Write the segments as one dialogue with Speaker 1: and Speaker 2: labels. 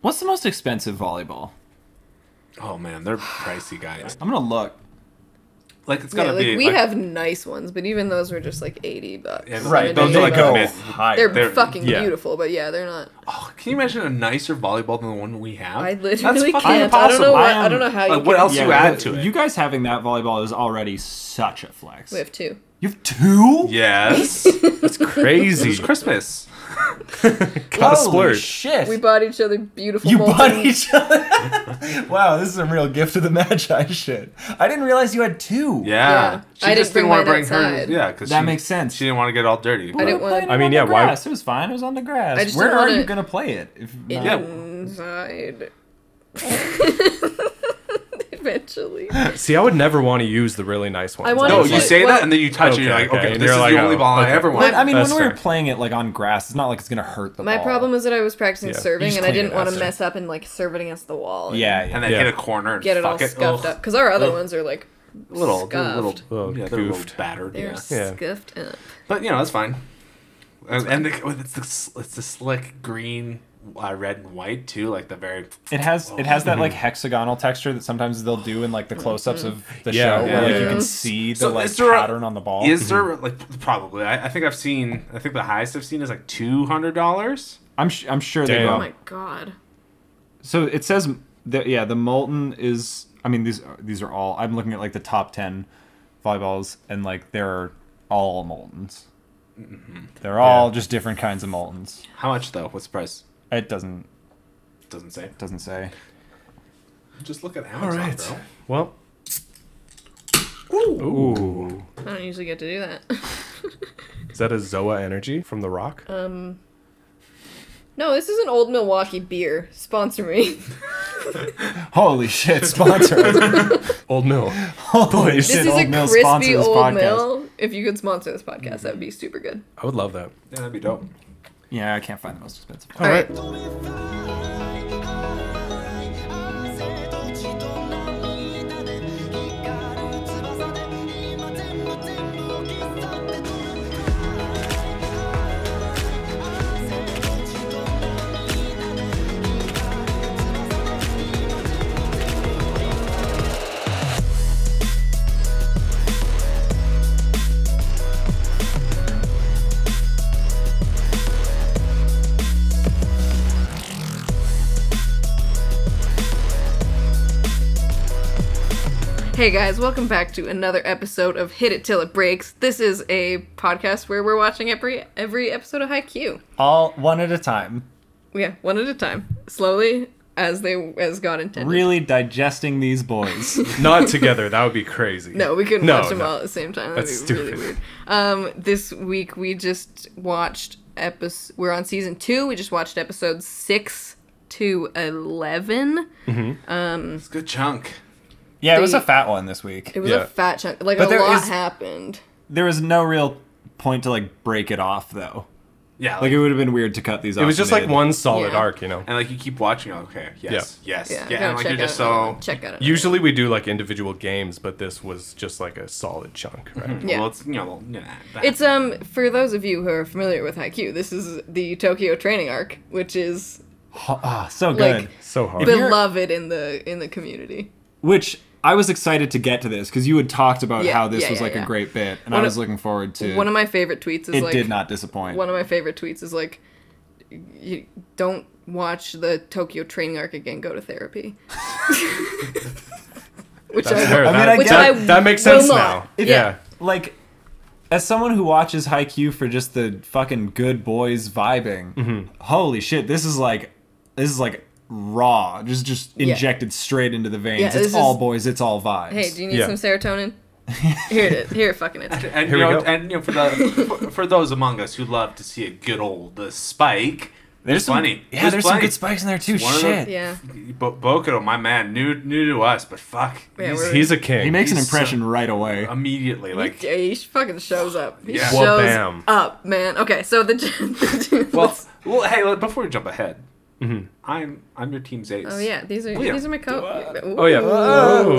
Speaker 1: What's the most expensive volleyball?
Speaker 2: Oh man, they're pricey guys.
Speaker 1: I'm gonna look.
Speaker 2: Like it's
Speaker 3: Yeah,
Speaker 2: gotta
Speaker 3: like
Speaker 2: be.
Speaker 3: we
Speaker 2: like,
Speaker 3: have nice ones, but even those were just like eighty bucks.
Speaker 2: Yeah,
Speaker 3: I
Speaker 2: Right,
Speaker 3: mean,
Speaker 2: those
Speaker 3: they
Speaker 2: are like
Speaker 3: go-
Speaker 2: a myth.
Speaker 3: They're,
Speaker 2: They're-
Speaker 3: fucking
Speaker 4: yeah.
Speaker 3: beautiful, but yeah, they're not.
Speaker 2: Oh, can you imagine a nicer volleyball than the one we have?
Speaker 3: I
Speaker 2: That's
Speaker 3: literally
Speaker 2: fucking
Speaker 3: can't. I don't know.
Speaker 2: impossible.
Speaker 3: What,
Speaker 1: I
Speaker 3: I,
Speaker 1: am-
Speaker 3: don't know how you.
Speaker 2: like, what
Speaker 3: can-
Speaker 2: else you add to it?
Speaker 1: You guys having that volleyball is already such a flex.
Speaker 3: We have two.
Speaker 1: You have two?
Speaker 2: Yes.
Speaker 4: That's
Speaker 2: It was
Speaker 4: crazy.
Speaker 2: Christmas.
Speaker 4: Gotta
Speaker 1: Holy
Speaker 4: splurge.
Speaker 1: shit.
Speaker 3: We bought each other beautiful.
Speaker 1: you
Speaker 3: molten-
Speaker 1: bought each other.
Speaker 4: Wow, this is a real gift of the Magi shit.
Speaker 1: I didn't realize you had two.
Speaker 2: Yeah.
Speaker 3: Yeah. I didn't bring
Speaker 2: wanna
Speaker 3: mine outside.
Speaker 2: Yeah, because
Speaker 1: That makes sense.
Speaker 2: She didn't want to get all dirty.
Speaker 3: I didn't
Speaker 1: We were playing
Speaker 3: want-
Speaker 1: it
Speaker 4: I mean,
Speaker 1: on
Speaker 4: yeah,
Speaker 1: the
Speaker 4: why-
Speaker 1: grass. It was fine. It was on the grass.
Speaker 3: I just
Speaker 1: Where
Speaker 3: didn't
Speaker 1: are
Speaker 3: wanna-
Speaker 1: you gonna play it? If not-
Speaker 2: Yeah.
Speaker 3: Inside. Eventually.
Speaker 4: See, I would never want to use the really nice ones.
Speaker 3: I wanted
Speaker 2: No,
Speaker 3: to-
Speaker 2: you say
Speaker 3: Well-
Speaker 2: that and then you touch it. You're
Speaker 4: Okay,
Speaker 2: like,
Speaker 4: okay,
Speaker 2: okay,
Speaker 4: and
Speaker 2: this
Speaker 4: you're
Speaker 2: is
Speaker 4: like,
Speaker 2: the only
Speaker 4: oh,
Speaker 2: ball I
Speaker 4: okay.
Speaker 2: ever
Speaker 1: But,
Speaker 2: want.
Speaker 1: I mean,
Speaker 4: That's
Speaker 1: when we were
Speaker 4: fair.
Speaker 1: playing it like on grass, it's not like it's gonna hurt the
Speaker 3: My
Speaker 1: ball.
Speaker 3: problem is that I was practicing
Speaker 4: Yeah, you
Speaker 3: serving
Speaker 4: just
Speaker 3: and I
Speaker 4: clean
Speaker 3: didn't
Speaker 4: it
Speaker 3: want to
Speaker 4: after.
Speaker 3: mess up and like serve it against the wall. and
Speaker 1: Yeah. yeah.
Speaker 2: and then
Speaker 4: Yeah.
Speaker 2: hit a corner and
Speaker 3: Get it all
Speaker 2: fuck it.
Speaker 3: scuffed
Speaker 2: Ugh.
Speaker 3: up. Because our other
Speaker 2: Ugh.
Speaker 3: ones are like
Speaker 2: Little, they're little,
Speaker 3: Scuffed.
Speaker 4: Little
Speaker 2: yeah, they're a little
Speaker 4: goofed.
Speaker 2: battered.
Speaker 3: they're
Speaker 2: Yeah.
Speaker 4: Yeah.
Speaker 3: scuffed up.
Speaker 2: But you know, that's fine. And- And the, oh, it's the s- it's the slick green, uh, red and white too, like the very.
Speaker 1: It has it has that like hexagonal texture that sometimes they'll do in like the close ups of the
Speaker 4: Yeah,
Speaker 1: show
Speaker 2: yeah,
Speaker 1: where like,
Speaker 2: yeah.
Speaker 1: you can see the
Speaker 2: So
Speaker 1: like
Speaker 2: is there a-
Speaker 1: pattern on the ball.
Speaker 2: Is there like probably? I, I think I've seen. I think the highest I've seen is like two hundred dollars.
Speaker 1: I'm sh- I'm sure they
Speaker 4: Damn.
Speaker 1: go.
Speaker 3: Oh
Speaker 4: Um,
Speaker 3: my god.
Speaker 1: So it says that yeah, the molten is. I mean these these are all. I'm looking at like the top ten volleyballs, and like they're all moltens. They're all just different kinds of moltens.
Speaker 2: How much though? What's the price?
Speaker 1: It doesn't
Speaker 2: Doesn't say.
Speaker 1: doesn't say.
Speaker 2: Just look at Amazon,
Speaker 4: right.
Speaker 2: bro.
Speaker 4: Well. Ooh.
Speaker 3: I don't usually get to do that.
Speaker 4: Is that a Zoa energy from The Rock?
Speaker 3: Um No, this is an old Milwaukee beer. Sponsor me.
Speaker 1: Holy shit! Sponsor.
Speaker 4: Old Mill.
Speaker 1: Holy
Speaker 3: this
Speaker 1: shit!
Speaker 3: is a
Speaker 1: Old Mill
Speaker 3: crispy
Speaker 1: sponsor this
Speaker 3: old
Speaker 1: podcast.
Speaker 3: mill. If you could sponsor this podcast, that'd be super good.
Speaker 4: I would love that.
Speaker 2: Yeah, that'd be dope.
Speaker 1: Yeah, I can't find the most expensive.
Speaker 4: All right.
Speaker 3: Hey guys, welcome back to another episode of Hit It Till It Breaks. This is a podcast where we're watching every every episode of High Q.
Speaker 1: All one at a time.
Speaker 3: Yeah, one at a time, slowly as they as God intended.
Speaker 1: Really digesting these boys.
Speaker 4: Not together. That would be crazy.
Speaker 3: No, we couldn't
Speaker 4: No,
Speaker 3: watch them
Speaker 4: no.
Speaker 3: all at the same time. That'd
Speaker 4: That's
Speaker 3: be really
Speaker 4: stupid.
Speaker 3: weird. Um, this week we just watched episode. We're on season two. We just watched episodes six to eleven.
Speaker 2: It's a good chunk.
Speaker 1: yeah, it was
Speaker 3: The-
Speaker 1: a fat one this week.
Speaker 3: It was
Speaker 4: Yeah.
Speaker 3: a fat chunk. Like
Speaker 1: But
Speaker 3: a
Speaker 1: there
Speaker 3: lot
Speaker 1: is-
Speaker 3: happened.
Speaker 1: There was no real point to like break it off though.
Speaker 2: Yeah,
Speaker 1: Like it would have been weird to cut these off.
Speaker 4: It was just like
Speaker 1: mid.
Speaker 4: one solid
Speaker 3: Yeah.
Speaker 4: arc, you know.
Speaker 2: and like you keep watching. You're like, okay, yes, yes,
Speaker 3: Yeah,
Speaker 2: yeah.
Speaker 3: I gotta
Speaker 2: and like you're
Speaker 3: check
Speaker 2: just
Speaker 3: out another
Speaker 2: so
Speaker 3: one. check out. another
Speaker 4: Usually we do like individual games, but this was just like a solid chunk, right?
Speaker 3: one. yeah.
Speaker 2: Well, it's you know, you know, that-
Speaker 3: It's um for those of you who are familiar with Haikyuu, this is the Tokyo training arc, which is
Speaker 1: Ah, so
Speaker 3: Like-
Speaker 1: good.
Speaker 4: So hard.
Speaker 1: If you're-
Speaker 3: beloved in the in the community.
Speaker 1: Which I was excited to get to this because you had talked about
Speaker 3: Yeah,
Speaker 1: how this
Speaker 3: yeah,
Speaker 1: was
Speaker 3: yeah,
Speaker 1: like
Speaker 3: yeah.
Speaker 1: a great bit, and
Speaker 3: One
Speaker 1: I
Speaker 3: of-
Speaker 1: was looking forward to.
Speaker 3: One of my favorite tweets is
Speaker 1: it
Speaker 3: like
Speaker 1: did not disappoint.
Speaker 3: one of my favorite tweets is like you don't watch the Tokyo training arc again, go to therapy. Which
Speaker 4: That's
Speaker 3: I
Speaker 4: fair.
Speaker 1: I mean,
Speaker 4: that,
Speaker 1: I
Speaker 3: which
Speaker 1: get-
Speaker 3: I
Speaker 4: that, that makes
Speaker 3: will
Speaker 4: sense
Speaker 3: not.
Speaker 4: now.
Speaker 3: Yeah.
Speaker 4: Yeah.
Speaker 1: like, as someone who watches Haikyuu for just the fucking good boys vibing, holy shit, this is like, this is like raw, just just injected straight into the veins.
Speaker 3: Yeah,
Speaker 1: it's
Speaker 3: this
Speaker 1: all
Speaker 3: is-
Speaker 1: boys, it's all vibes.
Speaker 3: Hey, do you need
Speaker 4: Yeah.
Speaker 3: some serotonin? Here it is. Here fucking it. is.
Speaker 2: and
Speaker 4: Here
Speaker 2: you
Speaker 4: we
Speaker 2: know,
Speaker 4: go.
Speaker 2: and you know, for the for, for those among us who love to see a good old the spike,
Speaker 1: there's some,
Speaker 2: plenty.
Speaker 1: Yeah,
Speaker 2: There's
Speaker 1: there's, some
Speaker 2: plenty.
Speaker 1: good spikes in there too.
Speaker 2: One of the-
Speaker 1: shit,
Speaker 3: Yeah.
Speaker 2: Bo- Bokuto, my man, new new to us, but fuck,
Speaker 3: Yeah,
Speaker 2: he's
Speaker 3: we're-
Speaker 4: He's a king.
Speaker 1: he makes an
Speaker 2: He's
Speaker 1: impression right away.
Speaker 2: immediately like
Speaker 3: Yeah, he fucking shows up. He
Speaker 2: Yeah.
Speaker 3: shows
Speaker 4: Wha-bam.
Speaker 3: up, man. Okay, so the, the
Speaker 2: well, well, hey, look, before we jump ahead,
Speaker 4: Mm-hmm.
Speaker 2: I'm I'm your team's ace.
Speaker 3: Oh yeah, these are
Speaker 2: Well, yeah.
Speaker 3: these are my co.
Speaker 4: Oh yeah.
Speaker 3: Ooh.
Speaker 4: Oh.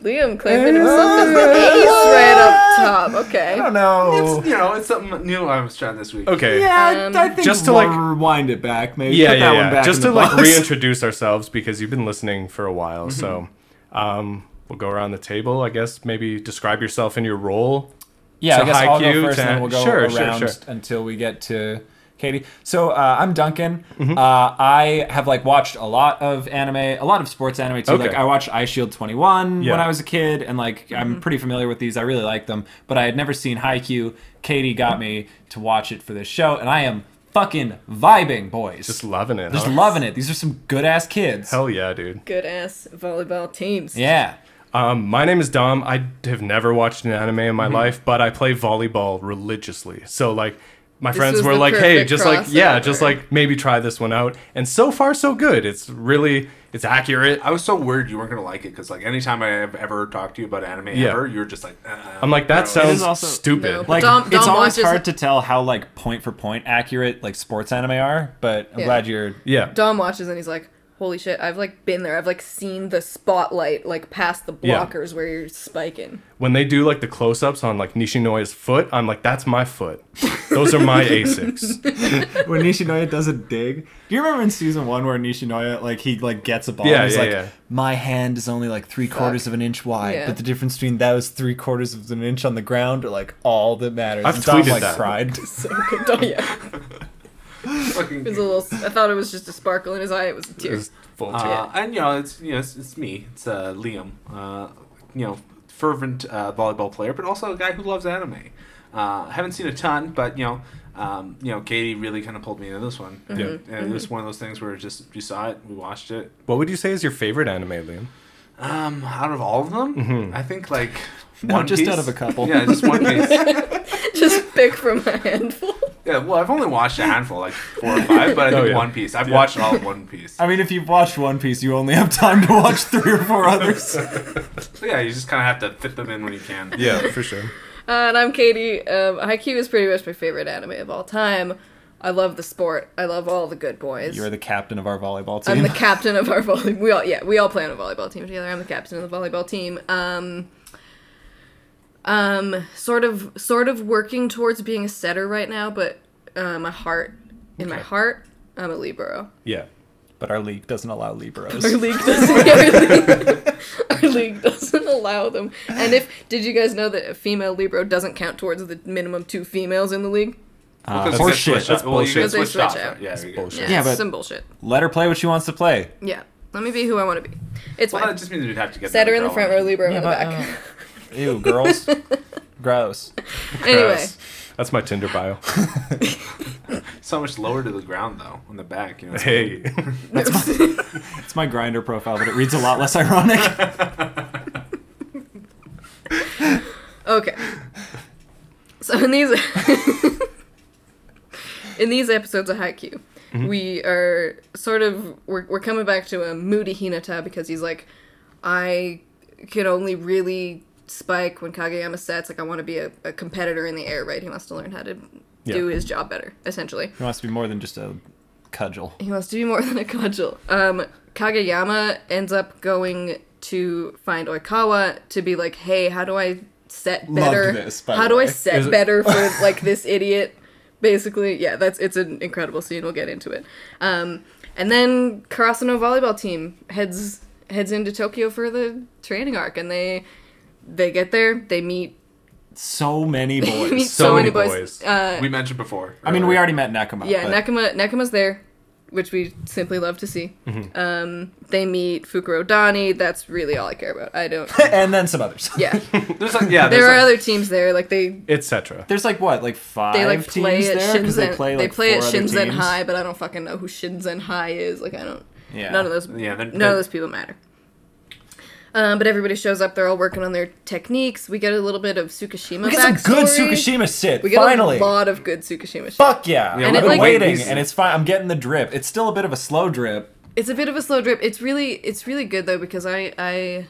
Speaker 3: Liam claiming himself as the ace right up top. Okay.
Speaker 1: I don't know.
Speaker 2: It's, you know, it's something new I was trying this week.
Speaker 4: Okay.
Speaker 1: yeah,
Speaker 3: Um,
Speaker 1: I think
Speaker 4: Just to,
Speaker 1: we'll
Speaker 4: like-
Speaker 1: rewind it back, maybe.
Speaker 4: yeah,
Speaker 1: put
Speaker 4: yeah,
Speaker 1: that
Speaker 4: yeah.
Speaker 1: One back
Speaker 4: just
Speaker 1: in
Speaker 4: to
Speaker 1: the
Speaker 4: like
Speaker 1: box.
Speaker 4: reintroduce ourselves because you've been listening for a while. So,
Speaker 1: Mm-hmm.
Speaker 4: um, we'll go around the table. I guess maybe describe yourself and your role.
Speaker 1: Yeah,
Speaker 4: to
Speaker 1: I guess
Speaker 4: high
Speaker 1: I'll go
Speaker 4: Q
Speaker 1: first,
Speaker 4: to-
Speaker 1: and then we'll go
Speaker 4: sure, sure,
Speaker 1: around
Speaker 4: sure.
Speaker 1: until we get to Katie. So uh, I'm Duncan.
Speaker 4: Mm-hmm.
Speaker 1: Uh, I have like watched a lot of anime, a lot of sports anime too.
Speaker 4: Okay.
Speaker 1: Like I watched Eye Shield 21 when
Speaker 4: Yeah.
Speaker 1: I was a kid, and like
Speaker 3: Mm-hmm.
Speaker 1: I'm pretty familiar with these. I really like them, but I had never seen Haikyuu. Katie got me to watch it for this show, and I am fucking vibing, boys.
Speaker 4: Just loving it.
Speaker 1: Just
Speaker 4: huh?
Speaker 1: loving it. These are some good ass kids.
Speaker 4: Hell yeah, dude.
Speaker 3: Good ass volleyball teams.
Speaker 1: yeah.
Speaker 4: Um, my name is Dom. I have never watched an anime in
Speaker 1: Mm-hmm.
Speaker 4: my life, but I play volleyball religiously. So like, my friends
Speaker 3: was
Speaker 4: were
Speaker 3: the
Speaker 4: like, "Hey,
Speaker 3: perfect
Speaker 4: just like yeah, just
Speaker 3: crossover.
Speaker 4: like maybe try this one out." And so far, so good. It's really it's accurate.
Speaker 2: I was so worried you weren't gonna like it because like anytime I have ever talked to you about anime
Speaker 4: Yeah.
Speaker 2: ever, you were just like, uh,
Speaker 4: I'm like, that
Speaker 2: no,
Speaker 4: sounds
Speaker 1: also-
Speaker 4: stupid.
Speaker 3: No.
Speaker 1: Like
Speaker 3: Dom-
Speaker 1: it's
Speaker 3: Dom
Speaker 1: always
Speaker 3: watches-
Speaker 1: hard to tell how like point for point accurate like sports anime are, but I'm
Speaker 3: Yeah.
Speaker 1: glad you're
Speaker 4: yeah,
Speaker 3: Dom watches and he's like, "Holy shit! I've like been there. I've like seen the spotlight like past the
Speaker 4: Yeah.
Speaker 3: blockers where you're spiking."
Speaker 4: when they do like the close-ups on like Nishinoya's foot, I'm like, "That's my foot. Those are my Asics."
Speaker 1: when Nishinoya does a dig. Do you remember in season one where Nishinoya like he like gets a ball
Speaker 4: Yeah,
Speaker 1: and he's
Speaker 4: yeah,
Speaker 1: like,
Speaker 4: yeah.
Speaker 1: My hand is only like three quarters of an inch wide,
Speaker 3: Yeah.
Speaker 1: but the difference between those three quarters of an inch on the ground are like all that matters.
Speaker 4: I've
Speaker 1: and Dom,
Speaker 4: tweeted
Speaker 1: like,
Speaker 4: that.
Speaker 1: cried.
Speaker 3: So good. Oh, yeah,
Speaker 2: fucking.
Speaker 3: it was a little. I thought it was just a sparkle in his eye. It was a tear.
Speaker 4: Just full tear.
Speaker 2: Uh, and you know, it's you know, it's, it's me. It's uh, Liam. Uh, you know, fervent uh, volleyball player, but also a guy who loves anime. Uh, haven't seen a ton, but you know, um, you know, Katie really kind of pulled me into this one.
Speaker 3: Mm-hmm.
Speaker 2: Yeah, and it was one of those things where it just we saw it, we watched it.
Speaker 4: What would you say is your favorite anime, Liam?
Speaker 2: Um, out of all of them, I think like
Speaker 1: No,
Speaker 2: one
Speaker 1: just
Speaker 2: Piece-
Speaker 1: out of a couple.
Speaker 2: Yeah, just one piece.
Speaker 3: just pick from a handful.
Speaker 2: Yeah, well, I've only watched a handful, like four or five, but I
Speaker 4: Oh,
Speaker 2: think
Speaker 4: yeah.
Speaker 2: One Piece. I've watched all of One Piece.
Speaker 1: I mean if you've watched One Piece, you only have time to watch three or four others.
Speaker 2: So yeah, you just kind of have to fit them in when you can.
Speaker 4: Yeah, for sure.
Speaker 3: Uh, and I'm Katie. Um, Haikyuu is pretty much my favorite anime of all time. I love the sport. I love all the good boys.
Speaker 1: You're the captain of our volleyball
Speaker 3: I'm
Speaker 1: team.
Speaker 3: the captain of our volleyball. We all yeah, we all play on a volleyball team together. I'm the captain of the volleyball team. Um, um, sort of, sort of working towards being a setter right now, but uh, my heart, in my
Speaker 4: Okay.
Speaker 3: heart, I'm a libero.
Speaker 4: Yeah.
Speaker 1: but our league doesn't allow Libros.
Speaker 3: Our league doesn't. Our league, our league doesn't allow them. And if did you guys know that a female libero doesn't count towards the minimum two females in the league?
Speaker 1: Uh,
Speaker 2: Because you
Speaker 1: horse
Speaker 2: get switched
Speaker 1: shit.
Speaker 2: up- well, you
Speaker 4: bullshit.
Speaker 2: get
Speaker 4: Because
Speaker 3: they
Speaker 2: switched
Speaker 3: switch
Speaker 2: off,
Speaker 3: out.
Speaker 2: right? Yeah,
Speaker 4: That's
Speaker 2: you get-
Speaker 4: bullshit.
Speaker 3: Yeah,
Speaker 1: Yeah,
Speaker 3: it's
Speaker 1: but-
Speaker 3: some bullshit.
Speaker 1: Let her play what she wants to play.
Speaker 3: Yeah, let me be who I want to be. It's
Speaker 2: Well, that
Speaker 3: fine.
Speaker 2: just means we'd have to get
Speaker 3: Setter in the
Speaker 2: girl
Speaker 3: front row, libero
Speaker 1: Yeah,
Speaker 3: in the
Speaker 1: but,
Speaker 3: back.
Speaker 1: uh, ew, girls. Gross.
Speaker 3: anyway.
Speaker 4: Gross. That's my Tinder bio.
Speaker 2: So much lower to the ground though, on the back. You know.
Speaker 4: hey.
Speaker 1: It's my grinder profile, but it reads a lot less ironic.
Speaker 3: Okay. So in these in these episodes of Haikyuu,
Speaker 1: Mm-hmm.
Speaker 3: we are sort of we're, we're coming back to a moody Hinata because he's like, I can only really spike when Kageyama sets. Like I want to be a, a competitor in the air, right? He wants to learn how to do
Speaker 4: Yeah.
Speaker 3: his job better, essentially.
Speaker 1: It must be more than just a cudgel.
Speaker 3: He wants to be more than a cudgel. Um, Kageyama ends up going to find Oikawa to be like, hey, how do I set
Speaker 1: Loved
Speaker 3: better?
Speaker 1: this, by
Speaker 3: how
Speaker 1: the
Speaker 3: do I
Speaker 1: way.
Speaker 4: Is
Speaker 3: set
Speaker 4: it-
Speaker 3: better for like this idiot? Basically, yeah, that's it's an incredible scene. We'll get into it. Um, and then Karasuno volleyball team heads heads into Tokyo for the training arc, and they they get there, they meet
Speaker 1: So many
Speaker 3: they meet
Speaker 1: boys.
Speaker 3: so, many boys. Uh,
Speaker 2: we mentioned before.
Speaker 1: I mean, we already met Nakama.
Speaker 3: Yeah,
Speaker 1: but
Speaker 3: Nakama Nakama's there, which we simply love to see.
Speaker 1: Mm-hmm.
Speaker 3: Um, they meet Fukuro Dani. That's really all I care about. I don't.
Speaker 1: and then some others.
Speaker 3: Yeah,
Speaker 2: There's like yeah. There's
Speaker 3: there are
Speaker 2: like,
Speaker 3: other teams there. Like they
Speaker 4: etc.
Speaker 1: There's like what, like five
Speaker 3: they like play
Speaker 1: teams
Speaker 3: at
Speaker 1: there
Speaker 3: Shinzen.
Speaker 1: they play like four
Speaker 3: at
Speaker 1: other
Speaker 3: Shinzen
Speaker 1: teams.
Speaker 3: High, but I don't fucking know who Shinzen High is. Like I don't.
Speaker 1: Yeah.
Speaker 3: None of those.
Speaker 2: Yeah, they're-
Speaker 3: none
Speaker 2: they're-
Speaker 3: of those people matter. Um, but everybody shows up. They're all working on their techniques. We get a little bit of Tsukishima
Speaker 1: We get some good
Speaker 3: backstory.
Speaker 1: Tsukishima shit.
Speaker 3: We get
Speaker 1: finally.
Speaker 3: a lot of good Tsukishima. shit.
Speaker 1: Fuck yeah.
Speaker 2: Yeah,
Speaker 1: I've
Speaker 3: it,
Speaker 1: been
Speaker 3: like-
Speaker 1: waiting,
Speaker 2: He's-
Speaker 1: and it's fine. I'm getting the drip. It's still a bit of a slow drip.
Speaker 3: it's a bit of a slow drip. It's really it's really good though because I I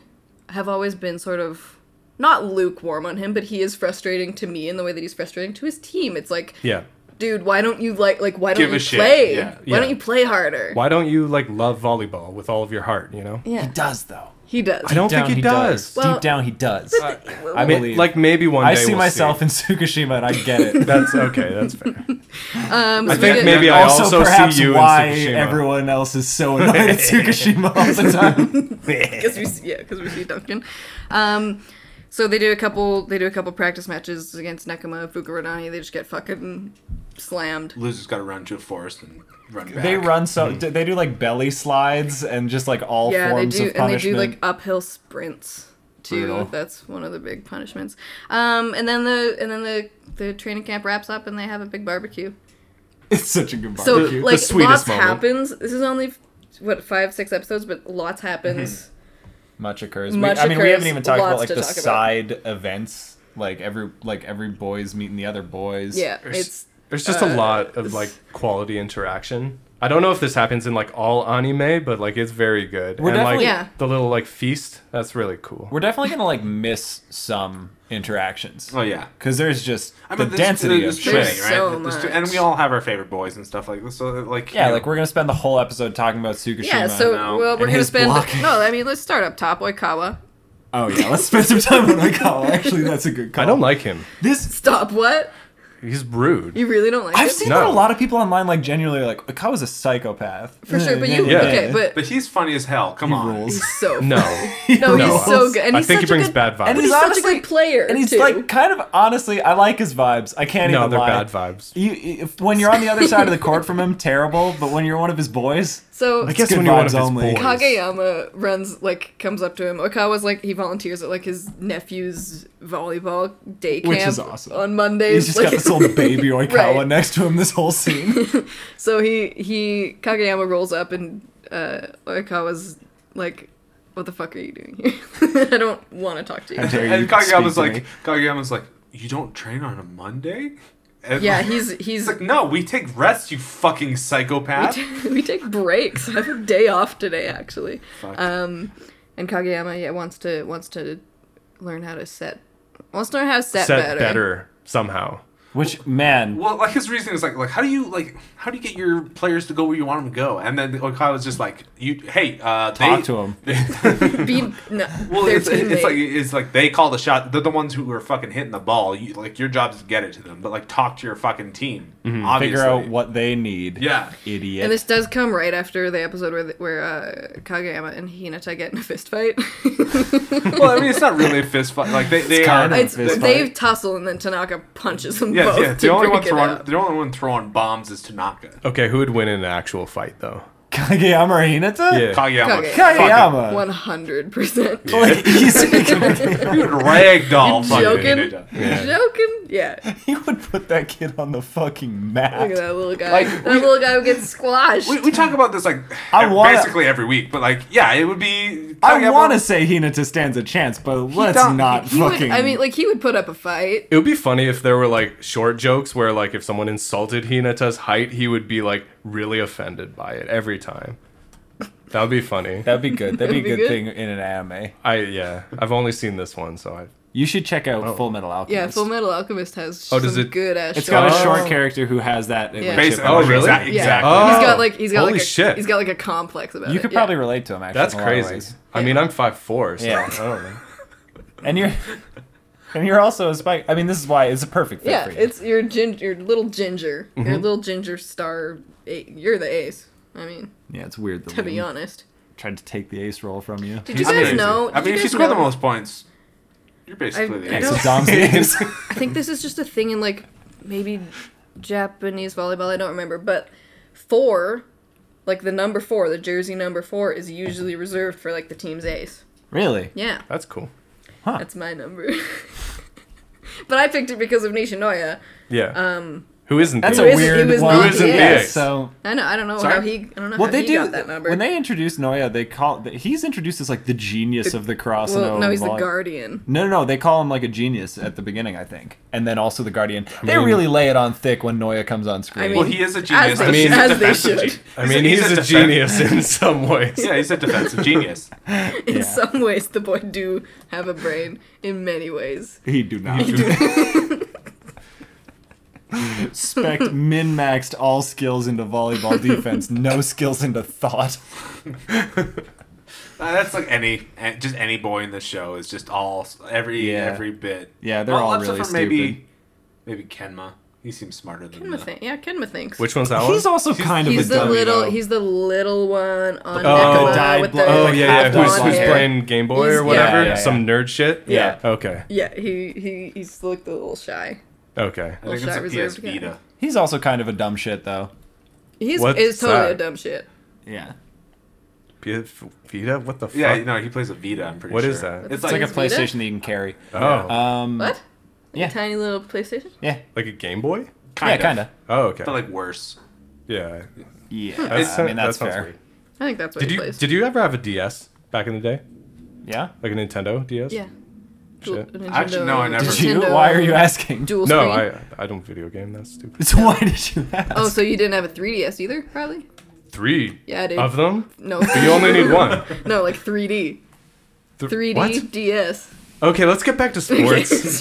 Speaker 3: have always been sort of not lukewarm on him, but he is frustrating to me in the way that he's frustrating to his team. It's like,
Speaker 4: Yeah.
Speaker 3: dude, why don't you like like why don't
Speaker 2: Give a
Speaker 3: you
Speaker 2: shit.
Speaker 3: play?
Speaker 2: Yeah,
Speaker 3: Why
Speaker 4: yeah.
Speaker 3: don't you play harder?
Speaker 4: Why don't you like love volleyball with all of your heart, you know?
Speaker 3: Yeah.
Speaker 1: He does though.
Speaker 3: He does.
Speaker 4: I don't think he does.
Speaker 3: Well-
Speaker 1: Deep down, he does.
Speaker 3: But the- well,
Speaker 1: I
Speaker 4: May-
Speaker 1: believe.
Speaker 4: like maybe one
Speaker 1: I
Speaker 4: day
Speaker 1: see
Speaker 4: we'll
Speaker 1: myself in Tsukushima, and I get it.
Speaker 4: That's okay. That's fair.
Speaker 3: um,
Speaker 4: I
Speaker 3: so we
Speaker 4: think
Speaker 3: did-
Speaker 4: maybe I
Speaker 1: also,
Speaker 4: also
Speaker 1: perhaps
Speaker 4: see you
Speaker 1: why
Speaker 4: in Tsukushima.
Speaker 1: everyone else is so annoyed at Tsukushima all the time.
Speaker 3: because we see, yeah, 'cause we see Duncan. Um, so they do a couple. They do a couple practice matches against Nekama, Fukurodani. They just get fucking slammed.
Speaker 2: Loser's got to run to a forest and run back.
Speaker 1: They run so d they do like belly slides and just like all
Speaker 3: yeah, they
Speaker 1: forms of
Speaker 3: do, and they do
Speaker 1: punishment.
Speaker 3: like uphill sprints too.
Speaker 1: Brutal.
Speaker 3: That's one of the big punishments. Um, and then the and then the the training camp wraps up, and they have a big barbecue.
Speaker 1: it's such a good
Speaker 3: So
Speaker 1: barbecue.
Speaker 3: like
Speaker 4: the
Speaker 3: lots
Speaker 4: sweetest moment.
Speaker 3: happens. This is only what five six episodes, but
Speaker 1: Mm-hmm.
Speaker 3: lots happens.
Speaker 1: much occurs.
Speaker 3: Much
Speaker 1: we, I mean, we
Speaker 3: occurs,
Speaker 1: haven't even talked about
Speaker 3: lots
Speaker 1: like
Speaker 3: to
Speaker 1: the
Speaker 3: talk about.
Speaker 1: side events, like every like every boys meeting the other boys.
Speaker 3: Yeah,
Speaker 4: There's-
Speaker 3: it's
Speaker 4: There's just
Speaker 3: Uh,
Speaker 4: a lot of like quality interaction. I don't know if this happens in like all anime, but like it's very good.
Speaker 1: We're
Speaker 4: and like
Speaker 1: definitely-
Speaker 3: Yeah.
Speaker 4: the little like feast, that's really cool.
Speaker 1: we're definitely gonna like miss some interactions
Speaker 2: Oh yeah.
Speaker 1: because there's just
Speaker 2: I
Speaker 1: the
Speaker 2: mean, there's-
Speaker 1: density
Speaker 2: there's
Speaker 1: of
Speaker 2: too
Speaker 1: shit.
Speaker 2: many,
Speaker 3: There's
Speaker 2: right?
Speaker 3: so
Speaker 2: There's too-
Speaker 3: much.
Speaker 2: and we all have our favorite boys and stuff like this. So like
Speaker 1: Yeah,
Speaker 2: you
Speaker 1: like
Speaker 2: know,
Speaker 1: we're gonna spend the whole episode talking about Tsukushima.
Speaker 3: yeah. So
Speaker 2: now.
Speaker 3: well, we're
Speaker 1: And
Speaker 3: gonna
Speaker 1: his
Speaker 3: spend
Speaker 1: blocking.
Speaker 3: no. I mean, let's start up top. Oikawa.
Speaker 1: oh yeah, let's spend some time on Oikawa. Actually, that's a good call.
Speaker 4: I don't like him.
Speaker 1: this.
Speaker 3: Stop. What?
Speaker 4: He's rude.
Speaker 3: You really don't like
Speaker 1: I've
Speaker 3: it?
Speaker 1: seen
Speaker 4: No.
Speaker 1: that a lot of people online like genuinely are like Oikawa's a psychopath
Speaker 3: for sure, but you
Speaker 4: Yeah.
Speaker 3: okay? But
Speaker 2: But he's funny as hell. Come
Speaker 1: he
Speaker 2: on.
Speaker 1: rules.
Speaker 3: he's so
Speaker 4: No.
Speaker 3: no,
Speaker 4: No.
Speaker 3: Oh, he's so good. And
Speaker 4: I
Speaker 3: he's
Speaker 4: think he
Speaker 3: such a
Speaker 4: brings
Speaker 3: good,
Speaker 4: bad vibes.
Speaker 3: But he's,
Speaker 1: He's
Speaker 3: such a
Speaker 1: honestly-
Speaker 3: good player.
Speaker 1: And he's
Speaker 3: too.
Speaker 1: like kind of honestly, I like his vibes. I can't
Speaker 4: No,
Speaker 1: even
Speaker 4: they're
Speaker 1: lie.
Speaker 4: bad vibes.
Speaker 1: You, if, when you're on the other side of the court from him, terrible. But when you're one of his boys,
Speaker 3: so.
Speaker 4: I guess
Speaker 1: good
Speaker 4: when you're one of
Speaker 1: vibes
Speaker 4: his
Speaker 1: only.
Speaker 4: boys.
Speaker 3: Kageyama runs like comes up to him. Okawa's like he volunteers at like his nephew's volleyball day camp
Speaker 1: Which is awesome.
Speaker 3: on
Speaker 1: he's
Speaker 3: Mondays.
Speaker 1: just
Speaker 3: like,
Speaker 1: got this little baby Oikawa
Speaker 3: Right.
Speaker 1: next to him this whole scene.
Speaker 3: So he he Kageyama rolls up and uh, Oikawa's like, "What the fuck are you doing here? I don't want to talk to you."
Speaker 1: How dare you
Speaker 2: And
Speaker 1: speak
Speaker 2: Kageyama's
Speaker 1: to
Speaker 2: like
Speaker 1: me.
Speaker 2: Kageyama's like you don't train on a Monday. And
Speaker 3: Yeah,
Speaker 2: like-
Speaker 3: he's he's
Speaker 2: He's like, no, we take rests, you fucking psychopath.
Speaker 3: we take breaks. I have a day off today, actually.
Speaker 2: Fuck.
Speaker 3: Um, and Kageyama yeah wants to wants to learn how to set wants to learn how to set,
Speaker 4: Set
Speaker 3: better.
Speaker 4: better. somehow.
Speaker 1: Which man,
Speaker 2: Well, like his reasoning is like, like how do you like how do you get your players to go where you want them to go? And then Okada's just like, you, hey, uh,
Speaker 1: talk
Speaker 2: they-
Speaker 1: to him.
Speaker 3: Be no,
Speaker 2: Well,
Speaker 3: their
Speaker 2: it's, it's
Speaker 3: teammate.
Speaker 2: like it's like they call the shot. They're the ones who are fucking hitting the ball. You, like your job is to get it to them, but like talk to your fucking team. Obviously,
Speaker 1: Mm-hmm. Figure out what they need.
Speaker 2: Yeah.
Speaker 1: idiot.
Speaker 3: And this does come right after the episode where where uh, Kageyama and Hinata get in a fist fight.
Speaker 2: well, I mean, it's not really a fist fight. Like they, they are.
Speaker 1: kinda-
Speaker 3: it's,
Speaker 1: fist
Speaker 3: they
Speaker 1: fight.
Speaker 3: tussle and then Tanaka punches them
Speaker 2: Yeah,
Speaker 3: both.
Speaker 2: yeah.
Speaker 3: to
Speaker 2: The only one
Speaker 3: break it
Speaker 2: throwing
Speaker 3: up.
Speaker 2: the only one throwing bombs is Tanaka.
Speaker 4: Okay, who would win in an actual fight though?
Speaker 1: Kageyama or Hinata?
Speaker 4: Yeah.
Speaker 2: Kageyama.
Speaker 3: Kageyama.
Speaker 2: Kageyama.
Speaker 1: Kageyama.
Speaker 3: One hundred percent.
Speaker 1: Like, easily Kageyama.
Speaker 2: Dude, ragdoll. fucking
Speaker 3: Joking,
Speaker 2: Hinata.
Speaker 3: joking. Yeah,
Speaker 1: He would put that kid on the fucking map.
Speaker 3: look at that little guy.
Speaker 2: Like,
Speaker 3: that
Speaker 2: we-
Speaker 3: little guy would get squashed.
Speaker 2: We, we talk about this like
Speaker 1: I
Speaker 2: ev-
Speaker 1: wanna-
Speaker 2: basically every week, but like yeah, it would be.
Speaker 1: I
Speaker 2: Kageyama-
Speaker 1: want to say Hinata stands a chance, but let's
Speaker 2: don't-
Speaker 1: not
Speaker 3: he
Speaker 1: fucking.
Speaker 3: would. I mean, like he would put up a fight.
Speaker 4: It would be funny if there were like short jokes where like if someone insulted Hinata's height, he would be like really offended by it every time. That would be funny.
Speaker 1: that'd be good. That'd be a
Speaker 3: That'd be
Speaker 1: good,
Speaker 3: good.
Speaker 1: thing in an anime.
Speaker 4: I yeah. I've only seen this one, so I
Speaker 1: You should check out Full Metal Alchemist.
Speaker 3: Yeah, Full Metal Alchemist has
Speaker 4: Oh,
Speaker 3: some
Speaker 4: does it-
Speaker 3: good ass.
Speaker 1: It's got a
Speaker 4: Oh.
Speaker 1: short character who has that. like,
Speaker 3: Yeah.
Speaker 1: chip
Speaker 2: Basically,
Speaker 1: on
Speaker 4: Oh,
Speaker 1: his
Speaker 4: really?
Speaker 1: shoulder.
Speaker 2: Exactly.
Speaker 3: Yeah.
Speaker 2: exactly.
Speaker 4: Oh.
Speaker 3: He's got like he's got
Speaker 4: Holy
Speaker 3: like a,
Speaker 4: shit.
Speaker 3: he's got like a complex about it.
Speaker 1: You could
Speaker 3: yeah.
Speaker 1: probably relate to him actually.
Speaker 4: Oh, That's
Speaker 1: in a lot of
Speaker 4: crazy.
Speaker 1: ways.
Speaker 4: I mean, I'm five four, so oh,
Speaker 1: Yeah.
Speaker 4: I don't know.
Speaker 1: And you're and you're also a spike. I mean, this is why it's a perfect fit
Speaker 3: Yeah,
Speaker 1: for you.
Speaker 3: it's your gin- your little ginger, your
Speaker 1: Mm-hmm.
Speaker 3: little ginger star. a- You're the ace. I mean,
Speaker 1: yeah, it's weird.
Speaker 3: to
Speaker 1: that
Speaker 3: be
Speaker 1: we
Speaker 3: honest,
Speaker 1: tried to take the ace roll from you.
Speaker 3: did you
Speaker 2: I mean,
Speaker 3: guys know?
Speaker 2: I
Speaker 3: did
Speaker 2: mean,
Speaker 3: you
Speaker 2: if you
Speaker 3: guys
Speaker 2: score the
Speaker 3: know-
Speaker 2: most points, you're basically
Speaker 3: I-
Speaker 2: the
Speaker 3: I
Speaker 2: ace.
Speaker 1: So
Speaker 3: don't-
Speaker 1: Dom's the ace.
Speaker 3: I think this is just a thing in like maybe Japanese volleyball. I don't remember, but four, like the number four, the jersey number four is usually reserved for like the team's ace.
Speaker 1: Really?
Speaker 3: Yeah,
Speaker 4: That's cool.
Speaker 3: that's my number. but I picked it because of Nishinoya.
Speaker 4: Yeah. Um, who isn't?
Speaker 1: That's
Speaker 4: the
Speaker 1: a
Speaker 3: Who is- he
Speaker 1: weird
Speaker 3: was
Speaker 1: one.
Speaker 3: not Who is the
Speaker 1: Yeah,
Speaker 4: ace?
Speaker 1: So
Speaker 3: I know. I don't know
Speaker 2: Sorry?
Speaker 3: how he. I don't know
Speaker 1: well,
Speaker 3: how
Speaker 1: they
Speaker 3: he
Speaker 1: do
Speaker 3: got that number.
Speaker 1: when they introduce Noya. They call he's introduced as like the genius of the cross.
Speaker 3: well,
Speaker 1: and
Speaker 3: no, he's the
Speaker 1: volley-
Speaker 3: guardian.
Speaker 1: No, no, no. They call him like a genius at the beginning, I think, and then also the guardian. they
Speaker 4: mean-
Speaker 1: really lay it on thick when Noya comes on screen.
Speaker 3: I mean,
Speaker 2: Well, he is a genius.
Speaker 3: As they,
Speaker 2: but he's a
Speaker 3: as they
Speaker 2: defensive
Speaker 3: should.
Speaker 2: gen-
Speaker 4: I mean, he's, a,
Speaker 2: defen-
Speaker 4: genius in some ways.
Speaker 2: Yeah, he's a defensive genius.
Speaker 3: In
Speaker 1: Yeah.
Speaker 3: some ways, the boy do have a brain. In many ways,
Speaker 1: He do not. Spec min maxed all skills into volleyball defense, no skills into thought.
Speaker 2: Uh, that's like any, eh, just any boy in the show is just all every
Speaker 1: Yeah.
Speaker 2: every bit.
Speaker 1: Yeah, they're all
Speaker 2: except
Speaker 1: really
Speaker 2: for maybe,
Speaker 1: stupid.
Speaker 2: maybe Kenma. He seems smarter than
Speaker 3: Kenma
Speaker 2: the-
Speaker 3: think, yeah, Kenma thinks.
Speaker 4: Which one's that one?
Speaker 1: He's also kind of
Speaker 3: he's
Speaker 1: a
Speaker 3: the
Speaker 1: dummy,
Speaker 3: little
Speaker 1: though.
Speaker 3: he's the little one on
Speaker 4: Oh,
Speaker 3: Nekoma
Speaker 1: dyed
Speaker 3: with the
Speaker 1: blood.
Speaker 4: oh
Speaker 1: like
Speaker 4: yeah, yeah.
Speaker 1: half
Speaker 4: Who's,
Speaker 1: dog
Speaker 4: who's
Speaker 1: hair.
Speaker 4: playing Game Boy
Speaker 3: He's-
Speaker 4: or whatever?
Speaker 1: yeah, yeah,
Speaker 4: Some nerd shit.
Speaker 1: Yeah.
Speaker 4: Okay.
Speaker 3: yeah he he he's like the little shy.
Speaker 4: Okay.
Speaker 2: I think
Speaker 3: Little shy,
Speaker 2: it's a PS
Speaker 3: reserved guy.
Speaker 2: Vita.
Speaker 1: He's also kind of a dumb shit, though.
Speaker 3: He's
Speaker 4: What's
Speaker 3: is totally a
Speaker 4: that? Hmm.
Speaker 3: dumb shit.
Speaker 1: Yeah.
Speaker 4: P- Vita? What the fuck?
Speaker 2: Yeah, no, he plays a Vita. I'm pretty
Speaker 4: What
Speaker 2: sure.
Speaker 4: is that?
Speaker 2: It's,
Speaker 3: It's
Speaker 1: It's
Speaker 2: like,
Speaker 1: like a
Speaker 3: His Vita?
Speaker 1: PlayStation that you can carry.
Speaker 4: Oh.
Speaker 1: Um,
Speaker 3: What?
Speaker 1: Yeah.
Speaker 3: Tiny little PlayStation.
Speaker 1: Yeah.
Speaker 4: like a Game Boy?
Speaker 1: yeah, kind of.
Speaker 4: Oh, okay.
Speaker 2: but like worse.
Speaker 4: yeah.
Speaker 1: Yeah.
Speaker 4: That's-
Speaker 1: Uh, I mean, that's
Speaker 4: that sounds
Speaker 1: fair.
Speaker 4: weird.
Speaker 3: I think that's what
Speaker 4: Did
Speaker 3: he
Speaker 4: you
Speaker 3: plays.
Speaker 4: did you ever have a DS back in the day?
Speaker 1: Yeah.
Speaker 4: Like a Nintendo DS?
Speaker 3: yeah. Dual-
Speaker 4: Shit.
Speaker 3: Nintendo-
Speaker 2: Actually, no, I never-
Speaker 1: Did you?
Speaker 3: Nintendo
Speaker 1: Why are you asking?
Speaker 3: Dual
Speaker 4: No,
Speaker 3: screen.
Speaker 4: I I don't video game. That's stupid.
Speaker 1: So why did you ask?
Speaker 3: Oh, so you didn't have a 3DS either, probably?
Speaker 4: Three
Speaker 3: Yeah, dude.
Speaker 4: of them.
Speaker 3: No.
Speaker 4: But you only need one.
Speaker 3: No, like 3D.
Speaker 4: Th-
Speaker 3: 3D
Speaker 4: What?
Speaker 3: DS.
Speaker 4: Okay, let's get back to sports.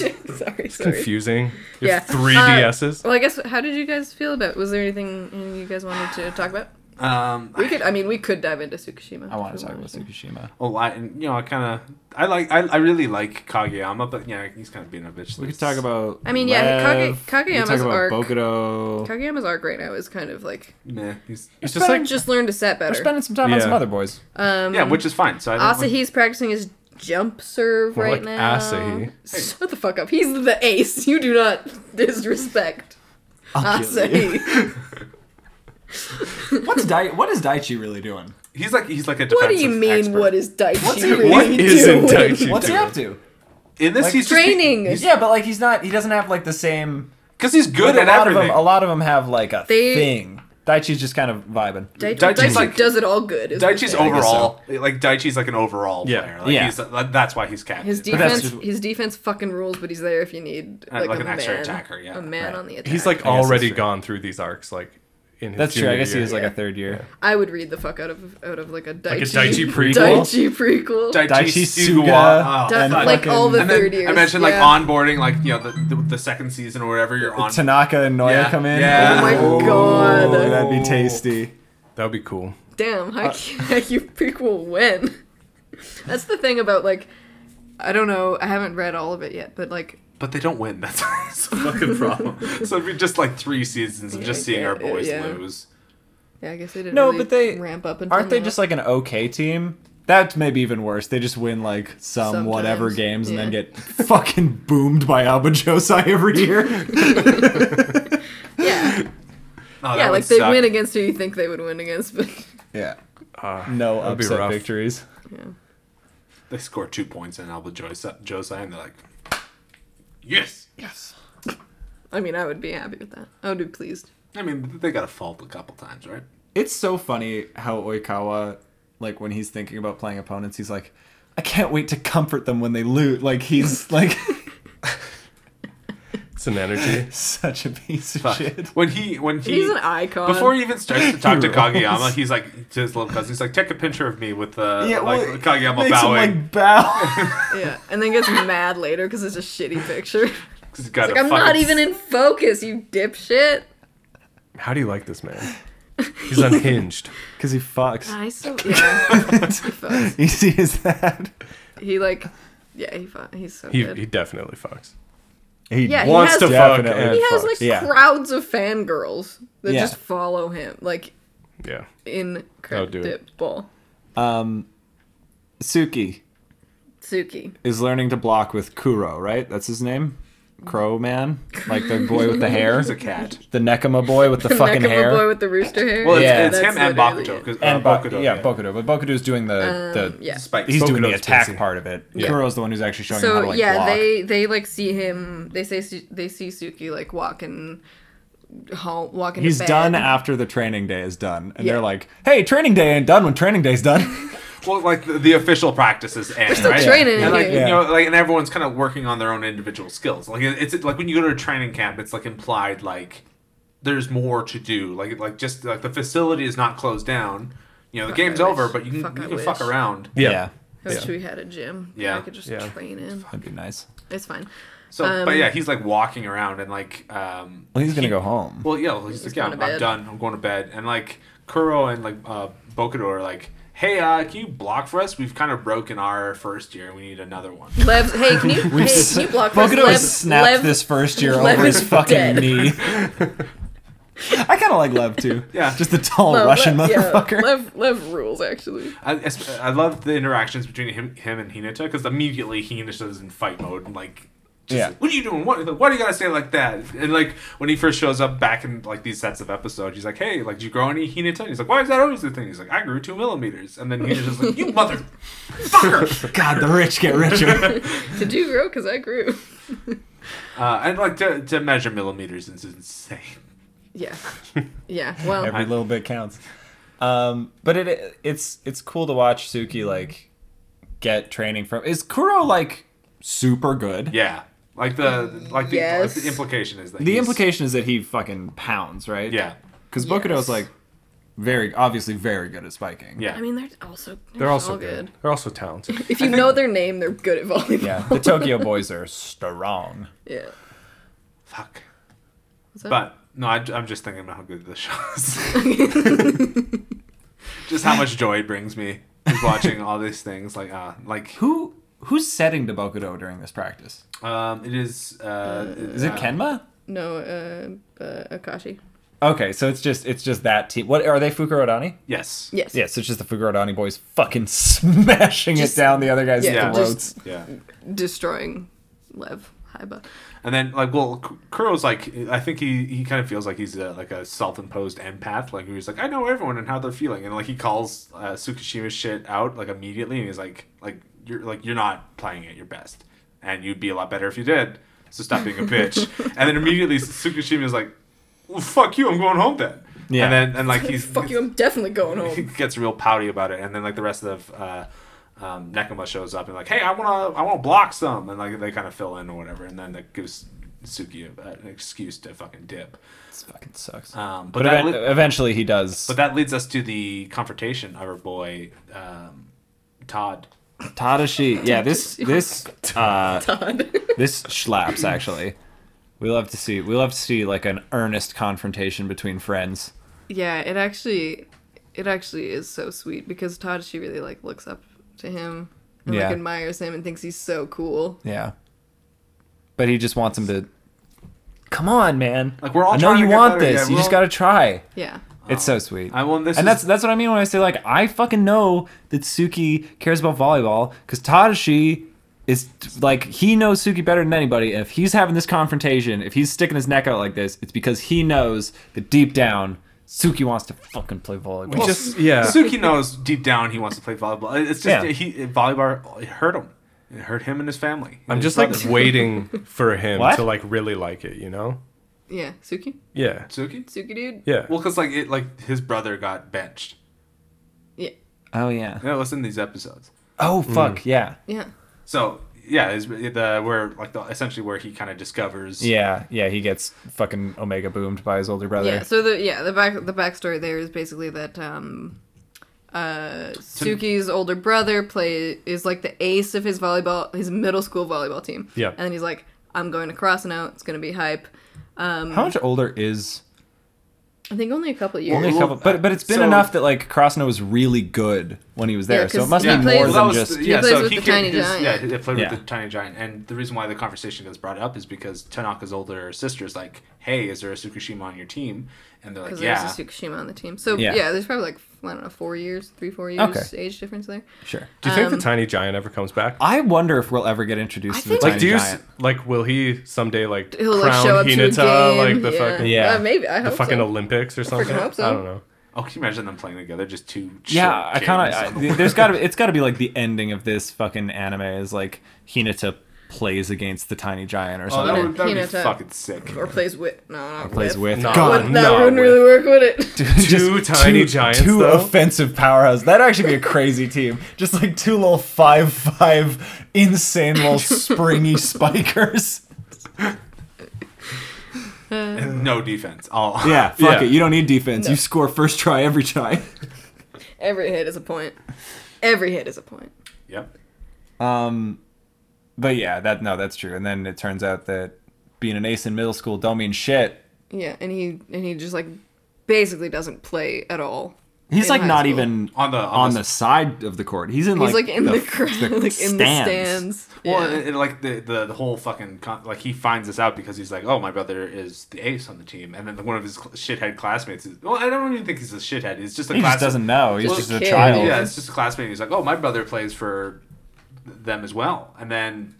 Speaker 3: sorry, sorry.
Speaker 4: Confusing. You
Speaker 3: Yeah.
Speaker 4: have three
Speaker 3: Uh,
Speaker 4: DSs.
Speaker 3: Well, I guess how did you guys feel about? Was there anything any you guys wanted to talk about?
Speaker 2: Um,
Speaker 3: We could, I mean, we could dive into Tsukushima.
Speaker 1: I want
Speaker 3: if
Speaker 1: to
Speaker 3: we
Speaker 1: talk about
Speaker 3: wanted
Speaker 1: Tsukushima.
Speaker 2: a lot, and you know, oh, I kind of, I like, I, I really like Kageyama, but yeah, he's kind of being a bitch.
Speaker 1: We could talk about.
Speaker 3: I mean, yeah,
Speaker 1: Lev.
Speaker 3: Kage- Kageyama's
Speaker 1: we could talk about
Speaker 3: arc-
Speaker 1: Bokuto.
Speaker 3: to. Kageyama's arc right now is kind of like
Speaker 2: Meh, he's,
Speaker 4: It's just like
Speaker 3: just learn to set
Speaker 1: We're
Speaker 3: better.
Speaker 1: spending some time on
Speaker 4: Yeah.
Speaker 1: some other boys.
Speaker 3: Um,
Speaker 2: yeah, which is fine. So I don't.
Speaker 3: Asahi's practicing his jump serve
Speaker 4: More
Speaker 3: right
Speaker 4: like
Speaker 3: now.
Speaker 4: Asahi.
Speaker 3: Shut the fuck up. He's the ace. You do not disrespect Asahi.
Speaker 1: What's Dai- what is Daichi really doing?
Speaker 2: he's like, he's like a.
Speaker 3: what do
Speaker 2: defensive
Speaker 3: you mean?
Speaker 2: expert.
Speaker 3: What is Daichi
Speaker 1: What's he-
Speaker 3: really
Speaker 4: what
Speaker 3: doing?
Speaker 4: isn't Daichi
Speaker 1: What's he
Speaker 4: doing?
Speaker 1: up to?
Speaker 2: in this?
Speaker 1: Like,
Speaker 2: he's
Speaker 3: Training.
Speaker 1: Yeah, but like he's not. He doesn't have like the same.
Speaker 2: because he's good
Speaker 1: like,
Speaker 2: at
Speaker 1: a lot
Speaker 2: everything.
Speaker 1: Of them, a lot of them have like a
Speaker 3: They-
Speaker 1: thing. Daichi's just kind of vibing.
Speaker 3: Daichi,
Speaker 2: Daichi's
Speaker 3: Daichi
Speaker 2: like-
Speaker 3: does it all good. is what I'm
Speaker 2: Daichi's
Speaker 3: saying.
Speaker 1: guess
Speaker 2: overall, like Daichi's like an overall
Speaker 4: Yeah.
Speaker 2: player. Like
Speaker 1: Yeah.
Speaker 2: he's that's why he's captain.
Speaker 3: His
Speaker 2: But
Speaker 1: that's
Speaker 3: defense,
Speaker 1: just-
Speaker 3: his defense fucking rules, but he's there if you need
Speaker 2: Uh,
Speaker 3: like,
Speaker 2: like
Speaker 3: a
Speaker 2: an extra
Speaker 3: man,
Speaker 2: attacker, yeah.
Speaker 3: a man
Speaker 1: Right.
Speaker 3: on the attack.
Speaker 4: he's like
Speaker 1: that's
Speaker 4: already
Speaker 1: true.
Speaker 4: gone through these arcs. Like in his
Speaker 1: That's true. I
Speaker 4: junior
Speaker 1: guess he
Speaker 4: year.
Speaker 1: was like
Speaker 3: Yeah.
Speaker 1: a third year.
Speaker 3: I would read the fuck out of out of like a Daichi,
Speaker 4: a Daichi prequel?
Speaker 3: Daichi prequel.
Speaker 2: Daichi
Speaker 1: Daichi
Speaker 2: Suga.
Speaker 1: Suga,
Speaker 2: Oh,
Speaker 3: Dun-
Speaker 1: and
Speaker 3: like all the
Speaker 1: fucking-
Speaker 2: and then
Speaker 3: third years,
Speaker 2: I mentioned like
Speaker 3: yeah.
Speaker 2: onboarding, like you know the, the, the second season or whatever you're on.
Speaker 1: Tanaka and Noya
Speaker 2: Yeah.
Speaker 1: come in.
Speaker 2: Yeah.
Speaker 3: Oh my
Speaker 1: Oh,
Speaker 3: god!
Speaker 1: that'd be tasty.
Speaker 4: That would be cool.
Speaker 3: Damn, how you prequel when? That's the thing about like, I don't know. I haven't read all of it yet, but like,
Speaker 2: But they don't win. That's, that's a fucking problem. so it'd be just like three seasons of
Speaker 3: Yeah,
Speaker 2: just seeing
Speaker 3: yeah,
Speaker 2: our boys
Speaker 3: yeah.
Speaker 2: lose.
Speaker 3: yeah, I guess they didn't.
Speaker 1: No,
Speaker 3: really
Speaker 1: but they-
Speaker 3: ramp up. Until
Speaker 1: Aren't they
Speaker 3: now.
Speaker 1: just like an okay team? That's maybe even worse. They just win like some
Speaker 3: Sometimes,
Speaker 1: whatever games and then
Speaker 3: yeah.
Speaker 1: get fucking boomed by Alba Josai every year.
Speaker 3: yeah,
Speaker 2: Oh,
Speaker 3: yeah,
Speaker 2: that
Speaker 3: like
Speaker 2: would
Speaker 3: they
Speaker 2: suck.
Speaker 3: win against who you think they would win against, but
Speaker 1: yeah.
Speaker 4: Uh,
Speaker 1: No
Speaker 4: that'd be
Speaker 1: upset
Speaker 4: rough.
Speaker 1: victories.
Speaker 3: yeah.
Speaker 2: They score two points and Alba Jose- Jose, and they're like, yes, yes.
Speaker 3: I mean, I would be happy with that. I would be pleased.
Speaker 2: I mean, they got a fault a couple times, right?
Speaker 1: It's so funny how Oikawa, like when he's thinking about playing opponents, he's like, I can't wait to comfort them when they loot. Like he's like
Speaker 4: It's an energy.
Speaker 1: such a piece of
Speaker 2: Fuck.
Speaker 1: shit.
Speaker 2: When he when he
Speaker 3: He's an icon.
Speaker 2: Before he even starts to talk to
Speaker 1: He
Speaker 2: Kageyama,
Speaker 1: rules.
Speaker 2: he's like to his little cousin. He's like, "Take a picture of me with uh,
Speaker 1: Yeah,
Speaker 2: like
Speaker 1: well,
Speaker 2: Kageyama
Speaker 1: makes him,
Speaker 2: bowing."
Speaker 1: like bow.
Speaker 3: Yeah, and then gets mad later because it's a shitty picture.
Speaker 2: 'Cause he's got
Speaker 3: like
Speaker 2: a
Speaker 3: I'm
Speaker 2: fucking-
Speaker 3: not even in focus, you dipshit.
Speaker 4: How do you like this man? He's unhinged.
Speaker 1: Because he fucks.
Speaker 3: I so yeah. fucks.
Speaker 1: Easy as that.
Speaker 3: He like, yeah, he fu- he's so
Speaker 4: He
Speaker 3: good.
Speaker 4: he definitely fucks.
Speaker 1: He
Speaker 3: Yeah, he
Speaker 4: Wants
Speaker 3: has-
Speaker 4: to fuck.
Speaker 1: Definitely.
Speaker 4: And
Speaker 3: he has
Speaker 4: fucks.
Speaker 3: like
Speaker 1: Yeah.
Speaker 3: crowds of fangirls that
Speaker 1: Yeah.
Speaker 3: just follow him, like
Speaker 4: yeah.
Speaker 3: in
Speaker 4: do it.
Speaker 3: incredible.
Speaker 1: Um, Suki
Speaker 3: Suki.
Speaker 1: is learning to block with Kuro, right? That's his name? Crow Man? Like the boy with the hair?
Speaker 2: He's a cat.
Speaker 1: The Nekama boy with the fucking
Speaker 3: Neck
Speaker 1: hair?
Speaker 3: of a boy with the rooster hair.
Speaker 2: Well, it's,
Speaker 1: Yeah.
Speaker 2: it's him
Speaker 3: That's
Speaker 2: and
Speaker 3: literally
Speaker 2: Bakuto.
Speaker 3: it.
Speaker 2: 'cause, uh,
Speaker 1: and Bokudo.
Speaker 2: Bakudo,
Speaker 1: yeah, Bokudo. But Bokudo's doing the.
Speaker 3: Um,
Speaker 1: the
Speaker 3: yeah.
Speaker 2: Spikes.
Speaker 1: He's doing the
Speaker 4: Bokudo's
Speaker 1: attack
Speaker 4: busy.
Speaker 1: part of it.
Speaker 4: Yeah.
Speaker 1: Kuro's the one who's actually showing him how
Speaker 3: So
Speaker 1: to like
Speaker 3: yeah,
Speaker 1: block.
Speaker 3: they they like see him. They say Su- they see Suki like walking home, walking.
Speaker 1: He's
Speaker 3: to bed.
Speaker 1: done after the training day is done. And
Speaker 3: Yeah.
Speaker 1: they're like, hey, training day ain't done when training day's done.
Speaker 2: Well, like the, the official practices end,
Speaker 3: still
Speaker 2: right?
Speaker 3: training
Speaker 2: and like
Speaker 1: here.
Speaker 2: you know, like and everyone's kind of working on their own individual skills. Like it- it's like when you go to a training camp, it's like implied like there's more to do. Like like just like the facility is not closed down. You know, the
Speaker 3: Fuck, I
Speaker 2: game's
Speaker 3: wish.
Speaker 2: over, but you can
Speaker 3: Fuck,
Speaker 2: you
Speaker 3: I
Speaker 2: can fuck
Speaker 3: wish.
Speaker 2: around.
Speaker 4: Yeah.
Speaker 3: I wish
Speaker 4: Yeah.
Speaker 3: we had a gym.
Speaker 2: Yeah.
Speaker 3: I could just
Speaker 4: Yeah.
Speaker 3: train in.
Speaker 1: That'd be nice.
Speaker 3: It's fine.
Speaker 2: So,
Speaker 3: Um,
Speaker 2: but yeah, he's like walking around and like um
Speaker 1: Well, he's going to go home.
Speaker 2: Well, yeah, well, he's, like, yeah,
Speaker 3: going
Speaker 2: I'm,
Speaker 3: to
Speaker 2: I'm
Speaker 3: bed.
Speaker 2: done. I'm going to bed. And like Kuro and like uh, Bokador like, "Hey, uh, can you block for us? We've kind of broken our first year. We need another one."
Speaker 3: Lev, hey, can you,
Speaker 1: We've
Speaker 3: hey, can you block
Speaker 1: Bokudor
Speaker 3: this? Lev,
Speaker 1: snapped
Speaker 3: Lev-
Speaker 1: this first year
Speaker 3: Lev
Speaker 1: over his
Speaker 3: is
Speaker 1: fucking
Speaker 3: dead.
Speaker 1: knee. I kind of like Lev too.
Speaker 2: Yeah.
Speaker 1: just the tall
Speaker 3: Lev-
Speaker 1: Russian
Speaker 3: Lev- yeah,
Speaker 1: motherfucker.
Speaker 3: Lev, Lev rules, actually.
Speaker 2: I, es- I love the interactions between him, him and Hinata because immediately Hinata's in fight mode and like, just,
Speaker 1: Yeah.
Speaker 2: what are you doing? What, why do you gotta say it like that? And like when he first shows up back in like these sets of episodes, he's like, hey, like, did you grow any Hinata? And he's like, why is that always the thing? He's like, I grew two millimeters, and then Hinata's like, you motherfucker.
Speaker 1: God, the rich get richer.
Speaker 3: Did you grow? Because I grew.
Speaker 2: Uh, and like to, to measure millimeters is insane.
Speaker 3: Yeah. Yeah. Well,
Speaker 1: Every little bit counts. Um, but it it's it's cool to watch Suki like get training from. Is Kuro like super good?
Speaker 2: Yeah, like the like the,
Speaker 3: Yes.
Speaker 2: like, the implication is that
Speaker 1: The
Speaker 2: he's-
Speaker 1: implication is that he fucking pounds, right?
Speaker 2: Yeah,
Speaker 1: Because
Speaker 3: Yes.
Speaker 1: Bokudo's like very obviously very good at spiking.
Speaker 2: yeah.
Speaker 3: I mean, they're also they're,
Speaker 4: They're
Speaker 3: also
Speaker 4: also
Speaker 3: all good.
Speaker 4: good. They're also talented.
Speaker 3: If you know their name, they're good at volleyball.
Speaker 1: Yeah, the Tokyo boys are strong.
Speaker 3: Yeah.
Speaker 2: Fuck.
Speaker 3: What's that?
Speaker 2: But no, I, am just thinking about how good the show is. just how much joy it brings me is watching all these things. Like, uh, like
Speaker 1: Who who's setting to Bokudo during this practice?
Speaker 2: um, it is. Uh,
Speaker 1: Is it Kenma?
Speaker 3: no, uh, uh, Akashi.
Speaker 1: Okay, so it's just it's just that team. What are they Fukurodani?
Speaker 2: Yes.
Speaker 3: Yes.
Speaker 1: Yeah, so it's just the Fukurodani boys fucking smashing
Speaker 3: Just-
Speaker 1: it down the other guy's
Speaker 3: yeah,
Speaker 1: throats.
Speaker 3: just-
Speaker 2: Yeah.
Speaker 3: Destroying Lev Haiba.
Speaker 2: And then like, well, K- Kuro's like, I think he he kind of feels like he's a, like a self-imposed empath. Like he's like, I know everyone and how they're feeling, and like he calls uh, Tsukishima shit out like immediately, and he's like, like you're like you're not playing at your best, and you'd be a lot better if you did. So stop being a bitch. and then immediately Tsukishima is like, well, fuck you, I'm going home then.
Speaker 1: Yeah.
Speaker 2: And then and like he's
Speaker 3: Fuck you, I'm definitely going
Speaker 2: he
Speaker 3: home.
Speaker 2: gets real pouty about it, and then like the rest of uh, um, Nekoma shows up and like, hey, I wanna, I wanna block some, and like they kind of fill in or whatever, and then that gives Suki a, an excuse to fucking dip.
Speaker 1: This fucking sucks.
Speaker 2: Um, but
Speaker 1: but
Speaker 2: that
Speaker 1: ev-
Speaker 2: li-
Speaker 1: eventually he does.
Speaker 2: but that leads us to the confrontation of our boy um, Todd.
Speaker 1: Tadashi, yeah, this this uh,
Speaker 3: Todd.
Speaker 1: this slaps actually. We love to see we love to see like an earnest confrontation between friends.
Speaker 3: yeah, it actually, it actually is so sweet because Todd, she really like looks up to him and
Speaker 1: Yeah.
Speaker 3: like admires him and thinks he's so cool.
Speaker 1: Yeah. But he just wants him to Come on, man.
Speaker 2: Like, we're all
Speaker 1: I know
Speaker 2: trying
Speaker 1: you
Speaker 2: to get
Speaker 1: want
Speaker 2: better, yeah,
Speaker 1: this. you
Speaker 2: we're
Speaker 1: just got
Speaker 2: all-
Speaker 1: to try.
Speaker 3: Yeah.
Speaker 1: It's so sweet.
Speaker 2: I want this.
Speaker 1: and
Speaker 2: is-
Speaker 1: that's that's what I mean when I say like I fucking know that Suki cares about volleyball because Tadashi is like he knows Suki better than anybody. And if he's having this confrontation, if he's sticking his neck out like this, it's because he knows that deep down Suki wants to fucking play volleyball.
Speaker 2: Well,
Speaker 4: just- yeah.
Speaker 2: Suki knows deep down he wants to play volleyball. It's just
Speaker 1: Yeah.
Speaker 2: he volleyball it hurt him. It hurt him and his family.
Speaker 4: I'm
Speaker 2: His
Speaker 4: just like
Speaker 2: brother.
Speaker 4: waiting for him
Speaker 1: What?
Speaker 4: to like really like it, you know?
Speaker 3: Yeah. Suki.
Speaker 4: Yeah.
Speaker 2: Suki.
Speaker 3: Suki, dude.
Speaker 4: Yeah.
Speaker 2: Well, because like it, like his brother got benched.
Speaker 3: Yeah.
Speaker 1: oh yeah.
Speaker 2: Yeah, listen to these episodes.
Speaker 1: Oh fuck yeah.
Speaker 3: Yeah.
Speaker 2: So yeah, is the where like the, essentially where he kind of discovers.
Speaker 1: Yeah yeah. He gets fucking Omega boomed by his older brother.
Speaker 3: Yeah. So the yeah the back the backstory there is basically that um, uh, Suki's older brother play is like the ace of his volleyball his middle school volleyball team.
Speaker 4: Yeah.
Speaker 3: And then he's like, I'm going to cross now. It's gonna be hype.
Speaker 1: How much older is?
Speaker 3: I think only a couple years.
Speaker 1: Only a
Speaker 2: Well,
Speaker 1: couple, but but it's been
Speaker 2: so-
Speaker 1: enough that like Krasno was really good when he was there,
Speaker 3: Yeah,
Speaker 1: so
Speaker 3: 'cause
Speaker 1: it must
Speaker 3: he
Speaker 1: be
Speaker 3: plays-
Speaker 1: more
Speaker 2: Well,
Speaker 1: than
Speaker 2: that was-
Speaker 1: just.
Speaker 2: yeah,
Speaker 3: He plays
Speaker 2: so
Speaker 3: with
Speaker 2: he
Speaker 3: the
Speaker 2: can-
Speaker 3: tiny
Speaker 2: his-
Speaker 3: giant.
Speaker 2: Yeah, he played
Speaker 1: Yeah.
Speaker 2: with the tiny giant, and the reason why the conversation gets brought up is because Tanaka's older sister is like, "Hey, is there a Tsukushima on your team?" And they're like,
Speaker 3: because
Speaker 2: "Yeah."
Speaker 3: there's a Tsukushima on the team. So
Speaker 1: Yeah.
Speaker 3: yeah. there's probably like I don't know, four years, three, four years
Speaker 1: Okay.
Speaker 3: age difference there.
Speaker 1: Sure.
Speaker 4: Do you think
Speaker 3: um,
Speaker 4: the tiny giant ever comes back?
Speaker 1: I wonder if we'll ever get introduced
Speaker 3: I
Speaker 1: to the
Speaker 3: think-
Speaker 1: tiny
Speaker 4: Like, do you s-
Speaker 1: giant.
Speaker 4: like? Will he someday like
Speaker 3: He'll
Speaker 4: crown
Speaker 3: like show up
Speaker 4: Hinata
Speaker 3: to a game.
Speaker 4: like the
Speaker 3: yeah.
Speaker 4: fucking
Speaker 1: Yeah.
Speaker 3: Uh, maybe I
Speaker 4: the
Speaker 3: hope
Speaker 4: fucking
Speaker 3: so.
Speaker 4: Olympics or something?
Speaker 3: hope so.
Speaker 4: I don't know.
Speaker 2: Oh, can you imagine them playing together? Just two.
Speaker 1: Yeah, I
Speaker 2: short kids.
Speaker 1: kind of. There's got to. It's got to be like the ending of this fucking anime is like Hinata plays against the tiny giant or
Speaker 2: Oh, that
Speaker 1: something.
Speaker 2: would, that would be
Speaker 3: Hinata.
Speaker 2: fucking sick.
Speaker 3: or plays with no, not
Speaker 1: plays with.
Speaker 4: No.
Speaker 1: God,
Speaker 3: Would, that
Speaker 4: Oh, no,
Speaker 3: wouldn't
Speaker 4: with-
Speaker 3: really work, would it?
Speaker 1: Just
Speaker 4: Two tiny giants,
Speaker 1: Two
Speaker 4: though?
Speaker 1: offensive powerhouses. That'd actually be a crazy team. Just like two little five five insane little springy spikers.
Speaker 3: Uh,
Speaker 2: And no defense. Oh,
Speaker 1: Yeah,
Speaker 4: fuck it. You
Speaker 1: don't need defense.
Speaker 3: You
Speaker 1: score first try every time.
Speaker 3: Every hit is a point. Every hit is a point.
Speaker 2: Yep.
Speaker 1: Um, but yeah, that no, that's true. And then it turns out that being an ace in middle school don't mean shit.
Speaker 3: Yeah, and he and he just like basically doesn't play at all.
Speaker 1: He's
Speaker 3: in
Speaker 1: like
Speaker 3: high
Speaker 1: not
Speaker 3: school.
Speaker 1: even
Speaker 2: On the- on
Speaker 1: on
Speaker 2: the-
Speaker 1: the side of the court. He's in
Speaker 3: He's
Speaker 1: like
Speaker 3: like, in the, crowd, like in the stands.
Speaker 2: Well,
Speaker 3: yeah.
Speaker 2: and, and, like the, the the whole fucking con- like he finds this out because he's like, oh, my brother is the ace on the team, and then one of his cl- shithead classmates. Is, well, I don't even think he's a shithead. He's just a
Speaker 1: He
Speaker 2: class-
Speaker 1: just doesn't know. He's
Speaker 3: Just
Speaker 1: just
Speaker 3: a
Speaker 1: a
Speaker 3: kid.
Speaker 1: child.
Speaker 2: Yeah, it's just a classmate. He's like, oh, my brother plays for them as well, and then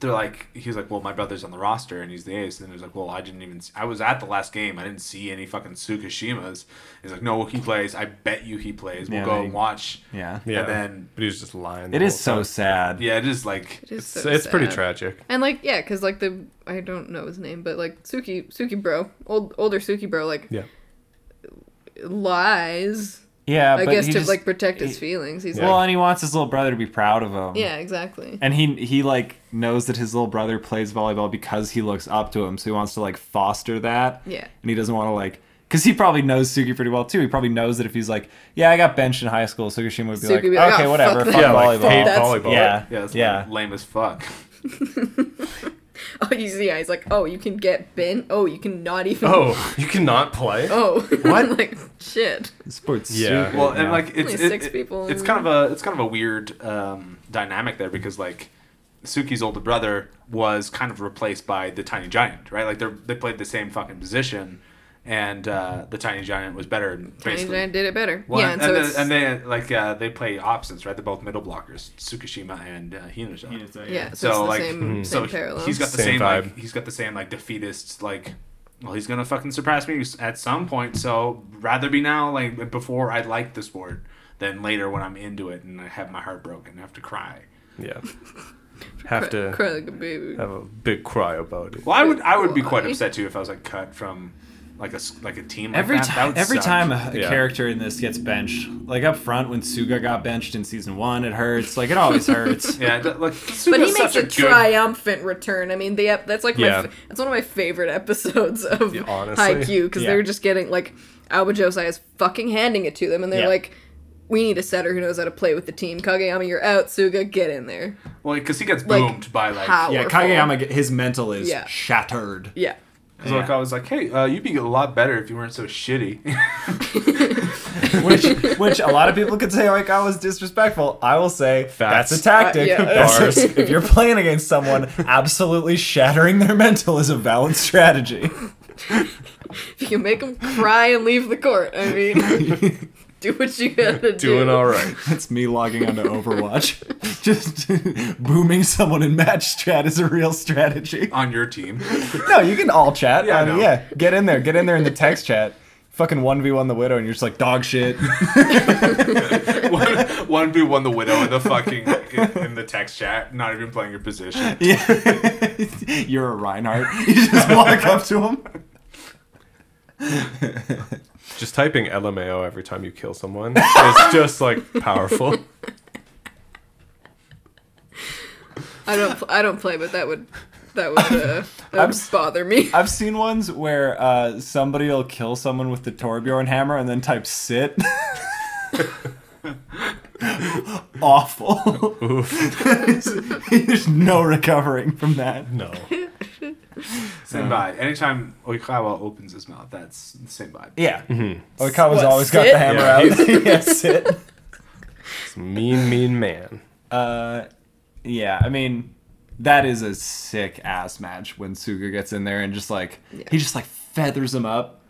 Speaker 2: they're like, he's like, well, my brother's on the roster and he's the ace, and then he's like, well, I didn't even, I was at the last game, I didn't see any fucking Tsukashimas. He's like, no, he plays. I bet you he plays. We'll
Speaker 1: Yeah,
Speaker 2: go
Speaker 1: they-
Speaker 2: and watch.
Speaker 1: Yeah.
Speaker 4: Yeah,
Speaker 2: And then-
Speaker 4: but he was just lying. the
Speaker 1: It is so
Speaker 4: whole time.
Speaker 1: sad.
Speaker 2: Yeah, it is like
Speaker 3: It is
Speaker 4: It's,
Speaker 3: so
Speaker 4: it's pretty
Speaker 3: sad.
Speaker 4: tragic.
Speaker 3: And like yeah, because like the I don't know his name, but like Suki Suki bro, old older Suki bro, like
Speaker 4: Yeah.
Speaker 3: lies.
Speaker 1: Yeah,
Speaker 3: I
Speaker 1: but
Speaker 3: guess
Speaker 1: he
Speaker 3: to
Speaker 1: just-
Speaker 3: like protect his
Speaker 1: he-
Speaker 3: feelings. He's
Speaker 1: Well,
Speaker 3: like
Speaker 1: and he wants his little brother to be proud of him.
Speaker 3: yeah, exactly.
Speaker 1: And he he like knows that his little brother plays volleyball because he looks up to him, so he wants to like foster that.
Speaker 3: Yeah.
Speaker 1: And he doesn't want to like because he probably knows Suki pretty well too. He probably knows that if he's like, yeah, I got benched in high school, Sukishima would be,
Speaker 3: Suki
Speaker 1: like,
Speaker 3: would be like,
Speaker 1: okay,
Speaker 3: "Oh,
Speaker 1: whatever,
Speaker 3: fuck
Speaker 1: fuck,
Speaker 4: Yeah, like
Speaker 1: volleyball.
Speaker 4: hate
Speaker 3: That's-
Speaker 4: volleyball.
Speaker 1: yeah,
Speaker 2: yeah, it's
Speaker 1: yeah.
Speaker 2: lame as fuck.
Speaker 3: Oh, you see, yeah, he's like, oh, you can get bent. Oh, you can not even.
Speaker 4: Oh, you cannot play.
Speaker 3: Oh.
Speaker 4: What?
Speaker 3: like shit.
Speaker 1: Sports.
Speaker 4: Yeah.
Speaker 1: Suki,
Speaker 2: well and
Speaker 1: yeah.
Speaker 2: like it's
Speaker 3: Only
Speaker 2: it-
Speaker 3: six
Speaker 2: it-
Speaker 3: people.
Speaker 2: it's kind of a it's kind of a weird um, dynamic there because like Suki's older brother was kind of replaced by the tiny giant, right? Like they are they played the same fucking position, and uh, the tiny giant was better.
Speaker 3: Tiny
Speaker 2: basically.
Speaker 3: Giant did it better.
Speaker 2: Well,
Speaker 3: yeah,
Speaker 2: and,
Speaker 3: and, so
Speaker 2: and,
Speaker 3: it's,
Speaker 2: they, and they like uh, they play opposites, right? They're both middle blockers, Tsukishima and uh, Hinata.
Speaker 3: yeah,
Speaker 2: So,
Speaker 3: so, it's the
Speaker 2: like,
Speaker 1: Hmm.
Speaker 3: same, same
Speaker 2: so
Speaker 3: parallel.
Speaker 2: he's got the same,
Speaker 4: Same
Speaker 2: like
Speaker 4: vibe.
Speaker 2: he's got the same like defeatist like. Well, he's gonna fucking surpass me at some point. So rather be now, like before I like the sport, than later when I'm into it and I have my heart broken, I have to cry.
Speaker 4: Yeah. Have to
Speaker 3: cry like a baby.
Speaker 4: have a big cry about it.
Speaker 2: Well, I would I would be quite
Speaker 3: Why?
Speaker 2: upset too if I was like cut from like a s- like a team. Like
Speaker 1: Every
Speaker 2: that. That
Speaker 1: time,
Speaker 2: would
Speaker 1: every
Speaker 2: suck.
Speaker 1: time a
Speaker 4: Yeah.
Speaker 1: character in this gets benched, like up front when Suga got benched in season one, it hurts. Like it always hurts.
Speaker 2: Yeah, th- like
Speaker 3: But he
Speaker 2: Suga's
Speaker 3: makes
Speaker 2: such
Speaker 3: a,
Speaker 2: good-
Speaker 3: triumphant return. I mean, the ep- that's like
Speaker 4: Yeah.
Speaker 3: my f- that's one of my favorite episodes of
Speaker 4: Yeah, honestly.
Speaker 3: Haikyuu because
Speaker 1: Yeah.
Speaker 3: they're just getting like Alba Josai is fucking handing it to them, and they're
Speaker 1: Yeah.
Speaker 3: like, "We need a setter who knows how to play with the team. Kageyama, you're out. Suga, get in there."
Speaker 2: Well, because he gets
Speaker 3: Like,
Speaker 2: boomed by like
Speaker 3: how?
Speaker 1: yeah,
Speaker 3: Powerful.
Speaker 1: Kageyama, his mental is
Speaker 3: Yeah.
Speaker 1: shattered.
Speaker 3: Yeah,
Speaker 2: Because like
Speaker 1: Yeah.
Speaker 2: I was like, hey, uh, you'd be a lot better if you weren't so shitty.
Speaker 1: which which a lot of people could say like I was disrespectful. I will say
Speaker 4: Facts.
Speaker 1: that's a tactic.
Speaker 3: Uh, yeah.
Speaker 1: That's-
Speaker 4: Bars.
Speaker 1: if you're playing against someone, absolutely shattering their mental is a valid strategy.
Speaker 3: if you can make them cry and leave the court, I mean, do what you gotta do.
Speaker 4: Doing all right.
Speaker 1: That's me logging onto Overwatch. Just booming someone in match chat is a real strategy.
Speaker 2: on your team.
Speaker 1: No, you can all chat.
Speaker 2: Yeah, I
Speaker 1: Um,
Speaker 2: know.
Speaker 1: yeah. Get in there. Get in there in the text chat. Fucking one v one the widow, and you're just like dog shit.
Speaker 2: one, one be one the widow in the fucking in, in the text chat, not even playing your position.
Speaker 1: Yeah. you're a Reinhardt. You just walk up to him.
Speaker 4: Just typing LMAO every time you kill someone is just like powerful.
Speaker 3: I don't. Pl- I don't play, but that would. That would. Uh, that would
Speaker 1: s-
Speaker 3: bother me.
Speaker 1: I've seen ones where uh, somebody will kill someone with the Torbjorn hammer and then type sit. Awful. There's no recovering from that.
Speaker 4: No.
Speaker 2: Same vibe. Anytime Oikawa opens his mouth, that's the same vibe.
Speaker 1: Yeah. Oikawa's
Speaker 3: What,
Speaker 1: always got
Speaker 3: sit?
Speaker 1: Oh, the hammer
Speaker 4: Yeah,
Speaker 1: out. yeah, sit.
Speaker 4: It's a mean, mean man.
Speaker 1: Uh, yeah, I mean, that is a sick ass match when Suga gets in there and just like, he just like feathers him up.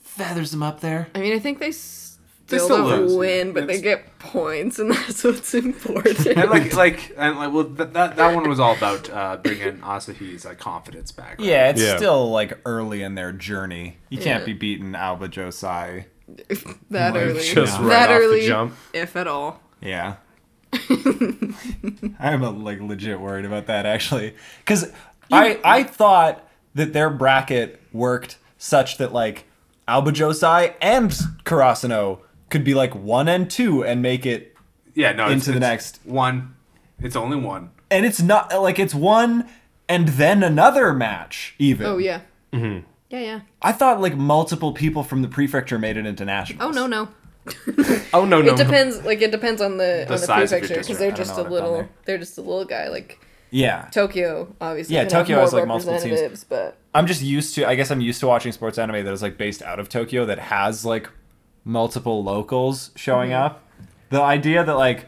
Speaker 1: Feathers him up there.
Speaker 3: I mean, I think they still,
Speaker 2: They still
Speaker 3: don't
Speaker 2: lose, yeah.
Speaker 3: win, but they
Speaker 2: It's-
Speaker 3: get points, and that's what's important.
Speaker 2: And like, like, and like, well, th- that that one was all about uh, bringing Asahi's like confidence back. right?
Speaker 1: Yeah, it's
Speaker 4: Yeah.
Speaker 1: still like early in their journey. You can't
Speaker 3: Yeah.
Speaker 1: be beating Alba Josai.
Speaker 3: that early,
Speaker 4: Just right
Speaker 3: that
Speaker 4: off the
Speaker 3: early,
Speaker 4: jump.
Speaker 3: if at all.
Speaker 1: Yeah. I'm uh, like legit worried about that actually, because I I thought that their bracket worked such that like Alba Josai and Karasuno could be like one and two and make it,
Speaker 2: yeah. No, it's,
Speaker 1: Into the
Speaker 2: it's
Speaker 1: next.
Speaker 2: one. It's only one.
Speaker 1: and it's not like it's one and then another match even.
Speaker 3: Oh yeah. Mm-hmm. Yeah, yeah.
Speaker 1: I thought like multiple people from the prefecture made it into nationals.
Speaker 3: Oh no, no.
Speaker 4: Oh no no.
Speaker 3: It depends. Like it depends on the, on the
Speaker 2: size of your
Speaker 3: prefecture because
Speaker 2: district.
Speaker 3: they're
Speaker 1: I don't
Speaker 3: just
Speaker 1: know
Speaker 3: a
Speaker 1: what I've done
Speaker 3: little.
Speaker 1: there.
Speaker 3: They're just a little guy. Like
Speaker 1: Yeah.
Speaker 3: Tokyo, obviously.
Speaker 1: Yeah,
Speaker 3: can have
Speaker 1: Tokyo
Speaker 3: more
Speaker 1: has, like, multiple teams.
Speaker 3: representatives, But
Speaker 1: I'm just used to. I guess I'm used to watching sports anime that is like based out of Tokyo that has like multiple locals showing up, the idea that like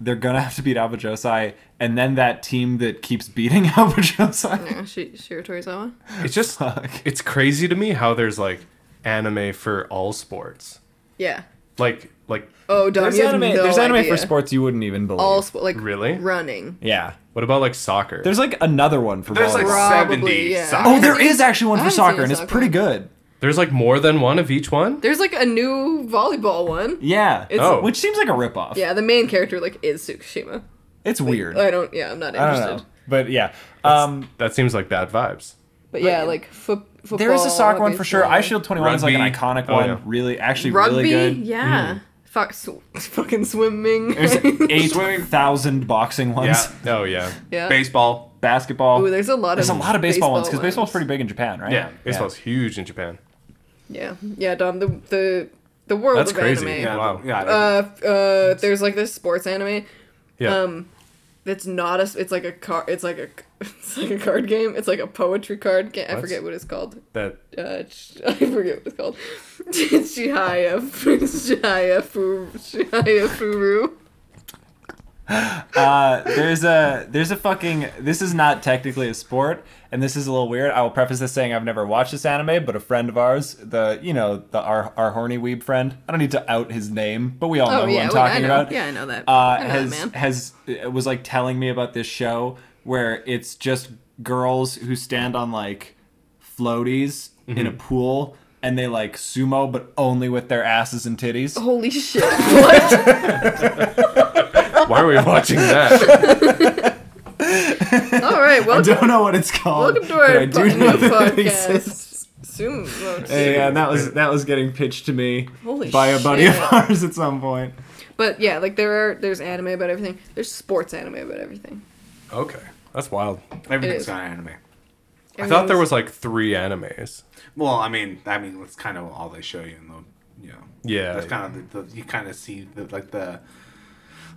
Speaker 1: they're gonna have to beat Alba Josai, and then that team that keeps beating Alba Josai.
Speaker 3: Yeah, Shi- Shiro Torizawa.
Speaker 4: It's just
Speaker 1: Fuck.
Speaker 4: it's crazy to me how there's like anime for all sports.
Speaker 3: Yeah.
Speaker 4: Like like
Speaker 3: Oh, Dom,
Speaker 1: There's
Speaker 3: you have
Speaker 1: anime,
Speaker 3: no
Speaker 1: there's anime
Speaker 3: idea.
Speaker 1: for sports you wouldn't even believe.
Speaker 3: All sp- like
Speaker 4: Really?
Speaker 3: running.
Speaker 1: yeah,
Speaker 4: what about like soccer?
Speaker 1: there's like another one for
Speaker 2: There's like
Speaker 1: volleyball.
Speaker 3: Probably,
Speaker 2: 70
Speaker 3: yeah.
Speaker 2: soccer.
Speaker 1: oh, there is actually one
Speaker 3: I
Speaker 1: for
Speaker 3: haven't seen
Speaker 1: soccer, and it's
Speaker 3: soccer.
Speaker 1: pretty good.
Speaker 4: There's like more than one of each one?
Speaker 3: There's like a new volleyball one.
Speaker 1: Yeah,
Speaker 3: It's-
Speaker 4: Oh.
Speaker 1: which seems like a ripoff.
Speaker 3: Yeah, the main character like is Tsukushima.
Speaker 1: it's weird.
Speaker 3: I don't. Yeah, I'm not
Speaker 1: I
Speaker 3: interested.
Speaker 1: don't know, but yeah. Um,
Speaker 4: That seems like bad vibes.
Speaker 3: But yeah, like foot, football.
Speaker 1: There is a soccer one for sure.
Speaker 3: baseball.
Speaker 1: I Shield 21 is like an
Speaker 4: Rugby.
Speaker 1: iconic
Speaker 4: Oh,
Speaker 1: one.
Speaker 4: yeah.
Speaker 1: Really, actually,
Speaker 3: Rugby.
Speaker 1: really good. Mm.
Speaker 3: Yeah. Fuck, sw- fucking swimming.
Speaker 1: There's 8,000 boxing ones.
Speaker 4: Oh yeah.
Speaker 3: yeah.
Speaker 2: Baseball.
Speaker 1: Basketball.
Speaker 3: Ooh, there's a lot of
Speaker 1: There's a lot of baseball, ones because
Speaker 3: ones.
Speaker 1: baseball's pretty big in Japan, right?
Speaker 4: Yeah. Baseball's huge in Japan.
Speaker 3: Yeah, yeah, Dom. The the the world
Speaker 4: That's
Speaker 3: of
Speaker 4: crazy.
Speaker 3: anime.
Speaker 2: Yeah.
Speaker 4: Wow.
Speaker 2: Yeah.
Speaker 3: Uh, uh, there's like this sports anime.
Speaker 4: Yeah.
Speaker 3: Um, that's not a. s- It's like a car. It's like a. It's like a card game. It's like a poetry card game. I
Speaker 4: What?
Speaker 3: forget what it's called.
Speaker 4: that
Speaker 3: Uh, ch- I forget what it's called. Chihaya, Fu- Chihaya, Fu, Chihaya Furu. Oh,
Speaker 1: Uh, there's a there's a fucking. This is not technically a sport, and this is a little weird. I will preface this saying I've never watched this anime, but a friend of ours, the you know the our our horny weeb friend. I don't need to out his name, but we all know
Speaker 3: Oh
Speaker 1: who
Speaker 3: yeah,
Speaker 1: I'm
Speaker 3: well,
Speaker 1: talking
Speaker 3: I know.
Speaker 1: about.
Speaker 3: Yeah, I know that.
Speaker 1: uh,
Speaker 3: I know
Speaker 1: has
Speaker 3: that man.
Speaker 1: has uh, was like telling me about this show where it's just girls who stand on like floaties in a pool and they like sumo but only with their asses and titties.
Speaker 3: Holy shit! What?
Speaker 4: why are we watching that?
Speaker 3: All right.
Speaker 1: I
Speaker 3: Welcome.
Speaker 1: don't know what it's called.
Speaker 3: Welcome to
Speaker 1: but
Speaker 3: our
Speaker 1: I
Speaker 3: po-
Speaker 1: do
Speaker 3: new
Speaker 1: know that it exists.
Speaker 3: podcast. Soon. well,
Speaker 1: Hey, yeah, and that was that was getting pitched to me
Speaker 3: Holy
Speaker 1: by a buddy
Speaker 3: shit.
Speaker 1: of ours at some point.
Speaker 3: But yeah, like there are there's anime about everything. There's sports anime about everything.
Speaker 4: okay. That's wild.
Speaker 2: Everything's
Speaker 3: is.
Speaker 2: got anime.
Speaker 4: I thought there
Speaker 3: Everything's-
Speaker 4: was like three animes.
Speaker 2: Well, I mean, I mean, that's kind of all they show you in the, you know.
Speaker 4: Yeah.
Speaker 2: That's kind of the, the you kind of see the, like the,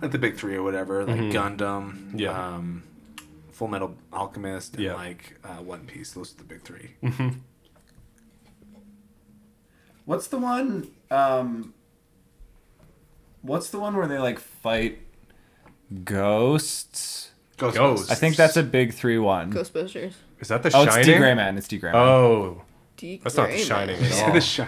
Speaker 2: like the big three or whatever, like Gundam,
Speaker 4: Mm-hmm. Yeah.
Speaker 2: um, Full Metal Alchemist, and
Speaker 4: Yeah. Mm.
Speaker 2: like uh, One Piece. Those are the big three.
Speaker 1: What's the one? Um, what's the one where they like fight ghosts?
Speaker 2: Ghost.
Speaker 4: Ghost.
Speaker 1: I think that's a big three one.
Speaker 3: Ghostbusters.
Speaker 4: Is that the
Speaker 1: Oh,
Speaker 4: shining?
Speaker 1: it's D Gray Man. It's D Gray Man.
Speaker 4: Oh.
Speaker 3: D-
Speaker 4: That's not The
Speaker 3: Gray
Speaker 4: Shining
Speaker 3: Man.
Speaker 4: at
Speaker 2: Yeah,
Speaker 4: all.
Speaker 2: the shi-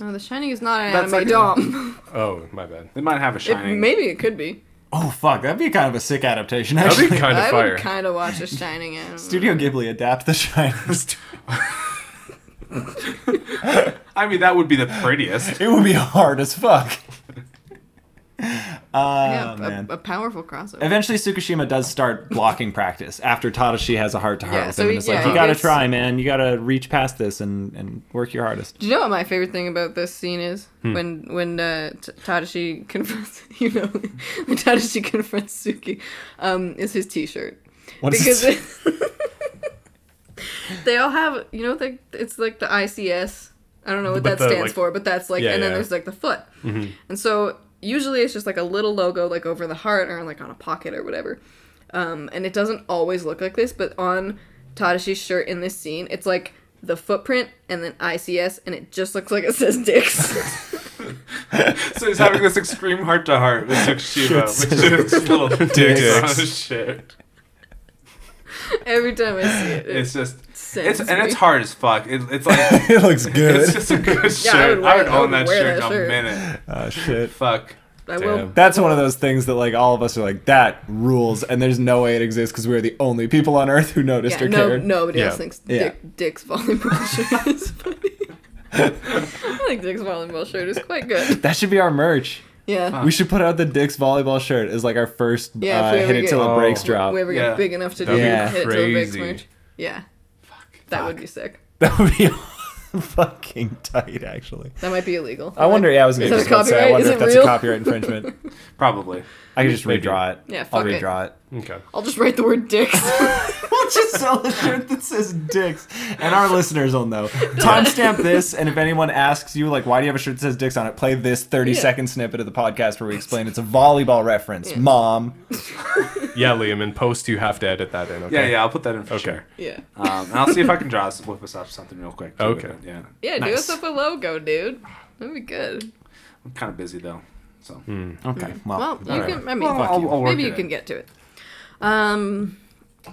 Speaker 3: No, The Shining is not an
Speaker 2: That's like
Speaker 3: anime.
Speaker 2: a-
Speaker 3: Dom.
Speaker 4: Oh, my bad.
Speaker 2: They might have a
Speaker 3: It-
Speaker 2: shining.
Speaker 3: maybe it could be.
Speaker 1: Oh fuck, that'd be kind of a sick adaptation.
Speaker 4: That'd
Speaker 1: Actually,
Speaker 4: be kind of
Speaker 3: I
Speaker 4: fire.
Speaker 3: would kind of watch The Shining anime.
Speaker 1: Studio Ghibli adapt The Shining.
Speaker 2: I mean, that would be the prettiest.
Speaker 1: it would be hard as fuck. Oh
Speaker 3: Yeah,
Speaker 1: man.
Speaker 3: a, a powerful crossover.
Speaker 1: Eventually, Tsukushima does start blocking practice after Tadashi has a heart to heart
Speaker 3: Yeah,
Speaker 1: with
Speaker 3: so
Speaker 1: him, and
Speaker 3: he-
Speaker 1: it's
Speaker 3: yeah,
Speaker 1: like,
Speaker 3: he
Speaker 1: you gotta
Speaker 3: gets-
Speaker 1: try, man. You gotta reach past this and and work your hardest.
Speaker 3: Do you know what my favorite thing about this scene is?
Speaker 1: Hmm.
Speaker 3: When when uh, T- Tadashi confronts, you know, when Tadashi confronts Suki, um, is his T-shirt
Speaker 1: What is
Speaker 3: because
Speaker 1: it?
Speaker 3: they all have you know like it's like the ICS. I don't know what that
Speaker 4: But the,
Speaker 3: stands
Speaker 4: like-
Speaker 3: for, but that's like
Speaker 4: Yeah,
Speaker 3: and then
Speaker 4: yeah.
Speaker 3: there's like the foot,
Speaker 2: Mm-hmm.
Speaker 3: and so usually it's just like a little logo like over the heart or like on a pocket or whatever, um, and it doesn't always look like this, but on Tadashi's shirt in this scene, it's like the footprint and then ICS, and it just looks like it says dicks.
Speaker 2: So he's having this extreme heart to heart with Tsukushima,
Speaker 1: Shit.
Speaker 2: which is just little Oh, dicks on
Speaker 4: Dicks.
Speaker 2: his shirt.
Speaker 3: Every time I see it,
Speaker 2: It's
Speaker 3: it's,
Speaker 2: just,
Speaker 3: sends
Speaker 2: it's and it's
Speaker 3: me.
Speaker 2: hard as fuck. It, it's like
Speaker 1: it looks
Speaker 2: It's just a good
Speaker 3: Yeah,
Speaker 2: shirt.
Speaker 3: I
Speaker 2: I
Speaker 3: would
Speaker 2: would,
Speaker 3: wear- I would
Speaker 2: own that
Speaker 3: wear
Speaker 2: shirt
Speaker 3: that
Speaker 2: in a
Speaker 3: shirt.
Speaker 2: minute.
Speaker 1: Oh shit.
Speaker 2: Fuck.
Speaker 3: I will.
Speaker 4: Damn.
Speaker 1: That's one of those things that like all of us are like that rules, and there's no way it exists because we're the only people on Earth who noticed
Speaker 3: Yeah,
Speaker 1: or
Speaker 3: no,
Speaker 1: cared.
Speaker 3: nobody
Speaker 4: Yeah.
Speaker 3: else thinks
Speaker 1: Yeah.
Speaker 3: Dick, Dick's volleyball shirt is funny. I think Dick's volleyball shirt is quite good.
Speaker 1: That should be our merch.
Speaker 3: Yeah.
Speaker 1: We should put out the Dick's volleyball shirt as like our first
Speaker 3: Yeah,
Speaker 1: uh,
Speaker 3: if we ever
Speaker 1: hit it
Speaker 3: get-
Speaker 1: till
Speaker 4: Oh.
Speaker 1: it breaks drop.
Speaker 3: We ever get
Speaker 2: Yeah.
Speaker 3: big enough to do
Speaker 4: That'd
Speaker 1: be
Speaker 3: hit it to a big
Speaker 4: crazy.
Speaker 3: merch. Yeah. That would be sick.
Speaker 1: That would be fucking tight, actually.
Speaker 3: That might be illegal.
Speaker 1: I wonder. Yeah, I was gonna
Speaker 3: Is that
Speaker 1: just
Speaker 3: a
Speaker 1: about to say. I
Speaker 3: copyright?
Speaker 1: wonder
Speaker 3: Is
Speaker 1: if
Speaker 3: it
Speaker 1: that's
Speaker 3: real?
Speaker 1: a copyright infringement.
Speaker 2: Probably.
Speaker 1: I could just
Speaker 4: Maybe.
Speaker 1: redraw it.
Speaker 3: Yeah,
Speaker 1: I'll
Speaker 3: fuck it.
Speaker 1: redraw it.
Speaker 4: Okay.
Speaker 3: I'll just write the word dicks.
Speaker 1: we'll just sell a shirt that says dicks, and our listeners will know. Timestamp this, and if anyone asks you, like, why do you have a shirt that says dicks on it, play this
Speaker 3: Yeah.
Speaker 1: thirty-second snippet of the podcast where we explain it's a volleyball reference.
Speaker 3: Yeah.
Speaker 1: Mom.
Speaker 4: Yeah, Liam, in post you have to edit that in, okay?
Speaker 2: Yeah, yeah, I'll put that in for
Speaker 4: Okay.
Speaker 2: sure.
Speaker 3: yeah.
Speaker 2: Um, and I'll see if I can draw us, whip us up something real quick. too,
Speaker 4: Okay.
Speaker 2: but, Yeah.
Speaker 3: Yeah, do us
Speaker 1: Nice.
Speaker 3: up a logo, dude. That'd be good.
Speaker 2: I'm kind of busy though, so
Speaker 1: Okay.
Speaker 3: Well, you
Speaker 2: right.
Speaker 3: can. I mean,
Speaker 2: Well,
Speaker 1: Fuck
Speaker 2: I'll,
Speaker 1: you.
Speaker 2: I'll work
Speaker 3: maybe you
Speaker 2: it
Speaker 3: can
Speaker 2: in.
Speaker 3: get to it. Um,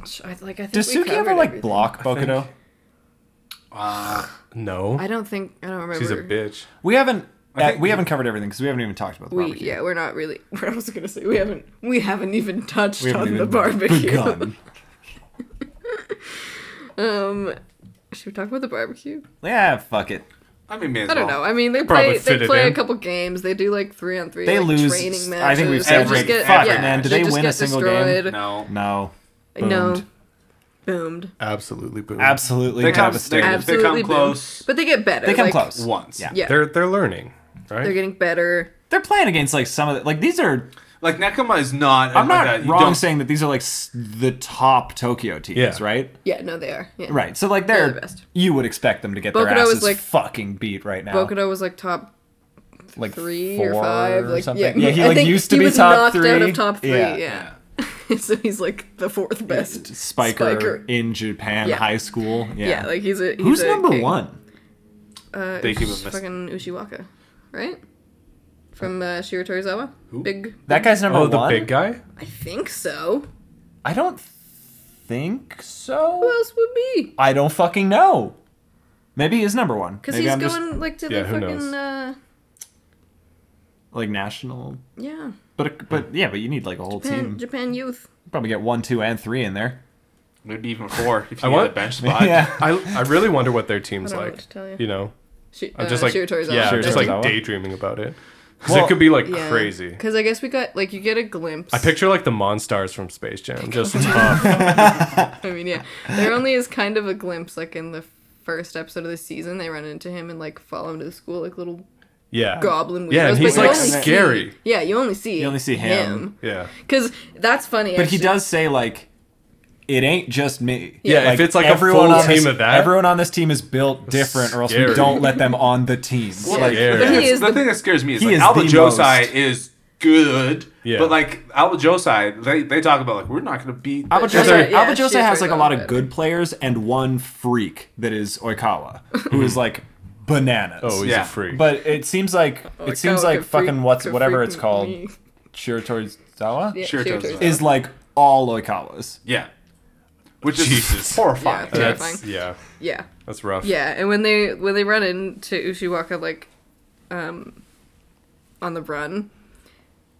Speaker 3: sh- I, like I think
Speaker 1: Does
Speaker 3: we
Speaker 1: Suki
Speaker 3: covered
Speaker 1: ever like
Speaker 3: everything.
Speaker 1: block
Speaker 4: think-
Speaker 1: Bokuto?
Speaker 2: Uh,
Speaker 4: No,
Speaker 3: I don't think I don't remember.
Speaker 4: she's a bitch.
Speaker 1: We haven't.
Speaker 2: I
Speaker 1: uh,
Speaker 2: think-
Speaker 1: we haven't covered everything because we haven't even talked about the
Speaker 3: We
Speaker 1: barbecue.
Speaker 3: yeah, we're not really. I was gonna say we haven't we haven't even touched
Speaker 1: We haven't
Speaker 3: on the
Speaker 1: even
Speaker 3: barbecue.
Speaker 1: begun.
Speaker 3: Um, should we talk about the barbecue?
Speaker 1: Yeah, fuck it.
Speaker 2: I mean, may as
Speaker 3: I don't
Speaker 2: well.
Speaker 3: know. I mean, they
Speaker 4: probably
Speaker 3: play
Speaker 4: fit
Speaker 3: they
Speaker 4: it
Speaker 3: play a
Speaker 4: in.
Speaker 3: couple games. They do like three on three.
Speaker 1: They
Speaker 3: like,
Speaker 1: lose-
Speaker 3: Training matches.
Speaker 1: I think we've
Speaker 3: They
Speaker 2: said
Speaker 3: just
Speaker 2: every-
Speaker 3: get,
Speaker 2: fuck,
Speaker 3: yeah,
Speaker 1: man, did
Speaker 3: they
Speaker 1: they
Speaker 3: just
Speaker 1: win
Speaker 3: get
Speaker 1: a single game?
Speaker 3: destroyed.
Speaker 2: No.
Speaker 1: No.
Speaker 3: No,
Speaker 1: Boomed.
Speaker 3: boomed.
Speaker 4: Absolutely boomed.
Speaker 1: Absolutely
Speaker 2: They come-
Speaker 1: devastated.
Speaker 2: they-
Speaker 3: Absolutely boomed.
Speaker 2: close.
Speaker 3: but they get better.
Speaker 1: They come
Speaker 3: like,
Speaker 1: close
Speaker 2: once.
Speaker 1: Yeah.
Speaker 3: Yeah, they're,
Speaker 4: They're they're learning, right?
Speaker 3: getting better.
Speaker 1: They're playing against like some of the like these are.
Speaker 2: Like Nekama is not.
Speaker 1: I'm not
Speaker 2: like, a- you
Speaker 1: wrong
Speaker 2: don't-
Speaker 1: saying that these are like s- the top Tokyo teams,
Speaker 4: Yeah.
Speaker 1: right?
Speaker 3: Yeah, no, they are. Yeah.
Speaker 1: Right. So like
Speaker 3: They're
Speaker 1: they're,
Speaker 3: the best.
Speaker 1: you would expect them to get their
Speaker 3: Bokuto is,
Speaker 1: asses
Speaker 3: like-
Speaker 1: fucking beat right now.
Speaker 3: Bokuto was like top
Speaker 1: like
Speaker 3: three
Speaker 1: four
Speaker 3: or five. Like
Speaker 1: something.
Speaker 3: yeah,
Speaker 1: yeah. He
Speaker 3: I
Speaker 1: like
Speaker 3: think
Speaker 1: used to
Speaker 3: he
Speaker 1: be
Speaker 3: was
Speaker 1: top
Speaker 3: knocked
Speaker 1: three.
Speaker 3: out of top three. Yeah.
Speaker 2: Yeah.
Speaker 3: so he's like the fourth best
Speaker 1: Spiker,
Speaker 3: Spiker.
Speaker 1: in Japan
Speaker 3: Yeah.
Speaker 1: high school. Yeah.
Speaker 3: Yeah. like he's a he's
Speaker 1: Who's
Speaker 3: a
Speaker 1: number
Speaker 3: king.
Speaker 1: one?
Speaker 3: Uh,
Speaker 2: They keep him
Speaker 3: it's
Speaker 2: missed.
Speaker 3: fucking Ushiwaka, right?
Speaker 4: Uh,
Speaker 3: From uh, Shiro Torizawa.
Speaker 2: Who?
Speaker 3: Big.
Speaker 1: That guy's number
Speaker 4: Oh,
Speaker 1: one.
Speaker 4: the big guy.
Speaker 3: I think so.
Speaker 1: I don't think
Speaker 3: Who
Speaker 1: so.
Speaker 3: else would be?
Speaker 1: I don't fucking know. Maybe he is number one.
Speaker 3: Because
Speaker 1: Maybe
Speaker 3: he's
Speaker 1: I'm just,
Speaker 3: going like to
Speaker 4: Yeah,
Speaker 3: the
Speaker 4: who knows?
Speaker 3: fucking uh,
Speaker 1: like national.
Speaker 3: yeah
Speaker 1: But but yeah, but you need like a whole
Speaker 3: Japan,
Speaker 1: team.
Speaker 3: Japan youth.
Speaker 1: Probably get one, two, and three in there.
Speaker 2: Maybe even four if
Speaker 4: I
Speaker 2: you get a
Speaker 4: want-
Speaker 2: bench spot.
Speaker 1: yeah.
Speaker 4: I I really wonder what their team's
Speaker 3: I don't know
Speaker 4: like.
Speaker 3: what to tell you.
Speaker 4: You know,
Speaker 3: Shi-
Speaker 4: I'm
Speaker 3: uh,
Speaker 4: just like
Speaker 3: Shiro Torizawa.
Speaker 4: yeah, I'm just
Speaker 1: Torizawa.
Speaker 4: like daydreaming about it. 'Cause
Speaker 1: Well,
Speaker 4: it could be like crazy.
Speaker 3: Because I guess we got like you get a glimpse.
Speaker 4: I picture like the Monstars from Space Jam, just tough.
Speaker 3: I mean, yeah. There only is kind of a glimpse, like in the first episode of the season, they run into him and like follow him to the school, like little
Speaker 4: Yeah,
Speaker 3: goblin.
Speaker 4: Yeah, and
Speaker 3: weirdos,
Speaker 4: he's
Speaker 3: but you
Speaker 4: like
Speaker 3: only see-
Speaker 4: scary.
Speaker 3: yeah, you only see.
Speaker 1: You only see him.
Speaker 4: Yeah.
Speaker 3: Because that's funny.
Speaker 1: But he
Speaker 3: actually.
Speaker 1: does say like, it ain't just me.
Speaker 4: Yeah, if it's, like, a
Speaker 1: everyone
Speaker 4: full
Speaker 1: on this-
Speaker 4: team of that-
Speaker 1: everyone on this team is built different, or else we
Speaker 4: Scary.
Speaker 1: don't let them on the team.
Speaker 2: Well,
Speaker 1: Like,
Speaker 4: Yeah.
Speaker 2: the, thing
Speaker 3: He
Speaker 2: that's-
Speaker 3: is
Speaker 2: the
Speaker 3: the-
Speaker 2: thing that scares me is
Speaker 1: he
Speaker 2: like
Speaker 1: is
Speaker 2: Alba
Speaker 1: the
Speaker 2: Josai
Speaker 1: most-
Speaker 2: is good,
Speaker 4: Yeah.
Speaker 2: but like Alba Josai, they, they talk about like we're not going to beat.
Speaker 1: Alba
Speaker 3: Yeah,
Speaker 1: Jose,
Speaker 3: yeah,
Speaker 1: Alba
Speaker 3: she
Speaker 1: Jose
Speaker 3: is
Speaker 1: has
Speaker 3: very
Speaker 1: like a lot
Speaker 3: low.
Speaker 1: of good players and one freak that is Oikawa, who is like bananas.
Speaker 4: Oh, he's
Speaker 2: Yeah.
Speaker 4: a freak.
Speaker 1: But it seems like
Speaker 3: Oh,
Speaker 1: it seems
Speaker 3: could
Speaker 1: like
Speaker 3: freak-
Speaker 1: fucking what's
Speaker 3: could
Speaker 1: whatever
Speaker 3: freak
Speaker 1: it's called,
Speaker 3: me.
Speaker 1: Shiratorizawa,
Speaker 3: Yeah,
Speaker 2: Shiro
Speaker 3: Shiro
Speaker 2: Torizawa.
Speaker 3: Torizawa.
Speaker 1: is like all Oikawas.
Speaker 2: Yeah, which is
Speaker 4: Jesus.
Speaker 2: horrifying.
Speaker 3: Yeah.
Speaker 4: that's
Speaker 3: terrifying.
Speaker 4: yeah,
Speaker 3: yeah,
Speaker 4: that's rough.
Speaker 3: yeah. And when they when they run into Ushiwaka, like, um, on the run,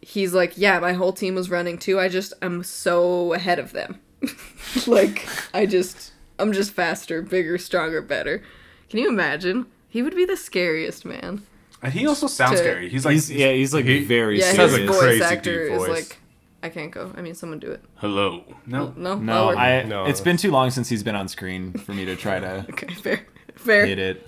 Speaker 3: he's like, "Yeah, my whole team was running too. I just am so ahead of them. like, I just I'm just faster, bigger, stronger, better. Can you imagine? He would be the scariest man.
Speaker 2: And he also sounds
Speaker 3: To-
Speaker 2: scary. He's like,
Speaker 1: he's, yeah, he's like
Speaker 4: He-
Speaker 1: very
Speaker 3: yeah,
Speaker 4: has
Speaker 1: serious.
Speaker 4: a
Speaker 3: his voice
Speaker 4: crazy deep
Speaker 3: actor is
Speaker 4: voice.
Speaker 3: like, I can't go. I mean, someone do it.
Speaker 2: hello. No,
Speaker 3: No,
Speaker 1: No,
Speaker 3: I'll work.
Speaker 1: I.
Speaker 4: No,
Speaker 1: it's been too long since he's been on screen for me to try to
Speaker 3: Okay, fair, fair.
Speaker 1: hit it.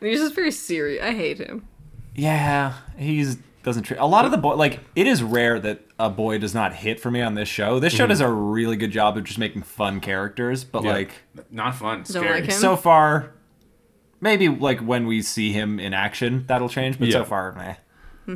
Speaker 3: And he's just very serious. I hate him.
Speaker 1: Yeah, he's doesn't treat a lot of the boy like it is rare that a boy does not hit for me on this show. This show does a really good job of just making fun characters, but
Speaker 4: Mm-hmm. Yeah.
Speaker 1: like
Speaker 2: not fun.
Speaker 3: Don't
Speaker 2: Scary.
Speaker 3: like him.
Speaker 1: so far, maybe like when we see him in action, that'll change. But so
Speaker 4: Yeah.
Speaker 1: far, meh.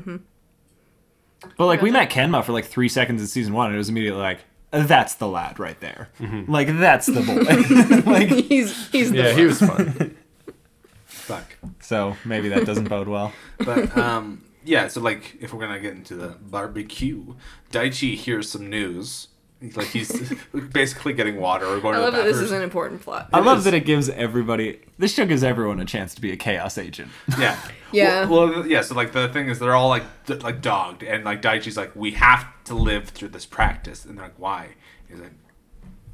Speaker 1: But like we met Kenma for like three seconds in season one, and it was immediately like, "That's the lad right there. Like that's the boy." like
Speaker 3: He's he's the
Speaker 4: Yeah,
Speaker 3: one.
Speaker 4: he was fun.
Speaker 2: Fuck.
Speaker 1: so, maybe that doesn't bode well.
Speaker 2: But um, yeah, so like if we're gonna get into the barbecue, Daichi hears some news. He's Like he's basically getting water or going
Speaker 3: I
Speaker 2: to
Speaker 3: love
Speaker 2: the
Speaker 3: that this
Speaker 2: bathroom.
Speaker 3: is an important plot.
Speaker 1: I love that it gives everybody. This show gives everyone a chance to be a chaos agent.
Speaker 2: Yeah.
Speaker 3: Yeah.
Speaker 2: Well, well, yeah. So like the thing is, they're all like d- like dogged, and like Daichi's like, we have to live through this practice, and they're like, why? He's like,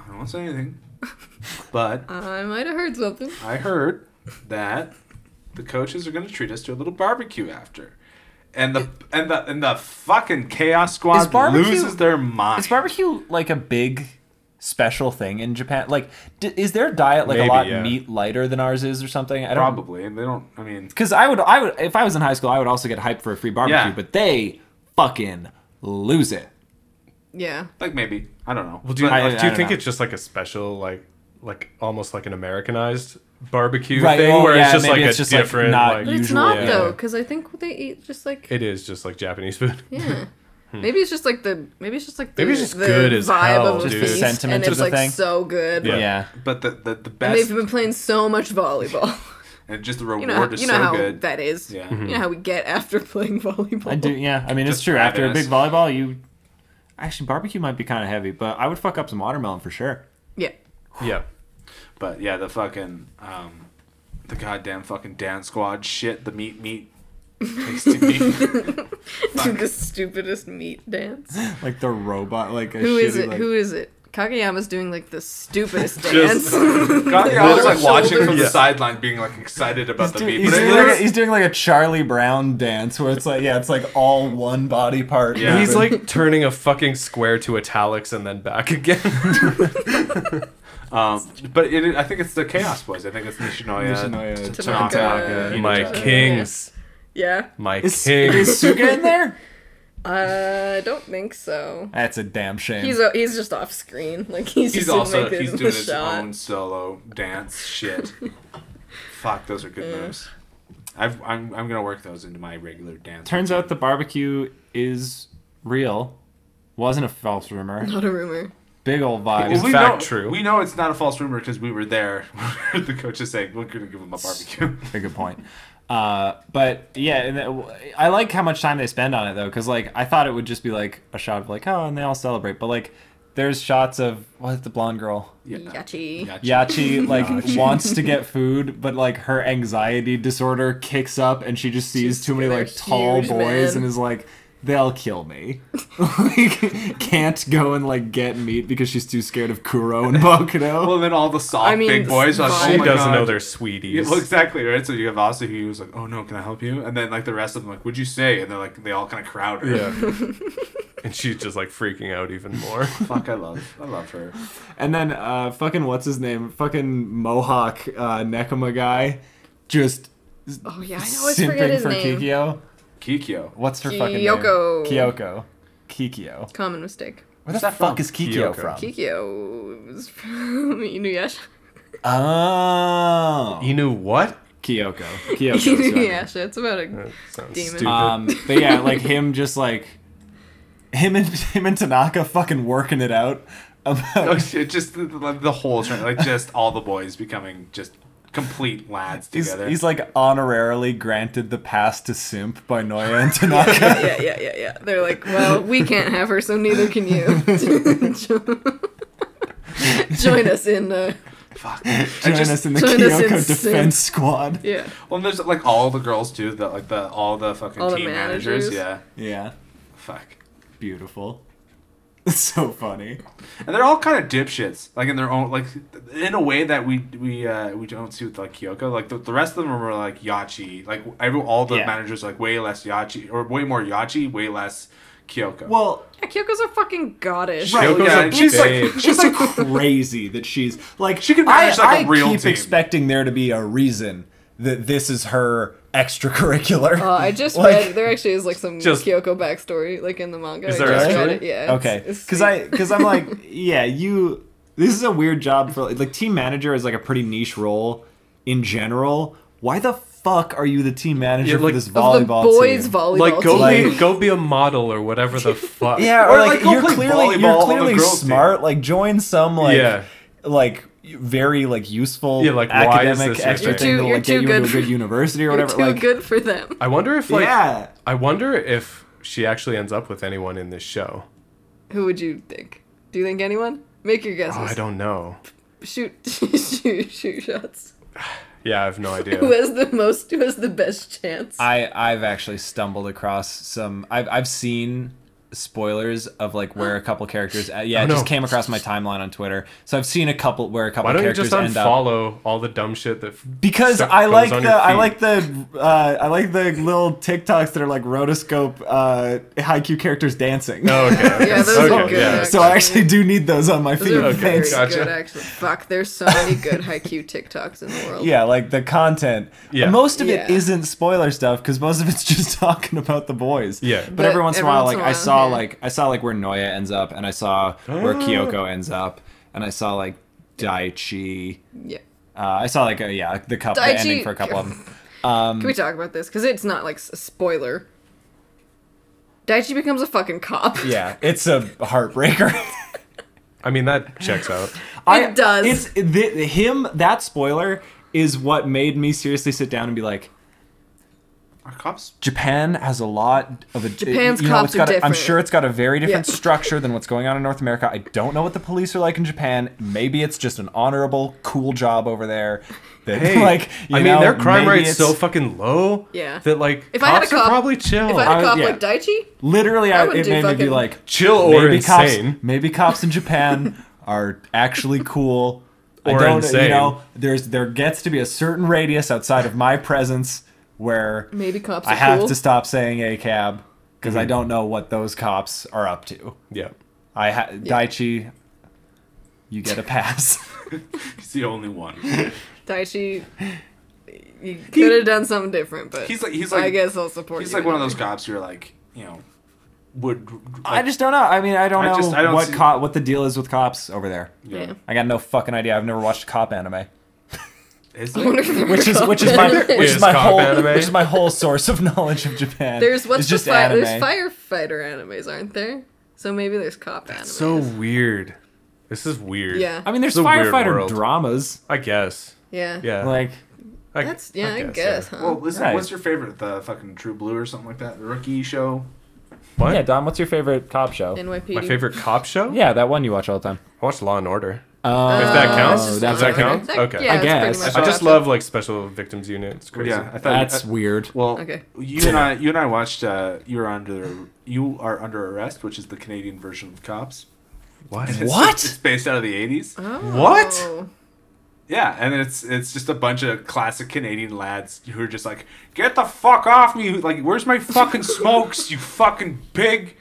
Speaker 2: I don't want to say anything, but
Speaker 3: Uh, I might have heard something.
Speaker 2: I heard that the coaches are going to treat us to a little barbecue after. And the and the and the fucking chaos
Speaker 1: Is
Speaker 2: squad
Speaker 1: barbecue-
Speaker 2: loses their mind.
Speaker 1: Is barbecue like a big special thing in Japan? Like, d- is their diet like
Speaker 4: Maybe,
Speaker 1: a lot
Speaker 4: yeah.
Speaker 1: meat lighter than ours is, or something? I don't.
Speaker 2: Probably, and they don't. I mean,
Speaker 1: Because I would, I would, if I was in high school, I would also get hyped for a free barbecue.
Speaker 2: Yeah.
Speaker 1: But they fucking lose it.
Speaker 3: Yeah.
Speaker 2: like maybe I don't know.
Speaker 4: Well, do you,
Speaker 1: I- I
Speaker 4: do you
Speaker 1: don't
Speaker 4: think
Speaker 1: know.
Speaker 4: it's just like a special, like, like almost like an Americanized barbecue
Speaker 1: Right,
Speaker 4: thing,
Speaker 1: oh,
Speaker 4: where
Speaker 1: yeah,
Speaker 4: it's just
Speaker 1: maybe
Speaker 4: like
Speaker 1: it's
Speaker 4: a
Speaker 1: just, like,
Speaker 4: different,
Speaker 1: not
Speaker 4: like,
Speaker 3: But it's
Speaker 1: Usual,
Speaker 3: not
Speaker 4: yeah.
Speaker 3: though, because I think they eat just like
Speaker 4: it is just like Japanese food.
Speaker 3: yeah. Maybe it's just like the maybe it's just like the,
Speaker 4: Maybe it's just
Speaker 3: the
Speaker 4: good as
Speaker 3: vibe
Speaker 4: hell,
Speaker 3: of the
Speaker 4: dude.
Speaker 3: feast,
Speaker 4: Just the
Speaker 1: sentiment
Speaker 3: and
Speaker 1: of
Speaker 3: it's
Speaker 1: the
Speaker 3: like
Speaker 1: thing.
Speaker 3: so good.
Speaker 4: Yeah.
Speaker 1: Yeah.
Speaker 2: But the the, the
Speaker 3: And
Speaker 2: best
Speaker 3: they've been playing so much volleyball.
Speaker 2: and just the
Speaker 3: You
Speaker 2: reward
Speaker 3: know,
Speaker 2: is
Speaker 3: you know
Speaker 2: so
Speaker 3: how
Speaker 2: good.
Speaker 3: that is.
Speaker 2: Yeah.
Speaker 3: You know how we get after playing volleyball.
Speaker 1: I do. Yeah. I mean, it's
Speaker 2: Just
Speaker 1: true. After a
Speaker 2: ravenous.
Speaker 1: big volleyball, you actually barbecue might be kind of heavy, but I would fuck up some watermelon for sure.
Speaker 3: Yeah.
Speaker 4: Yeah.
Speaker 2: But yeah, the fucking um, the goddamn fucking Dan Squad shit. The meat meat. Tasty meat.
Speaker 3: the stupidest meat dance.
Speaker 1: Like the robot, like a
Speaker 3: Who
Speaker 1: shitty,
Speaker 3: is it?
Speaker 1: Like,
Speaker 3: Who is it? Kageyama's doing like the stupidest dance.
Speaker 4: Just-
Speaker 2: God, yeah, I was like watching from the
Speaker 4: Yeah.
Speaker 2: sideline, being like excited about
Speaker 1: He's
Speaker 2: the
Speaker 1: doing,
Speaker 2: meat.
Speaker 1: he's,
Speaker 2: But it
Speaker 1: doing like a,
Speaker 2: looks-
Speaker 1: he's doing like a Charlie Brown dance where it's like, yeah, it's like all one body part.
Speaker 2: Yeah.
Speaker 4: He's
Speaker 1: But-
Speaker 4: like turning a fucking square to italics and then back again.
Speaker 2: um, but it, I think it's the Chaos Boys. I think it's Nishinoya,
Speaker 1: Nishinoya,
Speaker 2: Tanaka,
Speaker 3: Tanaka,
Speaker 2: Hinata.
Speaker 4: My kings.
Speaker 3: yeah.
Speaker 4: My
Speaker 1: is,
Speaker 4: kings.
Speaker 1: is Suga in there?
Speaker 3: I don't think so.
Speaker 1: That's a damn shame.
Speaker 3: He's a, he's just off screen. Like he's,
Speaker 2: He's
Speaker 3: just
Speaker 2: also
Speaker 3: making
Speaker 2: he's
Speaker 3: the
Speaker 2: doing his
Speaker 3: shot.
Speaker 2: own solo dance shit. Fuck, those are good moves. I've, I'm I'm gonna work those into my regular dance.
Speaker 1: Turns
Speaker 2: routine.
Speaker 1: out the barbecue is real. Wasn't a false rumor.
Speaker 3: Not a rumor.
Speaker 1: Big old vibes.
Speaker 4: Well,
Speaker 2: we
Speaker 4: fact
Speaker 2: know,
Speaker 4: true.
Speaker 2: We know it's not a false rumor because we were there. the coach is saying we're gonna give him a barbecue.
Speaker 1: a good point. Uh, but yeah, and that- I like how much time they spend on it though, because like I thought it would just be like a shot of like oh, and they all celebrate, but like there's shots of what's the blonde girl
Speaker 2: Yeah.
Speaker 3: Yachi.
Speaker 2: Gotcha.
Speaker 1: Yachi like
Speaker 2: Yachi.
Speaker 1: wants to get food, but like her anxiety disorder kicks up, and she just sees
Speaker 3: She's
Speaker 1: too many
Speaker 3: they're
Speaker 1: like tall
Speaker 3: huge,
Speaker 1: boys
Speaker 3: man.
Speaker 1: and is like. They'll kill me. like, can't go and like get meat because she's too scared of Kuro and Bokuto.
Speaker 2: Well, then all the soft
Speaker 3: I mean,
Speaker 2: big boys. Are, like,
Speaker 3: She
Speaker 2: oh
Speaker 4: He
Speaker 2: my
Speaker 4: doesn't
Speaker 2: God.
Speaker 4: know they're
Speaker 2: Yeah,
Speaker 4: sweeties.
Speaker 2: well, exactly right. So you have Asa who was like, "Oh no, can I help you?" And then like the rest of them like, "Would you say?" And they're like, they all kind of crowd her.
Speaker 4: yeah. and she's just like freaking out even more.
Speaker 2: Fuck, I love, I love her.
Speaker 1: And then uh, fucking what's his name? Fucking Mohawk uh, Nekama guy, just
Speaker 3: Oh yeah, I always forget
Speaker 1: simping
Speaker 3: his
Speaker 1: for
Speaker 3: name.
Speaker 1: Kikyo.
Speaker 2: Kikyo.
Speaker 1: What's her fucking name?
Speaker 3: Kyoko.
Speaker 1: Kyoko. Kikyo.
Speaker 3: Common mistake.
Speaker 1: Where the
Speaker 2: that
Speaker 1: fuck
Speaker 2: from?
Speaker 1: is Kikyo
Speaker 4: Kyoko.
Speaker 1: from?
Speaker 3: Kikyo was from Inuyasha.
Speaker 1: Oh.
Speaker 4: You knew what?
Speaker 1: Kyoko. Kyoko. is who I meant.
Speaker 3: Inuyasha. It's about a.
Speaker 4: That sounds
Speaker 3: Demon.
Speaker 4: stupid.
Speaker 1: Um, but yeah, like him just like him and him and Tanaka fucking working it out
Speaker 2: Oh
Speaker 1: about
Speaker 2: shit! Just the, the, the whole turn, like just all the boys becoming just complete lads
Speaker 1: He's,
Speaker 2: together.
Speaker 1: he's like honorarily granted the pass to simp by Noya and Tanaka.
Speaker 3: yeah, yeah, yeah, yeah. They're like, well, we can't have her, so neither can you. Join us in. Uh,
Speaker 2: Fuck.
Speaker 1: Join us in the
Speaker 3: join us in
Speaker 1: Kyoko
Speaker 3: simp.
Speaker 1: defense squad.
Speaker 3: yeah.
Speaker 2: Well, and there's like all the girls too. That like the all the fucking
Speaker 3: All the
Speaker 2: team managers.
Speaker 3: managers.
Speaker 2: Yeah.
Speaker 1: Yeah,
Speaker 2: Fuck.
Speaker 1: beautiful. It's so funny.
Speaker 2: And they're all kind of dipshits, like in their own, like in a way that we we uh, we don't see with like Kyoko. Like the, the rest of them are like Yachi. Like every all the
Speaker 1: Yeah.
Speaker 2: managers are, like way less Yachi or way more Yachi, way less Kyoko.
Speaker 1: Well,
Speaker 3: yeah. Kyoko's a fucking goddess.
Speaker 2: Right,
Speaker 4: Kyoko's
Speaker 2: yeah,
Speaker 4: a
Speaker 2: she's like
Speaker 4: babe.
Speaker 2: she's like
Speaker 1: crazy that she's like
Speaker 2: She could manage,
Speaker 1: I,
Speaker 2: like, a
Speaker 1: I
Speaker 2: real
Speaker 1: keep
Speaker 2: team.
Speaker 1: expecting there to be a reason that this is her extracurricular.
Speaker 3: Uh, I just
Speaker 1: Like-
Speaker 3: read there actually is like some
Speaker 4: Just-
Speaker 3: Kyoko backstory like in the manga.
Speaker 4: Is
Speaker 3: I
Speaker 4: there
Speaker 3: just read
Speaker 4: actually?
Speaker 3: it. Yeah. it's-
Speaker 1: okay,
Speaker 3: it's
Speaker 1: because
Speaker 3: sweet.
Speaker 1: I because I'm like yeah you. This is a weird job for like team manager is like a pretty niche role in general. Why the fuck are you the team manager
Speaker 4: Yeah,
Speaker 1: for
Speaker 4: like-
Speaker 1: this
Speaker 4: Of
Speaker 3: of the
Speaker 1: volleyball
Speaker 3: boys
Speaker 1: team?
Speaker 3: volleyball
Speaker 4: like go
Speaker 1: Like-
Speaker 4: be go be a model or whatever the fuck.
Speaker 1: Yeah, or,
Speaker 2: Or, like,
Speaker 1: like,
Speaker 2: go
Speaker 1: you're
Speaker 2: play
Speaker 1: clearly
Speaker 2: volleyball on
Speaker 1: you're
Speaker 2: the
Speaker 1: clearly
Speaker 2: girls' team.
Speaker 1: smart. Like join some like
Speaker 4: Yeah.
Speaker 1: like very like useful
Speaker 4: Yeah, like, why is
Speaker 1: academic
Speaker 4: this
Speaker 1: extra
Speaker 4: your
Speaker 1: thing
Speaker 3: thing?
Speaker 1: that'll
Speaker 3: You're
Speaker 1: like,
Speaker 3: too-
Speaker 1: get you
Speaker 3: you're
Speaker 1: into a
Speaker 3: too
Speaker 1: good
Speaker 3: good-
Speaker 1: university or
Speaker 3: You're
Speaker 1: whatever.
Speaker 3: too
Speaker 1: like
Speaker 3: good for them.
Speaker 4: I wonder if like
Speaker 1: yeah,
Speaker 4: I wonder if she actually ends up with anyone in this show.
Speaker 3: Who would you think? Do you think anyone? Make your guesses.
Speaker 4: Oh, I don't know.
Speaker 3: Shoot, shoot, shoot shots.
Speaker 4: Yeah, I have no idea.
Speaker 3: Who has the most? Who has the best chance?
Speaker 1: I I've actually stumbled across some. I've I've seen spoilers of like where a couple characters. Uh, yeah,
Speaker 4: Oh,
Speaker 1: it just
Speaker 4: no.
Speaker 1: came across my timeline on Twitter. So I've seen a couple where a couple
Speaker 4: Why don't you
Speaker 1: characters
Speaker 4: just
Speaker 1: end up.
Speaker 4: unfollow all the dumb shit that? f-
Speaker 1: because
Speaker 4: stuff
Speaker 1: I
Speaker 4: goes
Speaker 1: like
Speaker 4: on
Speaker 1: the
Speaker 4: your
Speaker 1: I
Speaker 4: feed?
Speaker 1: like the uh, I like the little TikToks that are like rotoscope uh, haiku characters dancing.
Speaker 4: Oh, okay. okay.
Speaker 3: Yeah, those
Speaker 4: okay,
Speaker 3: are good.
Speaker 4: yeah.
Speaker 1: So I actually do need those on my
Speaker 3: Those
Speaker 1: feed.
Speaker 3: are
Speaker 4: Okay,
Speaker 3: very
Speaker 1: Thanks.
Speaker 4: gotcha.
Speaker 3: good, actually. Fuck, there's so many good haiku TikToks in the world.
Speaker 1: Yeah, like the content.
Speaker 4: Yeah.
Speaker 1: Most of it
Speaker 3: Yeah.
Speaker 1: isn't spoiler stuff because most of it's just talking about the boys.
Speaker 4: Yeah.
Speaker 1: But,
Speaker 3: But
Speaker 1: every once in a
Speaker 3: every
Speaker 1: while, like
Speaker 3: once in a
Speaker 1: I
Speaker 3: while,
Speaker 1: saw,
Speaker 3: yeah.
Speaker 1: like I saw, like where Noya ends up, and I saw
Speaker 4: Oh.
Speaker 1: where Kyoko ends up, and I saw like Daichi.
Speaker 3: Yeah.
Speaker 1: Uh, I saw like a, yeah, like the couple, the
Speaker 3: Daichi-
Speaker 1: ending for a couple of them. Um,
Speaker 3: Can we talk about this? Because it's not like s- a spoiler. Daichi becomes a fucking cop.
Speaker 1: Yeah, it's a heartbreaker.
Speaker 4: I mean that checks out.
Speaker 1: I,
Speaker 3: It does.
Speaker 1: It's th- him. That spoiler is what made me seriously sit down and be like,
Speaker 2: Are cops?
Speaker 1: Japan has a lot of a
Speaker 3: Japan's
Speaker 1: you know,
Speaker 3: cops
Speaker 1: it's got
Speaker 3: are
Speaker 1: a- I'm
Speaker 3: different.
Speaker 1: sure it's got a very different
Speaker 3: Yeah.
Speaker 1: structure than what's going on in North America. I don't know what the police are like in Japan. Maybe it's just an honorable, cool job over there. That, like you
Speaker 4: I mean,
Speaker 1: know,
Speaker 4: their crime
Speaker 1: maybe
Speaker 4: rate's
Speaker 1: it's-
Speaker 4: so fucking low.
Speaker 3: Yeah.
Speaker 4: That like
Speaker 3: If I had a
Speaker 4: cops
Speaker 3: cop-
Speaker 4: are probably chill.
Speaker 3: If I had a
Speaker 1: I-
Speaker 3: cop
Speaker 1: yeah.
Speaker 3: like Daichi,
Speaker 1: literally,
Speaker 3: I
Speaker 1: I,
Speaker 3: wouldn't
Speaker 1: it
Speaker 3: do
Speaker 1: made me be
Speaker 3: fucking-
Speaker 1: like,
Speaker 4: chill or
Speaker 1: maybe cops,
Speaker 4: insane.
Speaker 1: maybe cops in Japan are actually cool. I
Speaker 4: Or
Speaker 1: don't,
Speaker 4: insane.
Speaker 1: You know, there's there gets to be a certain radius outside of my presence where
Speaker 3: maybe cops
Speaker 1: I
Speaker 3: are
Speaker 1: have
Speaker 3: cool.
Speaker 1: to stop saying a cab because
Speaker 4: Mm-hmm.
Speaker 1: I don't know what those cops are up to.
Speaker 4: Yeah.
Speaker 1: I ha- Daichi, you get a pass.
Speaker 2: He's the only one.
Speaker 3: Daichi, you could have done something different, but
Speaker 2: He's like- he's
Speaker 3: I
Speaker 2: like-
Speaker 3: guess I'll support
Speaker 2: He's
Speaker 3: you.
Speaker 2: like one of those cops you're like, you know, would. Like,
Speaker 1: I just don't know. I mean, I don't
Speaker 2: I
Speaker 1: know
Speaker 2: just- I don't
Speaker 1: what
Speaker 2: see-
Speaker 1: co- what the deal is with cops over there.
Speaker 3: Yeah.
Speaker 1: I got no fucking idea. I've never watched a cop anime,
Speaker 2: Is
Speaker 3: I wonder
Speaker 2: there?
Speaker 3: if there
Speaker 1: which
Speaker 3: are
Speaker 1: is
Speaker 3: cops
Speaker 1: which is my
Speaker 3: there.
Speaker 1: which is
Speaker 4: Is
Speaker 1: my
Speaker 4: cop
Speaker 1: whole
Speaker 4: anime?
Speaker 1: which is my whole source of knowledge of Japan.
Speaker 3: There's what's
Speaker 1: it's just
Speaker 3: the fi-
Speaker 1: anime.
Speaker 3: there's firefighter animes, aren't there? So maybe there's cop animes.
Speaker 4: So weird. This is weird.
Speaker 3: yeah,
Speaker 1: I mean, there's
Speaker 4: It's a weird
Speaker 1: firefighter
Speaker 4: world.
Speaker 1: dramas.
Speaker 4: I guess.
Speaker 3: yeah,
Speaker 4: Yeah.
Speaker 1: Like
Speaker 4: I,
Speaker 3: That's yeah, I, guess,
Speaker 4: yeah.
Speaker 3: huh?
Speaker 2: Well, listen,
Speaker 1: Right.
Speaker 2: what's your favorite? The fucking True Blue or something like that? The rookie show?
Speaker 4: What?
Speaker 1: yeah, Don, what's your favorite cop show?
Speaker 3: NYPD.
Speaker 4: My favorite cop show?
Speaker 1: Yeah, that one you watch all the time.
Speaker 4: I watch Law and Order.
Speaker 1: Oh,
Speaker 4: If that counts?
Speaker 3: Uh, that's just
Speaker 4: Does
Speaker 1: that's
Speaker 4: that
Speaker 3: okay.
Speaker 4: count? Okay.
Speaker 3: Yeah,
Speaker 1: I
Speaker 3: that's pretty
Speaker 1: guess.
Speaker 3: much
Speaker 4: I
Speaker 3: what
Speaker 4: just
Speaker 3: happened.
Speaker 4: love like special victims unit. It's crazy.
Speaker 2: Yeah, I thought
Speaker 1: That's
Speaker 2: I-
Speaker 1: weird.
Speaker 2: Well,
Speaker 3: Okay.
Speaker 2: You and I, you and I watched. Uh, you are under, you are under arrest, which is the Canadian version of Cops.
Speaker 4: What?
Speaker 2: And it's-
Speaker 1: What?
Speaker 2: It's based out of the eighties.
Speaker 3: Oh.
Speaker 4: What?
Speaker 2: Yeah, and it's it's just a bunch of classic Canadian lads who are just like, get the fuck off me! Like, where's my fucking smokes, you fucking pig?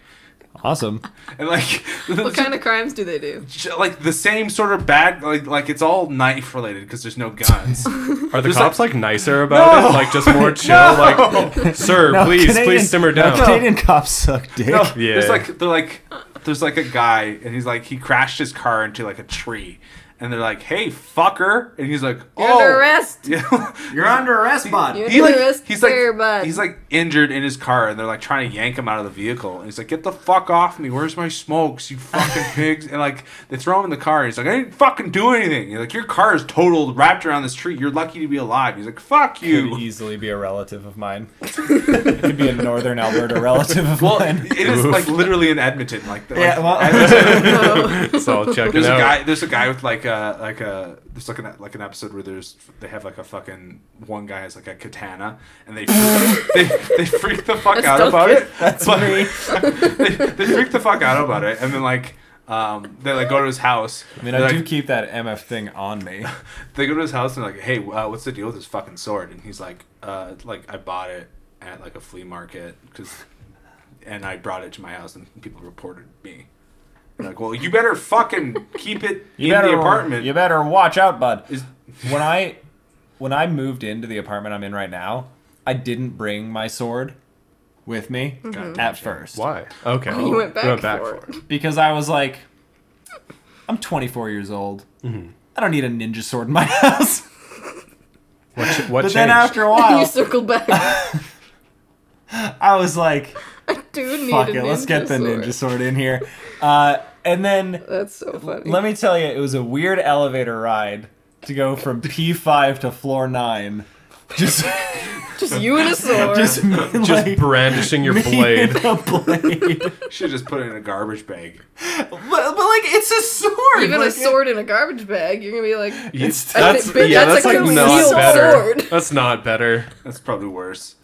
Speaker 1: Awesome.
Speaker 2: And like,
Speaker 3: What kind of crimes do they do?
Speaker 2: like the same sort of bad, like like it's all knife related because there's no guns.
Speaker 4: Are the
Speaker 2: There's
Speaker 4: cops like, nicer about
Speaker 2: No!
Speaker 4: it? Like just more chill? Like, sir, please, please simmer down.
Speaker 1: No, Canadian cops suck dick.
Speaker 2: No,
Speaker 4: Yeah.
Speaker 2: There's like they're like there's like a guy and he's like he crashed his car into like a tree. And they're like, "Hey, fucker!" And he's like, "Oh,
Speaker 3: You're under arrest.
Speaker 2: Yeah.
Speaker 1: You're under arrest, bud.
Speaker 3: You're
Speaker 2: he
Speaker 3: under
Speaker 2: like,
Speaker 3: arrest.
Speaker 2: he's like
Speaker 3: there, bud.
Speaker 2: he's like injured in his car, and they're like trying to yank him out of the vehicle. And he's like, "Get the fuck off me! Where's my smokes, you fucking pigs!" And like they throw him in the car. And he's like, "I didn't fucking do anything." And like your car is totaled, wrapped around this tree. You're lucky to be alive. He's like, "Fuck
Speaker 1: Could
Speaker 2: you."
Speaker 1: easily be a relative of mine. Could be a northern Alberta relative of
Speaker 2: Well,
Speaker 1: mine.
Speaker 2: it is
Speaker 4: Oof.
Speaker 2: like literally in Edmonton. Like, the, like
Speaker 1: Yeah, well-
Speaker 2: Edmonton-
Speaker 4: so I'll check
Speaker 2: There's
Speaker 4: it
Speaker 2: a
Speaker 4: out.
Speaker 2: guy. There's a guy with like a like a there's like an like an episode where there's they have like a fucking one guy has like a katana and they they they freak the fuck
Speaker 3: That's
Speaker 2: out about
Speaker 3: Duncan.
Speaker 2: it. That's me. they, they freak the fuck out about it and then like um they like go to his house.
Speaker 1: I mean,
Speaker 2: They're
Speaker 1: I do
Speaker 2: like-
Speaker 1: keep that MF thing on me.
Speaker 2: they go to his house and they're like, hey, uh, what's the deal with this fucking sword? And he's like, uh, like I bought it at like a flea market because, and I brought it to my house and people reported me. They're like, well, you better fucking keep it in the apartment.
Speaker 1: You better watch out, bud.
Speaker 2: Is-
Speaker 1: when I when I moved into the apartment I'm in right now, I didn't bring my sword with me at first
Speaker 4: Why? Okay.
Speaker 3: you went back,
Speaker 4: We
Speaker 3: for, it.
Speaker 1: because I was like, I'm 24 years old. I don't need a ninja sword in my house.
Speaker 4: What, ch-
Speaker 1: But
Speaker 4: what changed?
Speaker 1: then after a
Speaker 3: you
Speaker 1: while,
Speaker 3: circle back.
Speaker 1: I was like.
Speaker 3: I do need
Speaker 1: Fuck
Speaker 3: a
Speaker 1: it, let's
Speaker 3: ninja
Speaker 1: get the
Speaker 3: sword.
Speaker 1: ninja sword in here. Uh, and then
Speaker 3: That's so funny.
Speaker 1: let me tell you, it was a weird elevator ride to go from P5 to floor nine. Just,
Speaker 3: just you and a sword.
Speaker 1: just, like,
Speaker 4: just brandishing your
Speaker 1: me
Speaker 4: blade.
Speaker 1: with a blade.
Speaker 2: Should just put it in a garbage bag.
Speaker 1: but, but, like, it's a sword.
Speaker 3: Even
Speaker 1: like,
Speaker 3: a sword in a garbage bag, you're gonna be like,
Speaker 1: It's,
Speaker 3: I
Speaker 4: That's
Speaker 3: think- but
Speaker 4: yeah. That's,
Speaker 3: that's a
Speaker 4: like not
Speaker 3: concealed
Speaker 4: better.
Speaker 3: sword.
Speaker 4: That's not better.
Speaker 2: That's probably worse.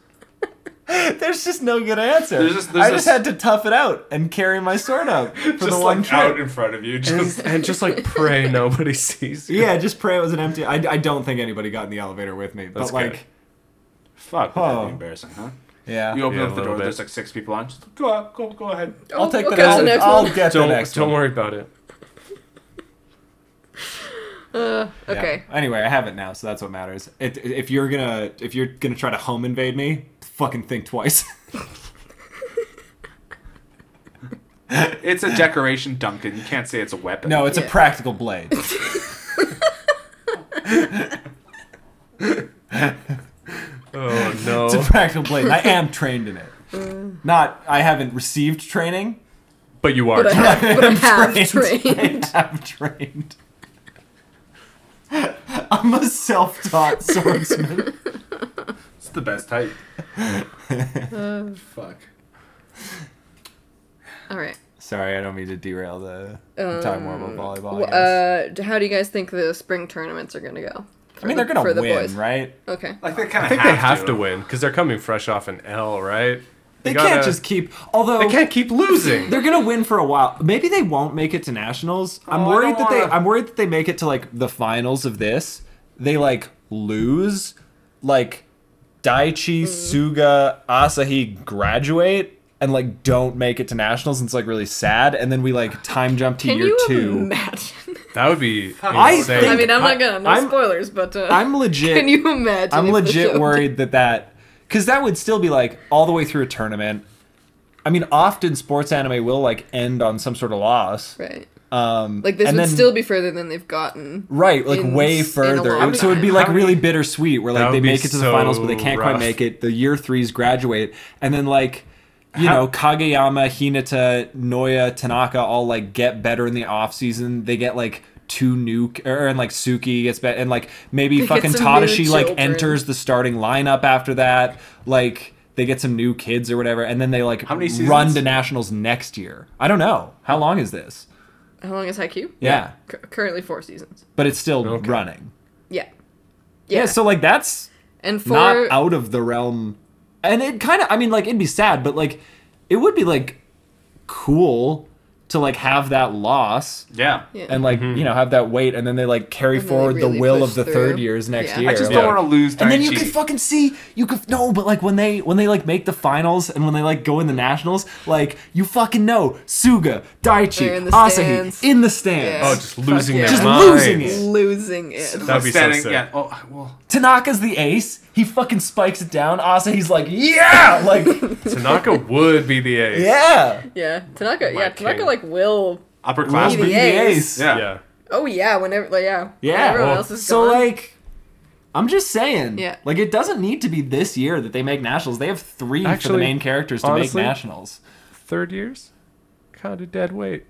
Speaker 1: there's just no good answer.
Speaker 2: There's just- there's
Speaker 1: I just
Speaker 2: this-
Speaker 1: had to tough it out and carry my sword up for the
Speaker 2: just
Speaker 1: one
Speaker 2: like
Speaker 1: trip.
Speaker 2: out in front of you. Just
Speaker 4: And, and just like pray nobody sees you.
Speaker 1: Yeah, just pray it was an empty. I, I don't think anybody got in the elevator with me, but
Speaker 4: That's
Speaker 1: like,
Speaker 4: good.
Speaker 2: fuck. That'd
Speaker 1: Oh.
Speaker 2: be embarrassing, huh?
Speaker 1: yeah,
Speaker 2: You open
Speaker 4: Yeah, a
Speaker 2: up the
Speaker 4: little
Speaker 2: door.
Speaker 4: bit.
Speaker 2: There's like six people on. Just go out. Go go ahead.
Speaker 1: I'll take the,
Speaker 3: we'll go to the
Speaker 1: I'll,
Speaker 3: next
Speaker 1: I'll
Speaker 3: one.
Speaker 1: get
Speaker 4: Don't
Speaker 1: the next
Speaker 4: don't
Speaker 1: one.
Speaker 4: worry about it.
Speaker 1: Yeah.
Speaker 3: Okay.
Speaker 1: Anyway, I have it now, so that's what matters. It, if you're gonna if you're gonna try to home invade me, fucking think twice.
Speaker 2: It's a decoration, Duncan. You can't say it's a weapon.
Speaker 1: no, it's a
Speaker 3: Yeah.
Speaker 1: practical blade.
Speaker 4: Oh
Speaker 1: It's a
Speaker 4: no!
Speaker 1: practical blade. and I am trained in it.
Speaker 3: Mm.
Speaker 1: Not I haven't received training.
Speaker 4: But you are.
Speaker 3: But I have, but I have
Speaker 1: trained.
Speaker 3: trained.
Speaker 1: I'm trained. I'm a self-taught swordsman.
Speaker 2: It's the best type. Fuck.
Speaker 3: All right.
Speaker 1: Sorry, I don't mean to derail the
Speaker 3: Um,
Speaker 1: time warp of volleyball. I,
Speaker 3: Well,
Speaker 1: guess.
Speaker 3: uh, d- how do you guys think the spring tournaments are gonna go?
Speaker 1: I mean, they're gonna
Speaker 3: for the
Speaker 1: win,
Speaker 3: boys.
Speaker 1: right?
Speaker 3: Okay.
Speaker 2: Like they kind of.
Speaker 4: I think they have to win because they're coming fresh off an L, right?
Speaker 1: They,
Speaker 4: gotta-
Speaker 1: can't just keep. Although
Speaker 4: They can't keep losing.
Speaker 1: They're gonna win for a while. Maybe they won't make it to nationals. I'm
Speaker 2: Oh, I
Speaker 1: worried
Speaker 2: don't
Speaker 1: that they.
Speaker 2: wanna-
Speaker 1: I'm worried that they make it to like the finals of this. They like lose, like Daichi,
Speaker 3: Mm-hmm.
Speaker 1: Suga, Asahi graduate and like don't make it to nationals. And it's like really sad. And then we like time jump to
Speaker 3: Can
Speaker 1: year
Speaker 3: you
Speaker 1: two.
Speaker 3: imagine?
Speaker 4: that would be
Speaker 2: I
Speaker 4: insane.
Speaker 1: think-
Speaker 3: I mean, I'm
Speaker 1: I-
Speaker 3: not gonna no
Speaker 1: I'm-
Speaker 3: spoilers, but uh,
Speaker 1: I'm legit.
Speaker 3: Can you imagine?
Speaker 1: I'm
Speaker 3: if the
Speaker 1: legit
Speaker 3: show-
Speaker 1: worried that that because that would still be like all the way through a tournament. I mean, often sports anime will like end on some sort of loss.
Speaker 3: Right.
Speaker 1: Um,
Speaker 3: Like this
Speaker 1: and
Speaker 3: would
Speaker 1: then-
Speaker 3: still be further than they've gotten.
Speaker 1: Right, like
Speaker 3: in-
Speaker 1: way
Speaker 3: in a
Speaker 1: further.
Speaker 3: long
Speaker 1: It would- so it'd be
Speaker 2: time.
Speaker 1: like
Speaker 2: How many-
Speaker 1: really bittersweet, where like
Speaker 4: That
Speaker 1: they
Speaker 4: would be
Speaker 1: make it to the
Speaker 4: so
Speaker 1: finals, but they can't quite
Speaker 4: rough.
Speaker 1: make it. The year threes graduate, and then like, you
Speaker 4: How-
Speaker 1: know, Kageyama, Hinata, Noya, Tanaka all like get better in the off season. They get like two new, or and like Suki gets better, and like maybe
Speaker 3: get
Speaker 1: fucking
Speaker 3: some new
Speaker 1: Tadashi like
Speaker 3: children.
Speaker 1: enters the starting lineup after that. Like they get some new kids or whatever, and then they like
Speaker 2: How many
Speaker 1: run
Speaker 2: seasons?
Speaker 1: to nationals next year. I don't know how long is this.
Speaker 3: How long is Haikyuu?
Speaker 1: Yeah,
Speaker 3: C- currently four seasons.
Speaker 1: but it's still
Speaker 4: Okay.
Speaker 1: running.
Speaker 3: Yeah.
Speaker 1: Yeah, so like that's
Speaker 3: and for
Speaker 1: not out of the realm. And it kind of, I mean, like it'd be sad, but like it would be like cool to like have that loss
Speaker 2: Yeah.
Speaker 3: Yeah.
Speaker 1: and like
Speaker 2: Mm-hmm.
Speaker 1: you know have that weight, and then they like carry
Speaker 3: And then they
Speaker 1: forward
Speaker 3: really
Speaker 1: the will
Speaker 3: push
Speaker 1: of the
Speaker 3: through.
Speaker 1: third years next
Speaker 3: Yeah. I
Speaker 1: year.
Speaker 2: I just
Speaker 1: like-
Speaker 2: don't want to lose.
Speaker 1: and then you
Speaker 2: Daichi.
Speaker 1: could fucking see you could no, but like when they when they like make the finals and when they like go in the nationals, like you fucking know Suga, Daichi,
Speaker 3: They're in the
Speaker 1: Asahi
Speaker 3: stands.
Speaker 1: in the stands.
Speaker 4: oh,
Speaker 3: Yeah.
Speaker 4: just losing
Speaker 3: yeah.
Speaker 4: their
Speaker 3: Just
Speaker 4: minds.
Speaker 1: losing it.
Speaker 3: losing it.
Speaker 4: That'd be so
Speaker 2: Standing-
Speaker 4: sick.
Speaker 2: Yeah. Oh well.
Speaker 1: Tanaka's the ace. He fucking spikes it down. Asahi's like, yeah, like
Speaker 4: Tanaka would be the ace.
Speaker 1: yeah.
Speaker 3: Yeah, Tanaka.
Speaker 4: My
Speaker 3: yeah, Tanaka
Speaker 4: king.
Speaker 3: like will.
Speaker 1: I'll
Speaker 2: Upperclassmen.
Speaker 1: be the
Speaker 3: ace.
Speaker 1: ace.
Speaker 2: Yeah.
Speaker 4: Yeah.
Speaker 3: Oh yeah, whenever like yeah.
Speaker 1: Yeah,
Speaker 3: When everyone
Speaker 4: well,
Speaker 3: else is
Speaker 1: So
Speaker 3: gone.
Speaker 1: like, I'm just saying.
Speaker 3: Yeah.
Speaker 1: Like it doesn't need to be this year that they make nationals. They have three for the
Speaker 4: Actually,
Speaker 1: main characters to
Speaker 4: honestly-
Speaker 1: make nationals.
Speaker 4: Third years? Kind of dead weight.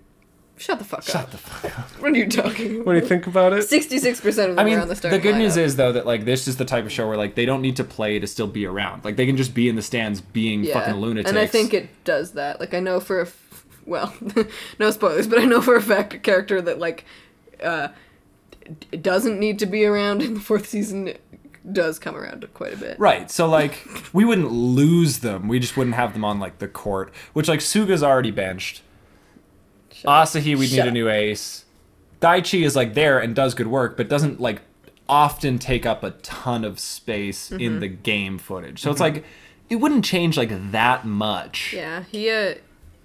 Speaker 3: shut the fuck up.
Speaker 1: Shut the fuck.
Speaker 3: What are you talking?
Speaker 4: When you think about it,
Speaker 3: Sixty-six percent of them
Speaker 1: I mean,
Speaker 3: are on the
Speaker 1: the,
Speaker 3: starting
Speaker 1: good news
Speaker 3: lineup.
Speaker 1: is though that like this is the type of show where like they don't need to play to still be around. Like they can just be in the stands being
Speaker 3: yeah.
Speaker 1: fucking lunatics.
Speaker 3: And I think it does that. Like I know for a f- well, no spoilers, but I know for a fact a character that like uh d- doesn't need to be around in the fourth season does come around quite a bit.
Speaker 1: Right, so like we wouldn't lose them, we just wouldn't have them on like the court. Which like Suga's already benched.
Speaker 3: Shut up.
Speaker 1: Asahi, we need
Speaker 3: Shut
Speaker 1: a
Speaker 3: up.
Speaker 1: new ace. Daichi is like there and does good work, but doesn't like often take up a ton of space
Speaker 3: Mm-hmm.
Speaker 1: in the game footage. So it's like it wouldn't change like that much.
Speaker 3: Yeah, he uh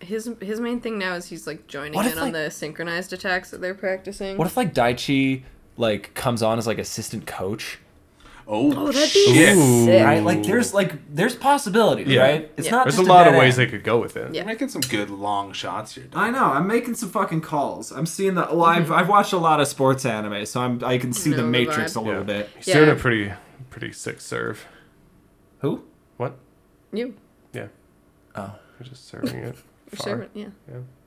Speaker 3: his his main thing now is he's like joining
Speaker 1: What if,
Speaker 3: in on
Speaker 1: like-
Speaker 3: the synchronized attacks that they're practicing.
Speaker 1: What if like Daichi like comes on as like assistant coach?
Speaker 2: Oh,
Speaker 3: Oh, that'd be
Speaker 2: shit.
Speaker 4: Ooh.
Speaker 3: sick.
Speaker 1: Right? Like there's like there's possibilities,
Speaker 4: Yeah.
Speaker 1: right? It's
Speaker 3: Yeah.
Speaker 1: not
Speaker 4: there's a
Speaker 1: just
Speaker 4: lot
Speaker 1: dead
Speaker 4: of ways
Speaker 1: end.
Speaker 4: they could go with it.
Speaker 3: Yeah.
Speaker 2: You're making some good long shots here.
Speaker 1: I know. I'm making some fucking calls. I'm seeing the. Well, I've, I've watched a lot of sports anime, so I'm I can see
Speaker 3: Mm-hmm. know
Speaker 1: the
Speaker 3: the
Speaker 1: Matrix
Speaker 3: vibe.
Speaker 1: a little
Speaker 4: Yeah.
Speaker 1: bit.
Speaker 4: He's doing
Speaker 3: Yeah.
Speaker 4: a pretty, pretty sick serve.
Speaker 1: Who?
Speaker 4: What?
Speaker 3: you
Speaker 4: Yeah.
Speaker 1: Oh.
Speaker 4: You're just serving it.
Speaker 3: your
Speaker 4: far.
Speaker 3: servant, yeah.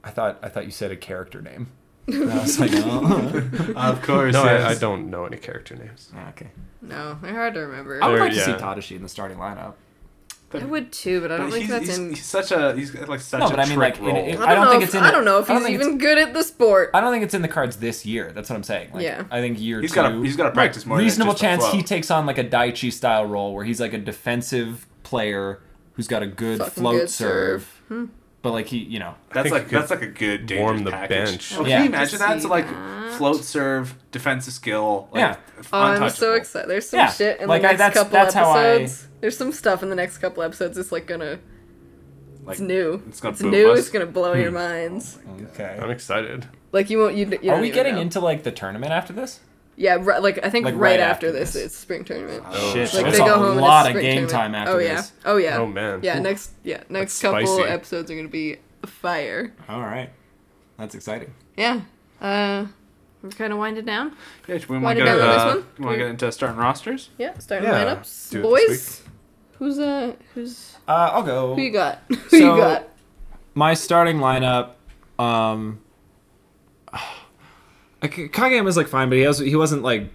Speaker 1: I thought I thought you said a character name. And I was like, oh.
Speaker 2: Of course.
Speaker 4: No,
Speaker 2: yes.
Speaker 4: I, I don't know any character names.
Speaker 1: okay.
Speaker 3: No, they're hard to remember.
Speaker 1: I would
Speaker 4: There-
Speaker 1: like to see
Speaker 4: yeah.
Speaker 1: Tadashi in the starting lineup.
Speaker 3: I would too, but I don't
Speaker 2: But
Speaker 3: think
Speaker 2: he's,
Speaker 3: that's
Speaker 2: he's,
Speaker 3: in.
Speaker 2: he's such a he's got, like such
Speaker 1: No,
Speaker 2: a
Speaker 1: but I mean, like,
Speaker 2: trick
Speaker 1: in-
Speaker 2: role.
Speaker 1: in-
Speaker 3: I don't, know
Speaker 1: think
Speaker 3: if,
Speaker 1: it's in
Speaker 3: I
Speaker 1: it.
Speaker 3: don't know if
Speaker 1: I don't
Speaker 3: he's
Speaker 1: think
Speaker 3: even good at the sport.
Speaker 1: I don't think it's in the cards this year. That's what I'm saying. Like,
Speaker 3: Yeah.
Speaker 1: I think year
Speaker 2: he's
Speaker 1: two.
Speaker 2: got to he's got to practice more.
Speaker 1: reasonable
Speaker 2: than just the
Speaker 1: chance
Speaker 2: flow.
Speaker 1: he takes on like a Daichi style role where he's like a defensive player who's got a good
Speaker 3: Fucking
Speaker 1: float
Speaker 3: good
Speaker 1: serve.
Speaker 3: serve. Hmm.
Speaker 1: But like he, you know,
Speaker 2: That's
Speaker 4: think
Speaker 2: like
Speaker 4: he could
Speaker 2: that's like a good dangerous
Speaker 4: warm the
Speaker 2: package.
Speaker 4: bench.
Speaker 2: Oh,
Speaker 1: Yeah.
Speaker 2: Can you imagine that? So like
Speaker 3: That.
Speaker 2: float serve, defensive skill. Like,
Speaker 1: Yeah.
Speaker 2: f-
Speaker 3: Oh, I'm so
Speaker 2: untouchable.
Speaker 3: excited. There's some
Speaker 1: Yeah,
Speaker 3: shit in
Speaker 1: like, I-
Speaker 3: the next
Speaker 1: that's-
Speaker 3: couple
Speaker 1: that's how I-
Speaker 3: episodes. There's some stuff in the next couple episodes. It's like gonna.
Speaker 2: Like,
Speaker 3: It's new.
Speaker 2: It's gonna
Speaker 3: It's
Speaker 2: boom
Speaker 3: new.
Speaker 2: us.
Speaker 3: It's gonna blow your minds.
Speaker 1: okay.
Speaker 4: I'm excited.
Speaker 3: Like you won't. You, you
Speaker 1: Hmm. Are
Speaker 3: don't
Speaker 1: we
Speaker 3: even
Speaker 1: getting
Speaker 3: know.
Speaker 1: into like the tournament after this?
Speaker 3: Yeah, ri- like I think
Speaker 1: Like,
Speaker 3: right,
Speaker 1: right
Speaker 3: after
Speaker 1: after
Speaker 3: this,
Speaker 1: this.
Speaker 3: it's spring tournament.
Speaker 4: Oh,
Speaker 1: Shit,
Speaker 4: shit.
Speaker 3: Like
Speaker 1: there's
Speaker 3: they go
Speaker 1: a
Speaker 3: home and it's
Speaker 1: lot of
Speaker 3: spring
Speaker 1: game
Speaker 3: tournament.
Speaker 1: time after
Speaker 3: oh,
Speaker 1: this.
Speaker 3: Yeah. Oh yeah.
Speaker 4: Oh, man.
Speaker 3: Yeah.
Speaker 4: Ooh.
Speaker 3: Next. Yeah. Next
Speaker 4: That's
Speaker 3: couple
Speaker 4: spicy.
Speaker 3: episodes are gonna be fire.
Speaker 1: All right, that's exciting.
Speaker 3: Yeah. Uh, we're kind of winded down.
Speaker 2: Yeah, should we
Speaker 3: Wanna
Speaker 2: want to get
Speaker 3: go to this
Speaker 2: uh,
Speaker 3: one?
Speaker 2: you want to get into starting rosters?
Speaker 3: Yeah. Starting
Speaker 4: Yeah,
Speaker 3: lineups,
Speaker 4: do it this
Speaker 3: boys. Who's uh? Who's
Speaker 1: Uh, I'll go.
Speaker 3: who you got? who
Speaker 1: So-
Speaker 3: you got?
Speaker 1: my starting lineup, um, Kageyama is like fine, but he has he wasn't like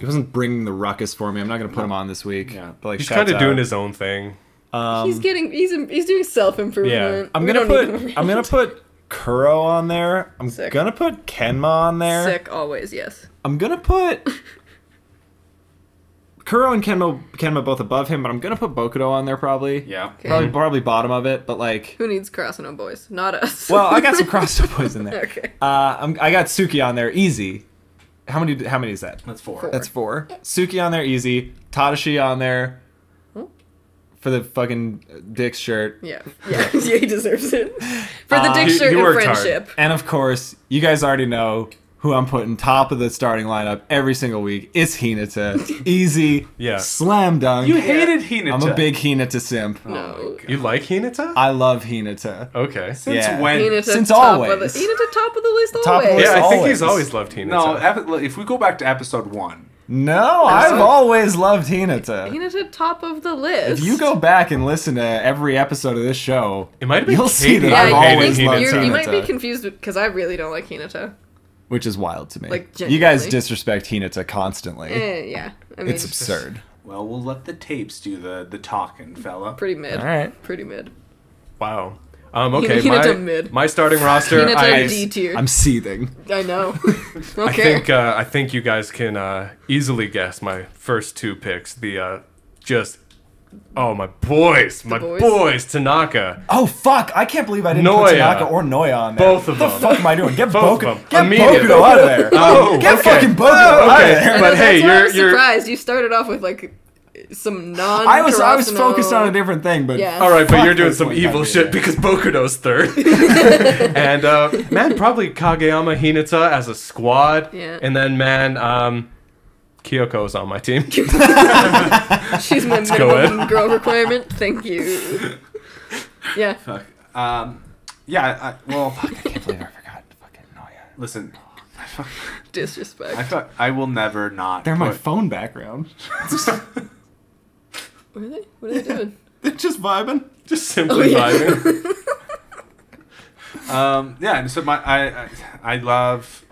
Speaker 1: He wasn't bringing the ruckus for me. I'm not gonna put him on this week.
Speaker 2: Yeah.
Speaker 1: but like
Speaker 4: He's
Speaker 1: shouts
Speaker 4: kind of
Speaker 1: out.
Speaker 4: doing his own thing.
Speaker 3: he's getting he's he's doing self improvement.
Speaker 1: um, Yeah, I'm gonna put I'm gonna put Kuro on there. I'm
Speaker 3: Sick.
Speaker 1: gonna put Kenma on there.
Speaker 3: sick always. Yes,
Speaker 1: I'm gonna put Kuro and Kenma Kenma both above him, but I'm gonna put Bokudo on there probably.
Speaker 2: Yeah.
Speaker 3: Okay.
Speaker 1: Probably probably bottom of it, but like
Speaker 3: who needs crossing on boys? Not us.
Speaker 1: well, I got some crossover boys in there.
Speaker 3: okay.
Speaker 1: Uh, I'm, I got Suki on there, easy. How many? How many is that?
Speaker 2: That's four.
Speaker 3: Four.
Speaker 1: That's four. Suki on there, easy. Tadashi on there
Speaker 3: Hmm?
Speaker 1: for the fucking Dick shirt,
Speaker 3: Yeah, yeah, yeah. He deserves it for the
Speaker 1: Uh,
Speaker 3: dick
Speaker 4: he-
Speaker 3: shirt
Speaker 4: he
Speaker 3: and
Speaker 4: worked hard.
Speaker 3: friendship.
Speaker 1: and of course, you guys already know who I'm putting top of the starting lineup every single week. It's Hinata, easy,
Speaker 4: Yeah.
Speaker 1: slam dunk.
Speaker 2: You hated Hinata.
Speaker 1: I'm a big Hinata simp.
Speaker 3: No,
Speaker 4: You like Hinata?
Speaker 1: I love Hinata.
Speaker 4: okay.
Speaker 2: Since
Speaker 1: Yeah.
Speaker 2: when?
Speaker 3: Hinata
Speaker 1: Since
Speaker 3: top Of
Speaker 1: always.
Speaker 3: the, Hinata top of the list
Speaker 1: Top of the
Speaker 3: always.
Speaker 1: list.
Speaker 4: yeah, I think
Speaker 1: always.
Speaker 4: he's always loved Hinata.
Speaker 2: No, epi- if we go back to episode one,
Speaker 1: No, I've
Speaker 3: so-
Speaker 1: always loved Hinata.
Speaker 3: Hinata top of the list.
Speaker 1: If you go back and listen to every episode of this show,
Speaker 4: It might have been
Speaker 1: you'll see that
Speaker 4: Katie.
Speaker 3: yeah,
Speaker 1: I've
Speaker 3: I
Speaker 1: always
Speaker 3: think
Speaker 4: hated
Speaker 1: loved
Speaker 3: you're-
Speaker 1: Hinata,
Speaker 3: you might be confused because I really don't like Hinata.
Speaker 1: which is wild to me.
Speaker 3: Like,
Speaker 1: you guys
Speaker 3: genuinely.
Speaker 1: disrespect Hinata constantly.
Speaker 3: Eh, yeah, I mean,
Speaker 1: it's absurd.
Speaker 2: well, we'll let the tapes do the the talking, fella.
Speaker 3: pretty mid.
Speaker 1: All right.
Speaker 3: pretty mid.
Speaker 4: wow. Um, okay,
Speaker 3: Hinata
Speaker 4: my,
Speaker 3: mid.
Speaker 4: my starting roster.
Speaker 3: Hinata
Speaker 4: I,
Speaker 3: D tier.
Speaker 1: I'm seething.
Speaker 3: I know. okay.
Speaker 4: I think uh, I think you guys can uh, easily guess my first two picks. The uh, just oh my boys, my
Speaker 3: boys?
Speaker 4: boys. Tanaka.
Speaker 1: Oh fuck! I can't believe I didn't
Speaker 4: Noia.
Speaker 1: put Tanaka or Noya on there.
Speaker 4: Both of
Speaker 1: the
Speaker 4: them.
Speaker 1: fuck am I doing? Get
Speaker 4: Both
Speaker 1: Boku,
Speaker 4: of them.
Speaker 1: get
Speaker 4: Immediately.
Speaker 1: Bokudo out of there.
Speaker 4: Oh,
Speaker 1: get
Speaker 4: okay.
Speaker 1: fucking Bokudo
Speaker 4: Oh,
Speaker 1: out of
Speaker 4: okay.
Speaker 1: there.
Speaker 3: I know,
Speaker 4: But
Speaker 3: that's
Speaker 4: hey,
Speaker 3: why I
Speaker 4: you're-
Speaker 3: was
Speaker 4: you're-
Speaker 3: surprised. You started off with like some non.
Speaker 1: I was I was
Speaker 3: Karasuno-
Speaker 1: focused on a different thing, but
Speaker 3: Yes.
Speaker 4: All right, but
Speaker 1: Fuck
Speaker 4: you're doing
Speaker 1: this
Speaker 4: some
Speaker 1: one,
Speaker 4: evil
Speaker 1: Kageyama.
Speaker 4: shit because Bokudo's third. and uh, man, probably Kageyama Hinata as a squad.
Speaker 3: Yeah.
Speaker 4: And then man, um, Kyoko's on my team.
Speaker 3: Oh, She's my
Speaker 4: go
Speaker 3: minimum girl requirement. Thank you. Yeah.
Speaker 2: Fuck. Um, yeah. I, well, fuck,
Speaker 1: I can't believe I forgot fucking Noya.
Speaker 2: listen. I, fuck, I,
Speaker 3: Disrespect.
Speaker 2: fuck, I will never not.
Speaker 1: They're my
Speaker 2: put-
Speaker 1: phone background.
Speaker 3: What are they? What are they doing? Oh,
Speaker 1: They're just vibing.
Speaker 4: Just simply
Speaker 3: yeah.
Speaker 4: vibing.
Speaker 2: Um, yeah, and so my I I, I love.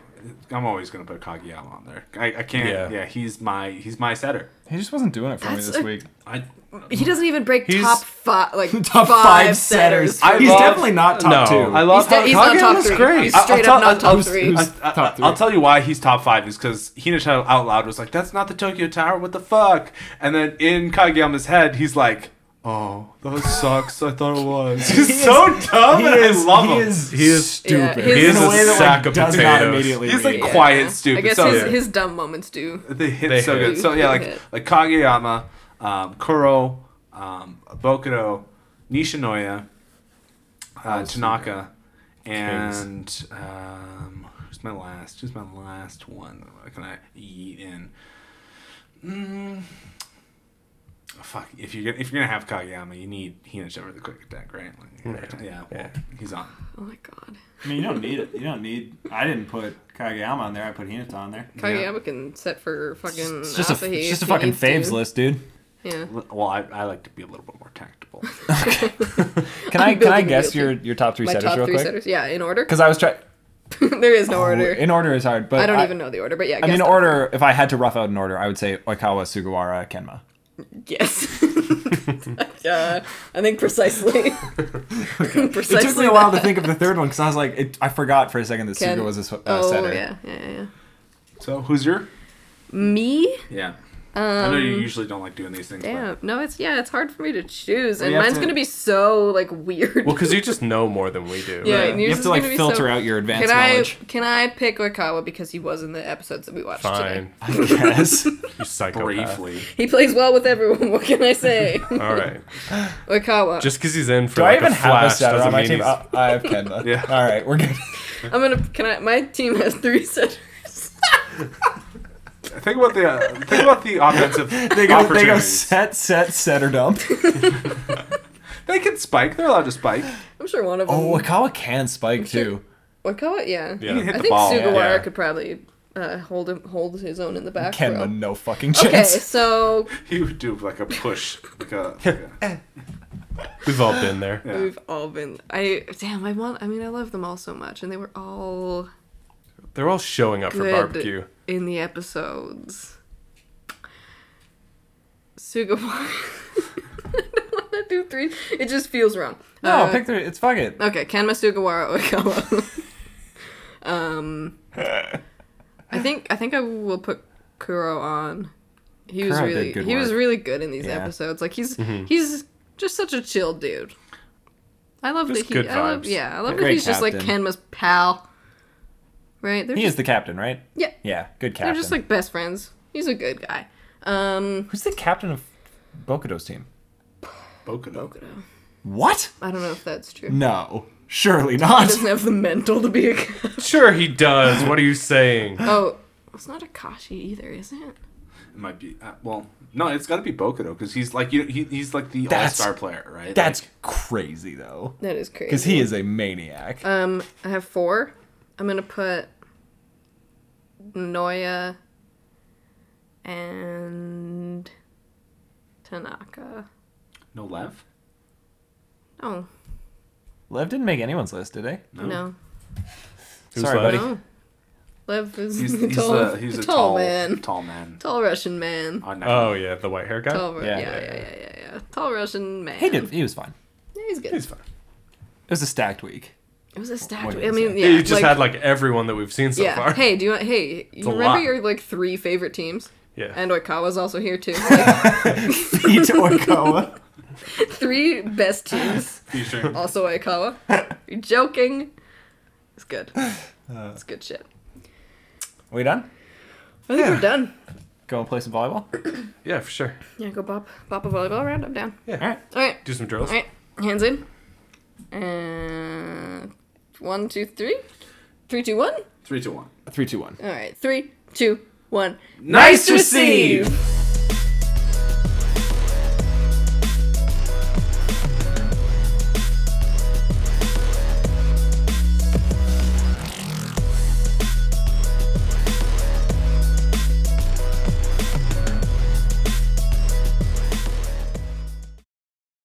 Speaker 2: I'm always gonna put Kageyama on there. I, I can't. Yeah.
Speaker 4: Yeah.
Speaker 2: he's my he's my setter.
Speaker 1: He just wasn't doing it for
Speaker 3: That's
Speaker 1: me
Speaker 3: a-
Speaker 1: this week.
Speaker 2: I
Speaker 3: He doesn't even break
Speaker 4: He's-
Speaker 3: top five. Like
Speaker 1: Top
Speaker 3: five,
Speaker 1: five setters.
Speaker 3: setters.
Speaker 2: I
Speaker 1: He's
Speaker 2: love-
Speaker 1: definitely not top
Speaker 4: No.
Speaker 1: two.
Speaker 2: I love
Speaker 3: de-
Speaker 2: how
Speaker 3: he's not top
Speaker 4: Kageyama's
Speaker 3: three.
Speaker 4: great.
Speaker 3: He's
Speaker 2: I'll-
Speaker 3: straight
Speaker 2: I'll
Speaker 3: up
Speaker 2: tell-
Speaker 3: not top
Speaker 1: I'll-
Speaker 3: three.
Speaker 1: I'll-
Speaker 2: I,
Speaker 1: He's
Speaker 2: I,
Speaker 1: top
Speaker 2: I'll
Speaker 1: three.
Speaker 2: tell you why he's top five is because Hinata out loud was like, "That's not the Tokyo Tower. What the fuck?" And then in Kageyama's head, he's like, "Oh, that sucks. I thought it was." He's
Speaker 1: He
Speaker 2: so
Speaker 1: is-
Speaker 2: dumb,
Speaker 1: he
Speaker 2: and
Speaker 1: is,
Speaker 2: I love
Speaker 1: he
Speaker 2: him.
Speaker 1: Is
Speaker 4: He is
Speaker 1: stupid.
Speaker 3: Yeah,
Speaker 1: in
Speaker 3: his- He
Speaker 1: a
Speaker 3: is
Speaker 1: way
Speaker 4: a
Speaker 1: that
Speaker 4: sack
Speaker 1: like,
Speaker 4: of
Speaker 1: does not
Speaker 4: potatoes.
Speaker 1: immediately.
Speaker 2: He's like
Speaker 1: read.
Speaker 3: Yeah.
Speaker 2: quiet, stupid.
Speaker 3: I guess
Speaker 2: so
Speaker 3: his,
Speaker 4: Yeah.
Speaker 3: his dumb moments do.
Speaker 2: They hit
Speaker 4: They
Speaker 2: so
Speaker 4: hit.
Speaker 2: good. So yeah, like
Speaker 3: Hit.
Speaker 2: like Kageyama, um, Kuro, um, Bokudo, Nishinoya, uh, Tanaka, and um, who's my last? Who's my last one? What can I eat in? Mm, fuck. If you're gonna, if you're gonna have Kageyama, you need Hinata for the quick attack, right? Like, yeah. yeah. Well,
Speaker 4: Yeah.
Speaker 2: he's on.
Speaker 3: Oh my god.
Speaker 5: I mean, you don't need it. You don't need. I didn't put Kageyama on there. I put Hinata on there.
Speaker 3: Kageyama can set for fucking.
Speaker 1: It's just a,
Speaker 3: Asahi
Speaker 1: it's
Speaker 3: if
Speaker 1: just a
Speaker 3: he
Speaker 1: fucking
Speaker 3: needs
Speaker 1: faves
Speaker 3: to.
Speaker 1: list, dude.
Speaker 3: Yeah.
Speaker 2: Well, I, I like to be a little bit more tactical.
Speaker 1: Can I
Speaker 3: I'm
Speaker 1: can I
Speaker 3: building
Speaker 1: guess your
Speaker 3: real
Speaker 1: your top three
Speaker 3: My
Speaker 1: setters
Speaker 3: top
Speaker 1: real
Speaker 3: three
Speaker 1: quick?
Speaker 3: setters. Yeah, in order.
Speaker 1: Because I was trying.
Speaker 3: there is no order.
Speaker 1: In order is hard, but
Speaker 3: I don't even know the order, but yeah.
Speaker 1: I
Speaker 3: guess
Speaker 1: mean,
Speaker 3: that.
Speaker 1: order. If I had to rough out an order, I would say Oikawa, Sugawara, Kenma.
Speaker 3: Yes. yeah, I think precisely. precisely.
Speaker 1: It took me a while to
Speaker 3: that.
Speaker 1: think of the third one because I was like, it, I forgot for a second that
Speaker 3: Ken-
Speaker 1: Suga was a s- uh,
Speaker 3: oh,
Speaker 1: setter.
Speaker 3: yeah, yeah, yeah, yeah.
Speaker 2: so who's your?
Speaker 3: Me?
Speaker 2: Yeah.
Speaker 3: Um,
Speaker 2: I know you usually don't like doing these things. but-
Speaker 3: Damn. No, it's yeah, it's hard for me to choose, and
Speaker 1: you have
Speaker 3: mine's
Speaker 1: to-
Speaker 3: gonna be so like weird.
Speaker 4: well, because you just know more than we do.
Speaker 3: yeah,
Speaker 4: right?
Speaker 3: and
Speaker 1: uh, You
Speaker 3: yours
Speaker 1: have
Speaker 3: is
Speaker 1: to like
Speaker 3: gonna be
Speaker 1: filter
Speaker 3: so-
Speaker 1: out your advanced
Speaker 3: Can I
Speaker 1: knowledge.
Speaker 3: can I pick Oikawa because he was in the episodes that we watched today?
Speaker 4: Fine.
Speaker 1: I guess.
Speaker 4: You psychopath.
Speaker 2: Briefly.
Speaker 3: He plays well with everyone. What can I say?
Speaker 4: All right.
Speaker 3: Oikawa.
Speaker 4: Just because he's in for
Speaker 1: Do
Speaker 4: like
Speaker 1: I even
Speaker 4: a
Speaker 1: have a
Speaker 4: flash
Speaker 1: setter on
Speaker 4: doesn't
Speaker 1: my
Speaker 4: mean
Speaker 1: team?
Speaker 4: he's...
Speaker 1: I, I have Kenma.
Speaker 2: Yeah.
Speaker 1: All right, we're good.
Speaker 3: I'm gonna. Can I? My team has three setters.
Speaker 2: Think about the uh, think about the offensive
Speaker 1: They Oh, go, they go
Speaker 2: opportunities. They,
Speaker 1: set, set, setter dump.
Speaker 2: can spike. They're allowed to spike.
Speaker 3: I'm sure one of them.
Speaker 1: Oh, Wakawa can spike too.
Speaker 3: Oikawa, yeah.
Speaker 4: Yeah.
Speaker 2: He can hit
Speaker 3: I
Speaker 2: the
Speaker 3: think
Speaker 2: ball.
Speaker 3: Sugawara
Speaker 4: Yeah.
Speaker 3: could probably uh, hold him, hold his own in the back row.
Speaker 1: Kenma, no fucking
Speaker 3: Okay,
Speaker 1: chance.
Speaker 3: so
Speaker 2: He would do like a push. Like a, like a-
Speaker 4: We've all been there.
Speaker 2: yeah.
Speaker 3: we've all been. I damn, I want. I mean, I love them all so much, and they were all
Speaker 4: They're all showing up for
Speaker 3: good
Speaker 4: barbecue.
Speaker 3: in the episodes. Sugawara. I don't want to do three. It just feels wrong.
Speaker 1: No,
Speaker 3: Uh,
Speaker 1: pick three. It's fuck it.
Speaker 3: Okay, Kanma Sugawara Oikawa. um, I think I think I will put Kuro on. He was
Speaker 1: Kuro did
Speaker 3: really
Speaker 1: good
Speaker 3: he was
Speaker 1: work.
Speaker 3: really good in these
Speaker 1: Yeah. Mm-hmm.
Speaker 3: episodes. Like he's he's just such a chill dude. I love
Speaker 4: Just
Speaker 3: that he.
Speaker 4: good
Speaker 3: I love,
Speaker 4: vibes.
Speaker 3: yeah, I love that
Speaker 1: Great
Speaker 3: he's just like
Speaker 1: captain.
Speaker 3: Kanma's pal. Right? They're
Speaker 1: He
Speaker 3: just,
Speaker 1: is the captain, right?
Speaker 3: yeah.
Speaker 1: Yeah, good captain.
Speaker 3: They're just like best friends. He's a good guy. Um,
Speaker 1: Who's the captain of Bokudo's team?
Speaker 2: Bokudo.
Speaker 1: What?
Speaker 3: I don't know if that's true.
Speaker 1: No, surely
Speaker 3: He
Speaker 1: not.
Speaker 3: doesn't have the mental to be a captain.
Speaker 4: Sure, he does. What are you saying?
Speaker 3: Oh, it's not Akashi either, is it?
Speaker 2: It might be. Uh, well, no, it's got to be Bokudo because he's like you. He, he's like the all
Speaker 1: That's-
Speaker 2: star player, right?
Speaker 1: That's crazy though,
Speaker 3: That is crazy.
Speaker 1: because he is a maniac.
Speaker 3: Um, I have four. I'm gonna put Noya and Tanaka.
Speaker 2: Like, no Lev.
Speaker 3: Oh
Speaker 1: Lev didn't make anyone's list, did he?
Speaker 3: no, no.
Speaker 4: Who's
Speaker 1: Sorry, buddy.
Speaker 4: left?
Speaker 3: no. Lev is
Speaker 2: He's,
Speaker 3: the
Speaker 2: he's
Speaker 3: tall,
Speaker 2: a he's
Speaker 3: the
Speaker 2: a
Speaker 3: tall,
Speaker 2: tall
Speaker 3: man, tall,
Speaker 2: Tall man.
Speaker 3: Russian man.
Speaker 2: On
Speaker 4: Oh yeah, the white hair guy.
Speaker 3: Tall, Ru-
Speaker 1: Yeah.
Speaker 3: yeah. Yeah, yeah, yeah, yeah, Tall Russian man.
Speaker 1: He did. He was fine.
Speaker 3: Yeah, he's good.
Speaker 4: He's fine.
Speaker 1: It was a stacked week.
Speaker 3: it was a
Speaker 1: What
Speaker 3: stacked.
Speaker 1: did
Speaker 3: I
Speaker 1: he
Speaker 3: mean,
Speaker 1: say?
Speaker 3: yeah.
Speaker 4: you just had like everyone that we've seen so
Speaker 3: yeah.
Speaker 4: far.
Speaker 3: Hey, do you want? Hey, you
Speaker 4: a
Speaker 3: remember
Speaker 4: lot.
Speaker 3: your like three favorite teams?
Speaker 4: Yeah.
Speaker 3: And Oikawa's also here too. Like,
Speaker 1: Beat Oikawa.
Speaker 3: three best teams. also Aikawa. You're joking. It's good. It's good shit.
Speaker 1: we done?
Speaker 3: I think we're done.
Speaker 1: Go and play some volleyball.
Speaker 4: yeah, for sure.
Speaker 3: Yeah, go bop, bop a volleyball round. I'm down.
Speaker 1: All right.
Speaker 3: All right,
Speaker 4: Do some
Speaker 3: all
Speaker 4: drills.
Speaker 3: right. Hands in. And one, two, three. Three, two, one.
Speaker 2: Three to one.
Speaker 1: Three, two, one.
Speaker 3: All right, three, two, one.
Speaker 2: Nice
Speaker 3: receive!